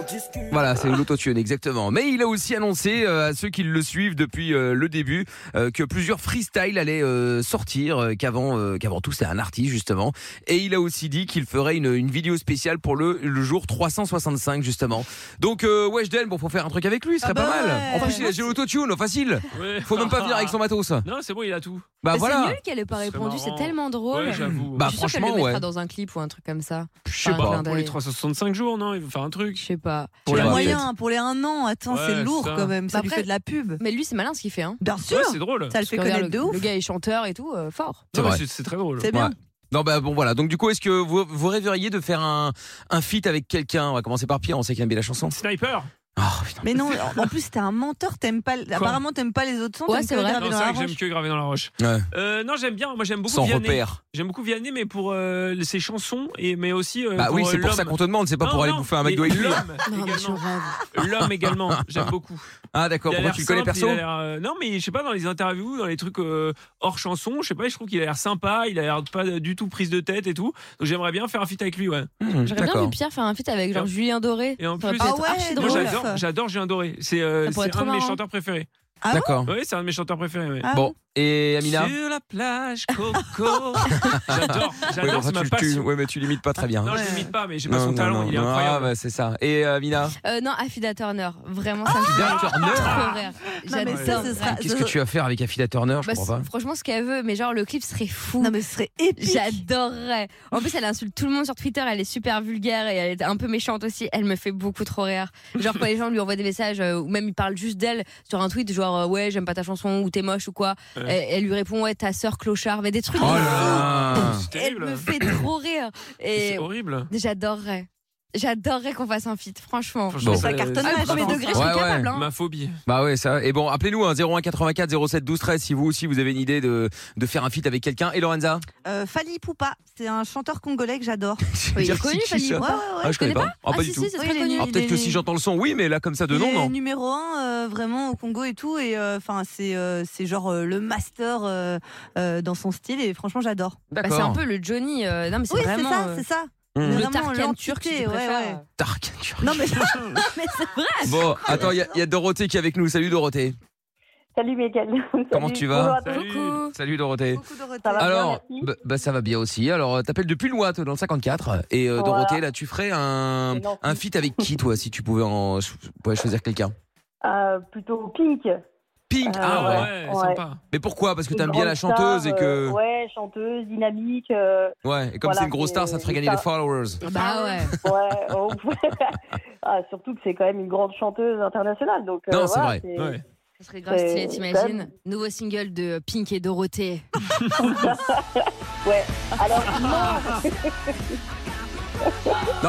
S5: Voilà, c'est l'autotune, exactement. Mais il a aussi annoncé euh, à ceux qui le suivent depuis euh, le début euh, que plusieurs freestyles allaient euh, sortir, euh, qu'avant euh, qu'avant tout c'est un artiste justement. Et il a aussi dit qu'il ferait une, une vidéo spéciale pour le, le jour 365 justement. Donc euh, Weshden, bon, faut faire un truc avec lui, ce serait
S4: Ah bah
S5: pas mal.
S4: ouais.
S5: En plus, il a- j'ai l'autotune, facile.
S2: Ouais.
S5: Faut même pas venir avec son matos.
S2: Non, c'est bon, il a tout.
S5: Bah
S3: Mais
S5: voilà.
S3: C'est nul qu'elle ait pas
S2: Ce serait
S3: répondu, c'est
S2: marrant.
S3: tellement drôle.
S2: Ouais, j'avoue.
S5: Bah,
S3: je suis sûre qu'elle le
S5: franchement,
S3: mettra
S5: ouais.
S3: dans un clip ou un truc comme ça.
S2: Je sais
S3: Par un
S2: pas,
S3: clin
S2: pour les
S3: d'œil.
S2: 365 jours, non Il va faire un
S3: Je
S2: truc.
S3: sais pas.
S2: Pour
S4: Il y a
S2: la
S3: hein.
S4: moyen, pour les un an, attends,
S2: Ouais,
S4: c'est lourd
S2: ça.
S4: quand même. Ça
S3: Bah
S4: lui
S3: après-
S4: fait de la pub.
S3: Mais lui, c'est malin ce qu'il fait. Hein.
S4: Bien sûr.
S2: Ouais, c'est drôle.
S4: Ça le fait
S3: Parce que
S4: connaître
S3: regarde,
S4: de
S3: le,
S4: ouf.
S3: le gars est chanteur et tout, euh, fort.
S5: C'est
S2: Non, mais
S5: vrai.
S2: C'est c'est très drôle.
S4: C'est bien.
S5: Ouais. Non bah bon voilà donc du coup est-ce que vous, vous rêveriez de faire un, un feat avec quelqu'un on va commencer par Pierre on sait qu'il aime bien la chanson
S2: Sniper
S5: oh, putain.
S4: Mais non, en en plus, t'es un menteur. T'aimes pas. Apparemment, t'aimes pas les autres sons.
S3: Ouais,
S4: t'aimes
S3: c'est
S4: que
S3: vrai.
S4: Gravé
S2: Non,
S4: dans
S2: c'est
S4: la
S2: vrai que
S4: roche.
S2: j'aime que graver dans la roche.
S5: Ouais.
S2: Euh, non, j'aime bien. Moi, j'aime beaucoup
S5: sans
S2: Vianney.
S5: repère
S2: J'aime beaucoup Vianney, mais pour euh, ses chansons, et, mais aussi. euh,
S5: bah oui
S2: pour, euh,
S5: c'est pour ça
S2: l'homme.
S5: qu'on te demande c'est pas
S2: Non,
S5: pour aller
S2: non,
S5: bouffer un mec
S2: mais
S5: doigt et cuillère.
S2: L'homme
S3: Non, mais je
S2: également.
S3: rêve.
S2: L'homme également. J'aime beaucoup.
S5: Ah d'accord,
S2: Il a
S5: pourquoi
S2: l'air
S5: tu le connais
S2: simple,
S5: perso
S2: il a l'air, euh, Non, mais je sais pas, dans les interviews, dans les trucs euh, hors chanson, je sais pas, je trouve qu'il a l'air sympa, il a l'air pas du tout prise de tête et tout. Donc j'aimerais bien faire un feat avec lui, ouais.
S5: Hmm,
S3: J'aurais bien vu Pierre faire un feat avec genre
S2: Et en-
S3: Julien Doré.
S2: et en
S3: Ça aurait
S2: plus-
S3: pu
S2: Ah
S3: être
S4: ouais,
S3: archi
S2: Moi,
S4: drôle.
S2: j'adore- J'adore Julien Doré. C'est euh,
S3: Ça pourrait
S2: c'est
S3: être
S2: un de
S3: trop
S2: mes
S3: marrant.
S2: chanteurs préférés.
S4: Ah
S5: D'accord.
S2: Oui, c'est un de mes chanteurs préférés. ouais.
S4: Ah
S5: Bon, et Amina
S2: Sur la plage, Coco. J'adore,
S5: Ouais,
S2: j'adore,
S5: enfin,
S2: c'est ma
S5: tu, tu-
S2: passion.
S5: ouais, mais tu limites pas très bien.
S2: Non,
S5: hein.
S2: je l'imite pas, mais j'ai pas
S5: Non,
S2: son
S5: non,
S2: talent,
S5: non,
S2: il est
S5: non, Ah,
S2: incroyable.
S5: bah, c'est ça. Et euh, Amina
S3: Euh, non, Afida Turner. Vraiment, ça me fait
S5: Afida Turner
S3: trop rire.
S4: Non, mais ça,
S3: J'adore.
S4: ce sera.
S5: Qu'est-ce
S4: ce-
S5: que tu vas faire avec Afida Turner Je
S3: Bah,
S5: comprends pas.
S3: c'est- franchement, ce qu'elle veut, mais genre le clip serait fou.
S4: Non, mais ce serait épique.
S3: J'adorerais. En plus, elle insulte tout le monde sur Twitter. Elle est super vulgaire et elle est un peu méchante aussi. Elle me fait beaucoup trop rire. Genre quand les gens lui envoient des messages euh, ou même ils parlent juste d'elle sur un tweet, genre euh, ouais j'aime pas ta chanson ou t'es moche ou quoi.
S2: Ouais.
S3: Elle, elle lui répond ouais ta sœur clochard, mais des trucs.
S5: Oh
S3: de fou.
S5: là là
S2: C'est
S3: Ah. elle
S2: terrible.
S3: me fait trop rire.
S2: C'est
S3: Et
S2: horrible.
S3: j'adorerais. J'adorerais qu'on fasse un feat, franchement.
S2: Franchement,
S5: Bon.
S4: Ça cartonne
S3: Ah,
S4: à
S3: le premier
S2: j'adore.
S3: degré, je suis
S5: Ouais, ouais.
S3: capable. hein.
S2: Ma phobie.
S5: Bah ouais, ça. Et bon, appelez-nous hein, 01 84 07 12 13 si vous aussi vous avez une idée de, de faire un feat avec quelqu'un. Et Lorenza
S4: Euh, Fali Poupa, c'est un chanteur congolais que j'adore.
S3: Oui, il
S5: Dire
S3: est connu,
S5: qui, qui,
S3: Fanny.
S5: ça
S4: Ouais, ouais, ouais.
S5: Ah, je connais
S3: connais
S5: pas. Ah,
S3: ah
S5: pas
S3: si,
S5: du
S3: si,
S5: tout.
S3: c'est
S4: Oui,
S3: très
S4: il est
S3: connu.
S4: nul.
S5: Ah, peut-être que si j'entends le son, oui, mais là, comme ça, de
S4: Il
S5: nom,
S4: est
S5: non.
S4: numéro un euh, vraiment au Congo et tout et euh, enfin c'est euh, c'est genre euh, le master euh, euh, dans son style et franchement j'adore.
S3: Bah, c'est un
S5: D'accord.
S3: peu le Johnny. euh, non, mais c'est
S4: Oui c'est
S3: vraiment.
S4: ça
S3: euh,
S4: c'est ça. Mmh.
S5: Hmm.
S3: le
S4: Vraiment,
S3: Tarkan
S4: l'entité,
S3: turc, si tu
S4: ouais, ouais.
S3: préfères.
S5: Dark. tu vois.
S4: euh, Non mais, mais c'est vrai.
S3: Ah,
S5: Bon, attends, il y, a- il y a Dorothée qui est avec nous. Salut Dorothée.
S15: Salut Miguel.
S5: Comment
S15: Salut.
S5: tu
S15: Bonjour
S5: vas
S15: à tous.
S2: Salut.
S3: Coucou.
S5: Salut Dorothée.
S4: Beaucoup de
S15: Ça va
S4: retard.
S15: bien,
S5: Alors,
S15: merci.
S5: bah, bah, ça va bien aussi. Alors, euh, t'appelles depuis Lois, toi, dans le 54. Et euh,
S15: Voilà.
S5: Dorothée, là, tu ferais un,
S15: C'est gentil.
S5: un feat avec qui, toi, si tu pouvais en, ch- pouvais choisir quelqu'un
S15: Euh, plutôt Pink.
S5: Pink, ah ouais, sympa. Mais pourquoi Parce que t'aimes bien la chanteuse et que.
S14: euh, ouais, chanteuse, dynamique. euh,
S5: Ouais, et comme
S14: voilà,
S5: c'est une grosse star, ça te ferait gagner des
S4: Eh
S5: followers.
S4: ben
S14: Bah ouais. oh, ah, surtout que c'est quand même une grande chanteuse internationale. Donc, euh,
S5: Non, c'est
S14: voilà,
S5: vrai. Ouais.
S3: Ça serait grave
S14: c'est-
S3: stylé,
S4: Euh,
S14: c'est quand
S3: t'imagines Nouveau single de Pink et Dorothée.
S14: ouais. Alors,
S4: Ah,
S3: Bah
S14: non.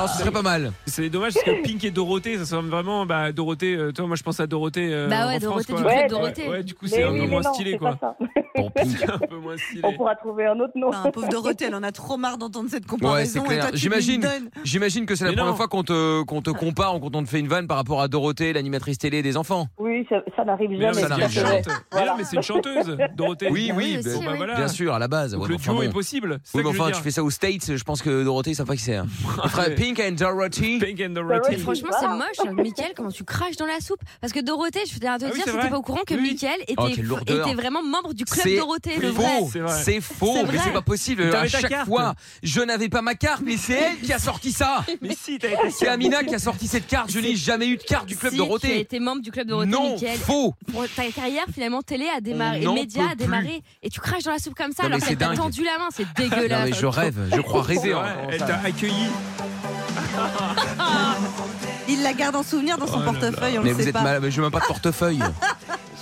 S5: Non, ce serait pas mal.
S2: C'est dommage parce que Pink et Dorothée, ça sonne vraiment. Bah, Dorothée, euh, toi, moi je pense à Dorothée. euh,
S14: Bah ouais,
S2: en France,
S14: Dorothée
S2: quoi.
S14: du club Ouais, Dorothée.
S2: Ouais, du coup,
S14: Mais
S2: c'est un
S14: oui,
S2: peu
S14: mais
S2: moins
S14: non,
S2: stylé,
S14: c'est
S2: quoi.
S14: pas
S2: un peu moins stylé.
S14: On pourra trouver un autre nom.
S4: Ah, pauvre Dorothée, elle en a trop marre d'entendre cette
S5: Ouais, c'est
S4: comparaison. et
S5: clair.
S4: toi, tu me
S5: J'imagine,
S4: donnes.
S5: j'imagine que c'est la
S4: Mais
S5: première
S4: non.
S5: fois qu'on te, qu'on te compare ou qu'on te fait une vanne par rapport à Dorothée, l'animatrice télé des enfants.
S14: Oui, ça, ça n'arrive
S5: Mais non,
S14: jamais.
S5: mais c'est
S14: tout
S5: une
S14: à fait.
S5: chante. Mais non, mais c'est une chanteuse, Dorothée. Oui, oui,
S14: Oui,
S5: bah,
S14: aussi,
S5: bah,
S14: oui.
S5: voilà. bien sûr, à la base.
S2: Ah, Donc
S5: Ouais,
S2: le
S5: mais enfin,
S2: duo
S5: bon.
S2: est possible. C'est
S5: Oui,
S2: ça
S5: mais
S2: que je veux
S5: enfin, tu
S2: dire.
S5: fais ça aux States, je pense que Dorothée, ça pas qui c'est. hein. Après, Pink and Dorothy.
S2: Pink
S4: bah
S2: and
S3: Ouais, franchement, c'est moche. Mickaël, comment tu craches dans la soupe Parce que Dorothée, je tiens à te
S5: Ah oui,
S3: dire,
S5: c'est
S3: si
S5: vrai.
S3: t'es pas au courant que
S5: Oui.
S3: Mickaël était,
S5: Oh, quelle lourdeur.
S3: était vraiment membre du club
S5: C'est
S3: Dorothée, le
S5: faux.
S3: vrai.
S5: C'est faux, mais
S3: vrai.
S5: c'est pas possible.
S2: Mais
S5: À
S2: t'avais ta
S5: chaque
S2: carte.
S5: fois, je n'avais pas ma carte, mais c'est elle qui a sorti ça.
S2: Mais si, t'avais ta
S5: C'est
S2: carte.
S5: Amina qui a sorti cette carte. Je n'ai jamais eu de carte du club
S3: Si, Tu as
S5: Dorothée.
S3: été membre du club Dorothée,
S5: Non,
S3: Mickaël.
S5: faux.
S3: Pour Ta carrière, finalement, télé a démarré,
S5: On n'en
S3: et médias
S5: peut
S3: a
S5: plus.
S3: démarré, et tu craches dans la soupe comme ça
S5: Non, mais
S3: alors
S5: c'est
S3: qu'elle t'a
S5: dingue.
S3: tendu la main, c'est
S5: Non,
S3: dégueulasse.
S5: mais je rêve, je crois rêver. hein.
S2: Ouais, elle t'a accueilli.
S3: Ah
S4: Il la garde en souvenir dans son portefeuille, on
S5: Oh Mais
S4: le
S5: vous
S4: sait
S5: êtes
S4: pas. Ah
S5: malade, mais je veux même pas de portefeuille.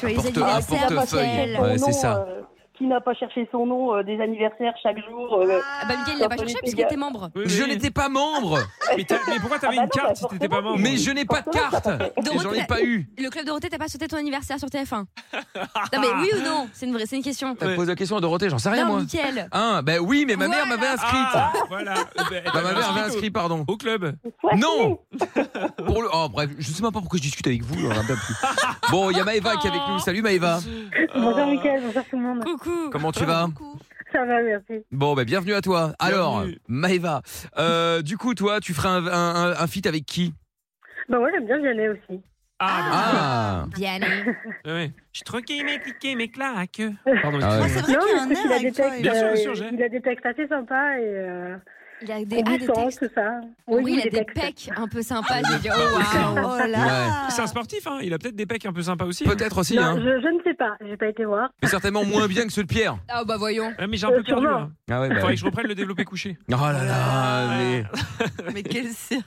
S4: Joyeux
S5: Porte- ah, portefeuille.
S14: Son
S5: Ouais,
S14: nom,
S5: c'est ça.
S14: euh, qui n'a pas cherché son nom euh, des anniversaires chaque jour euh,
S4: Ah,
S3: bah, Mickaël, il l'a pas
S14: quand
S3: cherché
S14: était
S3: parce qu'il
S14: gars.
S3: était membre.
S5: Je n'étais pas membre.
S2: Mais, t'as- mais pourquoi t'avais
S14: Ah bah
S2: une carte si t'étais pas membre
S5: Mais je n'ai pas de carte. Et j'en ai pas eu.
S3: Le club Dorothée, t'as pas sauté ton anniversaire sur TF1 Non, mais oui ou non C'est une, vraie- c'est une question.
S5: T'as posé la question à Dorothée, j'en sais rien
S3: Non,
S5: moi.
S3: Mickaël.
S5: Hein, bah oui, mais ma mère
S3: Voilà.
S5: m'avait inscrite.
S3: Ah,
S2: voilà. Eh ben,
S5: Bah, ma mère m'avait inscrit, pardon.
S2: Au club.
S5: Non. Pour le. Oh bref, je sais même pas pourquoi je discute avec vous. j'en ai même plus. Bon, il y a Maëva qui est avec nous. Salut Maëva.
S17: Bonjour Mickaël, bonjour tout le monde.
S3: Coucou.
S5: Comment tu vas
S17: Ça va, merci.
S5: Bon, bah bienvenue à toi. Alors, Maëva, euh, du coup, toi, tu feras un, un, un- un feat avec qui
S17: Bah ouais, j'aime bien Vianney aussi.
S5: Ah.
S3: Vianney.
S2: Ouais. Je troquais mes cliquets, mes claques. Pardon,
S5: Ah ouais.
S2: excusez-moi.
S17: non, mais parce qu'il a des textes,
S2: Bien sûr,
S17: euh,
S2: bien sûr, j'ai.
S17: il a des textes assez sympas et euh,
S3: il a
S17: des, textes, tout ça.
S3: Oui, il a des pecs un
S5: Ah,
S3: peu sympas. J'ai dit, oh waouh.
S2: C'est un sportif, hein. il a peut-être des pecs un peu sympas aussi.
S5: Peut-être aussi, hein.
S17: Non, je, je ne sais pas, j'ai pas été voir.
S5: Mais certainement moins bien que ceux de Pierre.
S3: Ah bah voyons.
S2: mais j'ai un peu
S17: Euh,
S2: perdu
S17: sûrement.
S2: là.
S5: Ah ouais, bah
S2: Faudrait
S5: oui.
S2: que je reprenne le développé couché.
S5: Oh là là, mais
S4: Mais quel cirque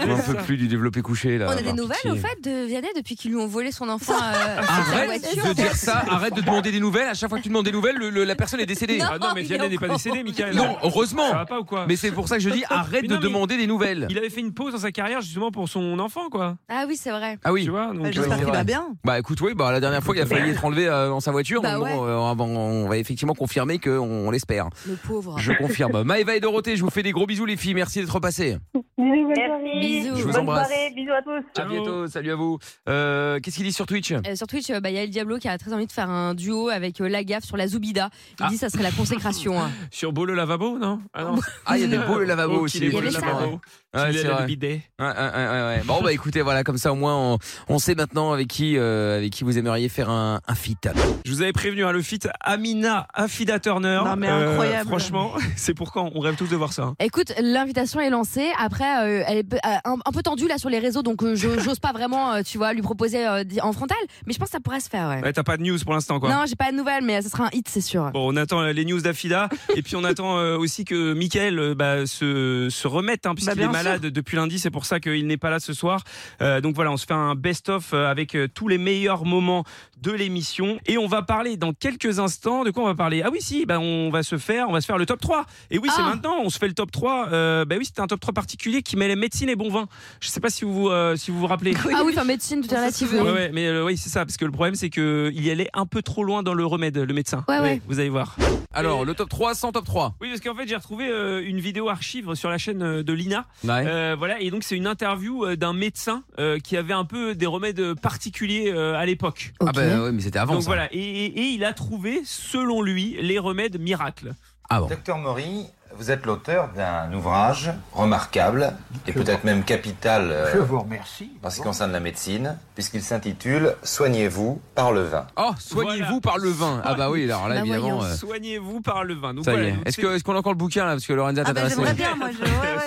S5: on n'en peut plus du développé couché là.
S3: On a des
S5: par
S3: nouvelles
S5: pitié.
S3: au fait de Vianney depuis qu'ils lui ont volé son enfant. euh, sa
S5: Arrête
S3: voiture.
S5: Ah, de dire ça, arrête de demander des nouvelles. À chaque fois que tu demandes des nouvelles, le- le- la personne est décédée.
S2: ah non, mais Vianney n'est pas décédé, Michael.
S5: Non, heureusement.
S2: Ça va pas ou quoi
S5: Mais c'est pour ça que je dis arrête
S2: Mais non,
S5: de
S2: mais
S5: demander des nouvelles.
S2: Il avait fait une pause dans sa carrière justement pour son enfant, quoi.
S3: Ah oui, c'est vrai.
S5: Ah oui.
S2: Tu vois, donc,
S5: Bah,
S2: euh,
S5: j'espère qu'il va bien. Bah écoute, oui, bah la dernière fois, il a failli être enlevé euh, dans sa voiture.
S3: Bah
S5: donc bon, euh, on va- on va effectivement confirmer qu'on on l'espère.
S3: Le pauvre.
S5: Je confirme. Maëva et Dorothée, je vous fais des gros bisous les filles. Merci d'être passées.
S17: Bisous,
S14: Merci.
S5: Bisous. Je vous
S14: Bonne
S5: embrasse.
S14: soirée, bisous à tous.
S5: À bientôt. Salut à vous. Euh, Qu'est-ce qu'il dit sur Twitch
S3: Euh, sur Twitch, euh, bah, il y a El Diablo qui a très envie de faire un duo avec euh, Lagaffe sur la Zoubida. Il
S2: Ah.
S3: dit ça serait la consécration. hein.
S2: Sur beau le lavabo, non Ah non.
S5: Ah, il y avait beau le lavabo
S2: Oh,
S5: aussi.
S2: qu'il est beau, le
S5: c'est
S2: lavabo.
S5: vrai.
S2: Qu'il
S5: Ouais,
S2: est
S5: c'est
S2: le
S5: vrai.
S2: bidet.
S5: Ouais, ouais, ouais, ouais, ouais. Bon bah écoutez voilà comme ça au moins on, on sait maintenant avec qui euh, avec qui vous aimeriez faire un, un feat.
S2: Je vous avais prévenu, hein, le feat Amina Afida Turner. Euh,
S5: Non, mais incroyable.
S2: Franchement, c'est pour quand On rêve tous de voir ça. hein.
S3: Écoute, l'invitation est lancée. Après, euh, elle est peu- euh, un, un peu tendue là sur les réseaux, donc euh, je- j'ose pas vraiment, euh, tu vois, lui proposer euh, d- en frontal. Mais je pense que ça pourrait se faire. ouais.
S2: Ouais, T'as pas de news pour l'instant, quoi.
S3: non, j'ai pas de nouvelles, mais ça sera un hit, c'est sûr.
S2: Bon, on attend euh, les news d'Afida et puis on attend euh, aussi que Michael euh, bah, se, se remette hein,
S3: Bah,
S2: puisqu'il
S5: bien
S2: est malade depuis lundi. C'est pour ça qu'il n'est pas là ce soir. Euh, donc voilà, on se fait un best-of euh, avec euh, tous les meilleurs moments de l'émission et on va parler dans quelques instants. De quoi on va parler Ah oui, si, bah, on va se faire, on va se faire le top 3. Et oui, c'est
S3: Ah.
S2: maintenant. On se fait le top 3. Euh, bah oui, c'était un top 3 particulier qui mêlait médecine et bon vin. Je sais pas si vous euh, si vous vous rappelez.
S3: Ah oui, enfin médecine, tout est relatif.
S2: Ouais, ouais, mais euh, oui, c'est ça, parce que le problème, c'est que il y allait un peu trop loin dans le remède, le médecin.
S3: Ouais, ouais.
S2: Vous allez voir.
S5: Alors le top 3 sans top 3.
S2: Oui, parce qu'en fait, j'ai retrouvé euh, une vidéo archive sur la chaîne euh, de Lina.
S5: Ouais.
S2: Euh, voilà, et donc c'est une interview euh, d'un médecin euh, qui avait un peu des remèdes particuliers euh, à l'époque.
S5: Ah bah ouais mais c'était avant
S2: Donc
S5: ça.
S2: voilà, et, et- et il a trouvé, selon lui, les remèdes miracles.
S5: Ah bon.
S18: Docteur Maury,
S19: Vous êtes l'auteur d'un ouvrage remarquable et peut-être même capital euh,
S18: Je vous remercie.
S19: en ce qui concerne la médecine, puisqu'il s'intitule Soignez-vous par le vin.
S5: Oh, soignez-vous par le vin. Ah bah oui, alors là, évidemment. euh,
S2: Soignez-vous par le vin. Donc
S5: Ça y
S2: voilà,
S5: est.
S2: donc
S5: Est-ce
S2: c'est-
S5: que- est-ce qu'on a encore le bouquin là Parce que Lorenza t'a dressé.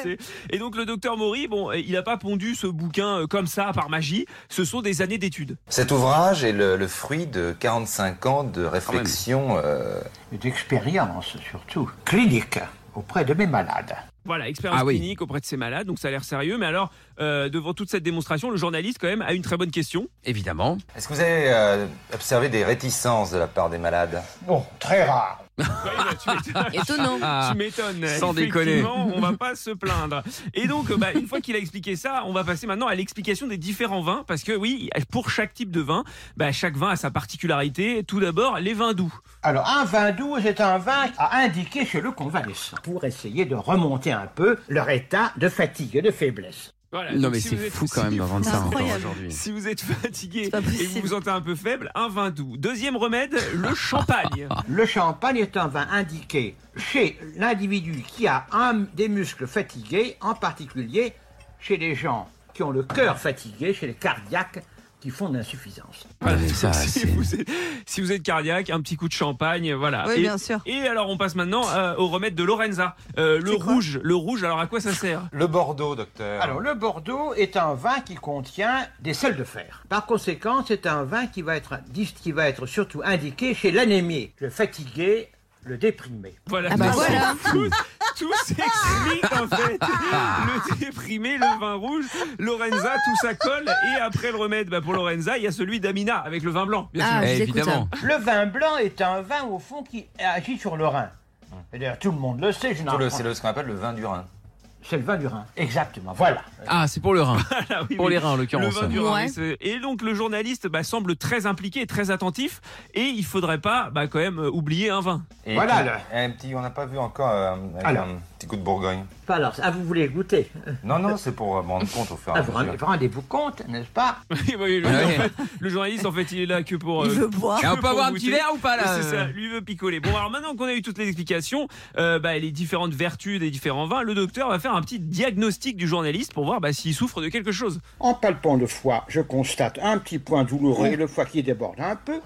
S2: C'est- Et donc le docteur Maury, bon, il n'a pas pondu ce bouquin euh, comme ça par magie. Ce sont des années d'études.
S19: Cet ouvrage est le, le fruit de 45 ans de
S5: Ah
S19: réflexion. euh,
S18: Et d'expérience surtout, clinique, auprès de mes malades.
S2: Voilà,
S5: Ah
S2: expérience clinique auprès de ces malades, donc ça a l'air sérieux. Mais alors, euh, devant toute cette démonstration, le journaliste quand même a une très bonne question.
S5: Évidemment.
S19: Est-ce que vous avez euh, observé des réticences de la part des malades
S18: Bon, Oh, très rare.
S2: Étonnant. bah,
S5: Ah,
S2: tu m'étonnes.
S5: sans déconner.
S2: Effectivement, On va pas se plaindre. Et donc, euh, bah, une fois qu'il a expliqué ça, on va passer maintenant à l'explication des différents vins. Parce que oui, pour chaque type de vin, bah, chaque vin a sa particularité. Tout d'abord, les vins doux.
S18: Alors, un vin doux est un vin à indiquer chez le convalescent pour essayer de remonter un peu leur état de fatigue et de faiblesse.
S2: Voilà,
S5: Non,
S2: donc
S5: mais
S2: si
S5: c'est
S2: vous êtes-
S5: fou quand
S2: si
S5: même
S2: vous-
S5: d'entendre ça encore aujourd'hui.
S2: Si vous êtes fatigué et vous vous sentez un peu faible, un vin doux. Deuxième remède, le champagne.
S18: Le champagne est un vin indiqué chez l'individu qui a un, des muscles fatigués, en particulier chez les gens qui ont le cœur fatigué, chez les cardiaques qui font de l'insuffisance.
S2: Voilà,
S5: Ah,
S2: donc si, vous êtes, si vous êtes cardiaque, un petit coup de champagne, voilà.
S18: Oui,
S2: et,
S18: bien
S2: sûr. Et alors on passe maintenant euh, au remède de Lorenza. Euh, le rouge, le rouge. Alors à quoi ça sert
S19: Le Bordeaux, docteur.
S18: Alors le Bordeaux est un vin qui contient des sels de fer. Par conséquent, c'est un vin qui va être dis- qui va être surtout indiqué chez l'anémie, le fatigué, le déprimé.
S2: Voilà. tout- Tout, tout s'explique en fait. Le déprimé, le vin rouge, Lorenza, tout ça colle. Et après le remède, bah, pour Lorenza, il y a celui d'Amina avec le vin blanc. Bien
S18: Ah,
S5: Eh,
S2: sûr.
S18: Le vin blanc est un vin au fond qui agit sur le rein. Et D'ailleurs, Eh tout le monde le sait. je n'en
S19: Tout le-
S18: apprends-
S19: C'est le- ce qu'on appelle le vin du Rhin.
S18: C'est le vin du Rhin. Exactement. Voilà.
S5: Ah, c'est pour le rein.
S2: Voilà, oui,
S5: Pour
S2: oui.
S5: les reins, en l'occurrence.
S2: Le vin du Rhin,
S5: Ouais.
S2: oui, c'est- Et donc le journaliste bah, semble très impliqué, très attentif. Et il faudrait pas bah, quand même euh, oublier un vin.
S19: Et puis, eh, un petit, on n'a pas vu encore euh, avec
S2: Alors.
S19: un petit coup de Bourgogne.
S18: Alors, ah, vous voulez goûter
S19: Non, non, c'est pour euh, me rendre compte au fur et
S18: Ah,
S19: à
S18: vous
S19: mesure.
S18: rendez- vous rendez-vous compte, n'est-ce pas
S2: Oui, oui, le,
S5: Ah
S2: en fait, le journaliste, en fait, il est là que pour.
S18: Il veut boire.
S2: que
S18: Et on peut
S2: pour
S18: avoir un
S2: goûter.
S18: petit verre ou pas, là
S2: Oui,
S5: euh
S2: C'est ça, lui veut picoler. Bon, alors maintenant qu'on a eu toutes les explications, euh, bah, les différentes vertus des différents vins, le docteur va faire un petit diagnostic du journaliste pour voir bah, s'il souffre de quelque chose.
S18: En palpant le foie, je constate un petit point douloureux
S5: Oh.
S18: et le foie qui déborde un peu.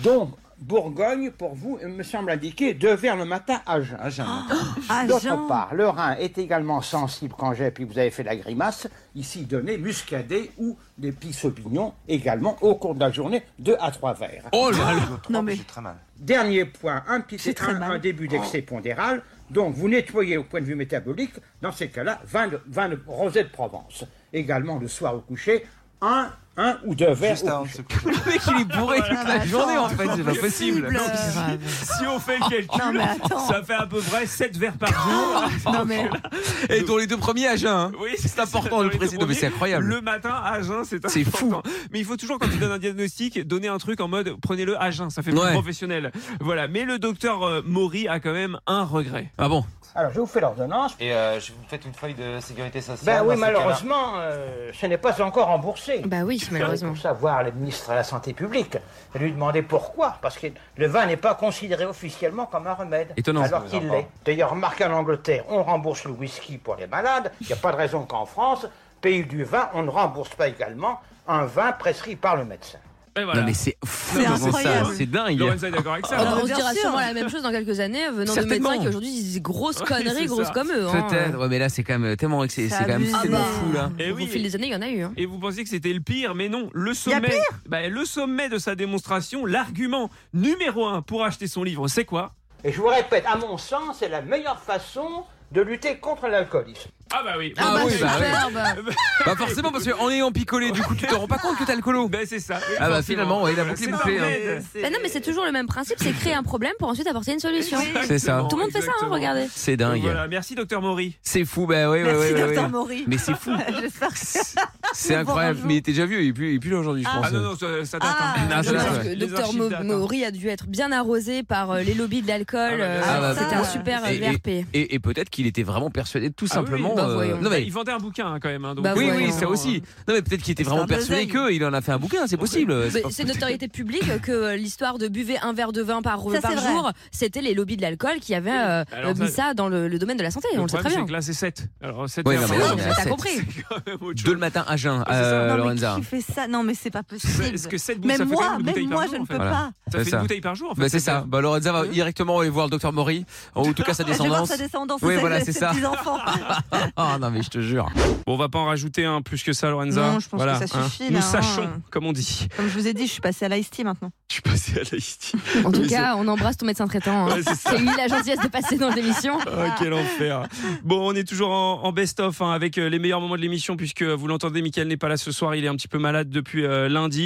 S18: Donc, Bourgogne, pour vous, me semble indiquer deux verres le matin à jeun.
S5: Oh,
S4: à jeun.
S18: D'autre part, le rein est également sensible quand j'ai, puis vous avez fait la grimace, ici donné muscadet ou des pissopignons également au cours de la journée, deux à trois verres.
S5: Oh là là
S18: Non mais...
S19: Très mal.
S18: Dernier point, un petit un, un début d'excès pondéral. Donc, vous nettoyez au point de vue métabolique, dans ces cas-là, vin de, vin de rosé de Provence. Également, le soir au coucher, un, un ou deux verres. au coucher.
S5: Le mec, il est bourré toute la journée en fait, Ah, bah, c'est pas possible. Oh,
S2: Donc, si, si on fait le
S5: Non,
S2: calcul,
S5: mais attends.
S2: ça fait à peu près 7 verres par jour.
S5: Non, mais- Et dont les deux premiers à jeun. hein.
S2: Oui,
S5: c'est important de le préciser. Non, mais c'est incroyable.
S2: Le matin à jeun, c'est
S5: C'est
S2: important. Mais il faut toujours quand tu donnes un diagnostic, donner un truc en mode prenez-le à jeun, ça fait
S5: Ouais.
S2: plus professionnel. Voilà. Mais le docteur euh, Maury a quand même un regret.
S5: Ah bon
S18: Alors, je vous fais l'ordonnance.
S19: Et euh, je vous faites une feuille de sécurité sociale.
S18: Ben
S19: dans
S18: oui,
S19: ces cas-là.
S18: malheureusement, euh, ce n'est pas encore remboursé. Ben oui, malheureusement. Pour savoir le ministre de la Santé publique, et lui demander pourquoi, parce que le vin n'est pas considéré officiellement comme un remède,
S5: Étonnant.
S18: alors
S5: Ça,
S18: qu'il
S5: vous en
S18: l'est. D'ailleurs, remarquez en Angleterre, on rembourse le whisky pour les malades, il n'y a pas de raison qu'en France, pays du vin, on ne rembourse pas également un vin prescrit par le médecin.
S2: Et voilà.
S5: Non mais c'est fou comment ça, c'est dingue.
S2: Lorenza est d'accord avec ça.
S5: Ah,
S2: hein
S10: on se dira
S2: Bien sûr.
S10: sûrement la même chose dans quelques
S3: euh,
S10: années, venant de
S5: Certainement.
S10: médecins qui aujourd'hui disent grosses
S2: Ouais,
S10: conneries,
S2: c'est
S10: grosses
S2: ça.
S10: comme eux. hein.
S5: Peut-être, ouais, mais là c'est quand même tellement ex- c'est
S10: C'est
S5: quand même
S10: abusé.
S5: tellement
S10: Ah bah.
S5: fou là.
S2: Et
S10: Au
S2: Eh oui.
S10: fil des années, il y en a eu. hein.
S2: Et vous pensiez que c'était le pire, mais non. Le
S10: a
S2: sommet,
S10: pire
S2: bah, le sommet de sa démonstration, l'argument numéro un pour acheter son livre, c'est quoi
S18: Et je vous répète, à mon sens, c'est la meilleure façon de lutter contre l'alcoolisme.
S2: Ah bah oui.
S5: Ah oui, bah oui. Bah forcément parce qu'en ayant picolé, du coup tu te rends pas compte que t'as le colo.
S2: Ben c'est ça.
S5: Ah bah
S2: forcément.
S5: finalement, ouais, la boucle est
S2: C'est
S5: bouclée.
S2: normal.
S5: hein.
S3: Ben
S10: Bah non, mais c'est toujours le même principe, c'est créer un problème pour ensuite apporter une solution.
S5: C'est ça.
S10: Tout le monde fait ça, hein, regardez.
S5: C'est dingue.
S2: Voilà, merci docteur Maury. Ah
S5: C'est fou, bah oui, oui,
S10: Merci,
S5: oui.
S10: docteur Maury.
S5: Mais c'est fou.
S4: J'espère que
S5: C'est incroyable, mais il était déjà vieux, il est plus, il est plus là aujourd'hui, je
S3: Ah.
S5: pense.
S3: Ah non, non,
S2: ça, hein.
S5: date.
S3: Ah,
S5: ça
S3: dommage
S5: date,
S3: que
S5: ouais.
S3: Docteur Mo- Maury a dû être bien arrosé par euh, les lobbies de l'alcool. euh,
S5: Ah, bah,
S3: C'était
S5: peut-être.
S3: un super euh,
S5: Et- et-
S3: VRP.
S5: Et, et peut-être qu'il était vraiment persuadé, tout
S2: Ah oui,
S5: simplement.
S2: bah
S5: euh,
S2: voyons.
S5: non, mais-
S2: Il vendait un bouquin hein, quand même. hein, donc- hein.
S3: Bah
S5: oui, oui,
S3: voyons.
S5: ça aussi. Non, mais peut-être qu'il était
S2: C'est
S5: vraiment
S2: un
S5: persuadé
S2: besogne.
S5: que il en a fait un bouquin,
S2: Bah,
S5: c'est possible.
S3: Mais
S5: C'est pas-
S3: C'est notoriété publique que euh, l'histoire de buver un verre de vin par,
S4: Ça,
S3: par
S4: c'est vrai.
S3: jour, c'était les lobbies de l'alcool qui avaient euh,
S2: Alors,
S3: mis
S2: ça-
S3: ça dans le, le domaine de la santé.
S2: Le
S3: on le sait
S2: problème,
S3: très bien.
S2: c'est que là, c'est 7. Alors, 7
S5: Ouais, non, mais là, on est à
S3: T'as
S5: sept.
S3: compris
S5: Deux le matin à jeun, euh,
S4: Ah, non, mais
S5: Lorenza.
S4: qui fait ça Non, mais c'est pas possible.
S2: Parce que 7
S4: Même
S2: ça fait
S4: moi,
S2: quand même une
S4: même
S2: bouteille
S4: moi,
S2: par
S4: je
S2: jour,
S4: ne
S2: en fait.
S4: peux pas.
S2: Ça
S5: C'est
S2: fait
S5: ça.
S2: une bouteille par jour, en fait.
S5: Bah, c'est ça. Bah, Lorenza va directement aller voir le docteur Maury, en tout cas sa
S2: Je vais voir
S5: descendance.
S2: sa descendance,
S5: Oui,
S2: ses-
S5: voilà, c'est
S2: ses
S5: ça.
S2: petits-enfants.
S5: Ah non, mais je te jure.
S2: Bon, on va pas en rajouter un plus que ça, Lorenza.
S4: Non, je pense
S2: Voilà,
S4: que ça
S2: hein.
S4: suffit, là,
S2: Nous
S4: hein.
S2: sachons, comme on dit.
S4: Comme je vous ai dit, je suis passée à l'IST maintenant.
S2: Je suis passé à l'IST.
S3: En tout cas, on embrasse ton médecin traitant. hein.
S2: Ouais, c'est ça.
S3: C'est lui la gentillesse de passer dans l'émission.
S2: Ah, quel enfer. Bon, on est toujours en, en best-of hein, avec euh, les meilleurs moments de l'émission, puisque euh, vous l'entendez, Mickaël n'est pas là ce soir. Il est un petit peu malade depuis euh, lundi.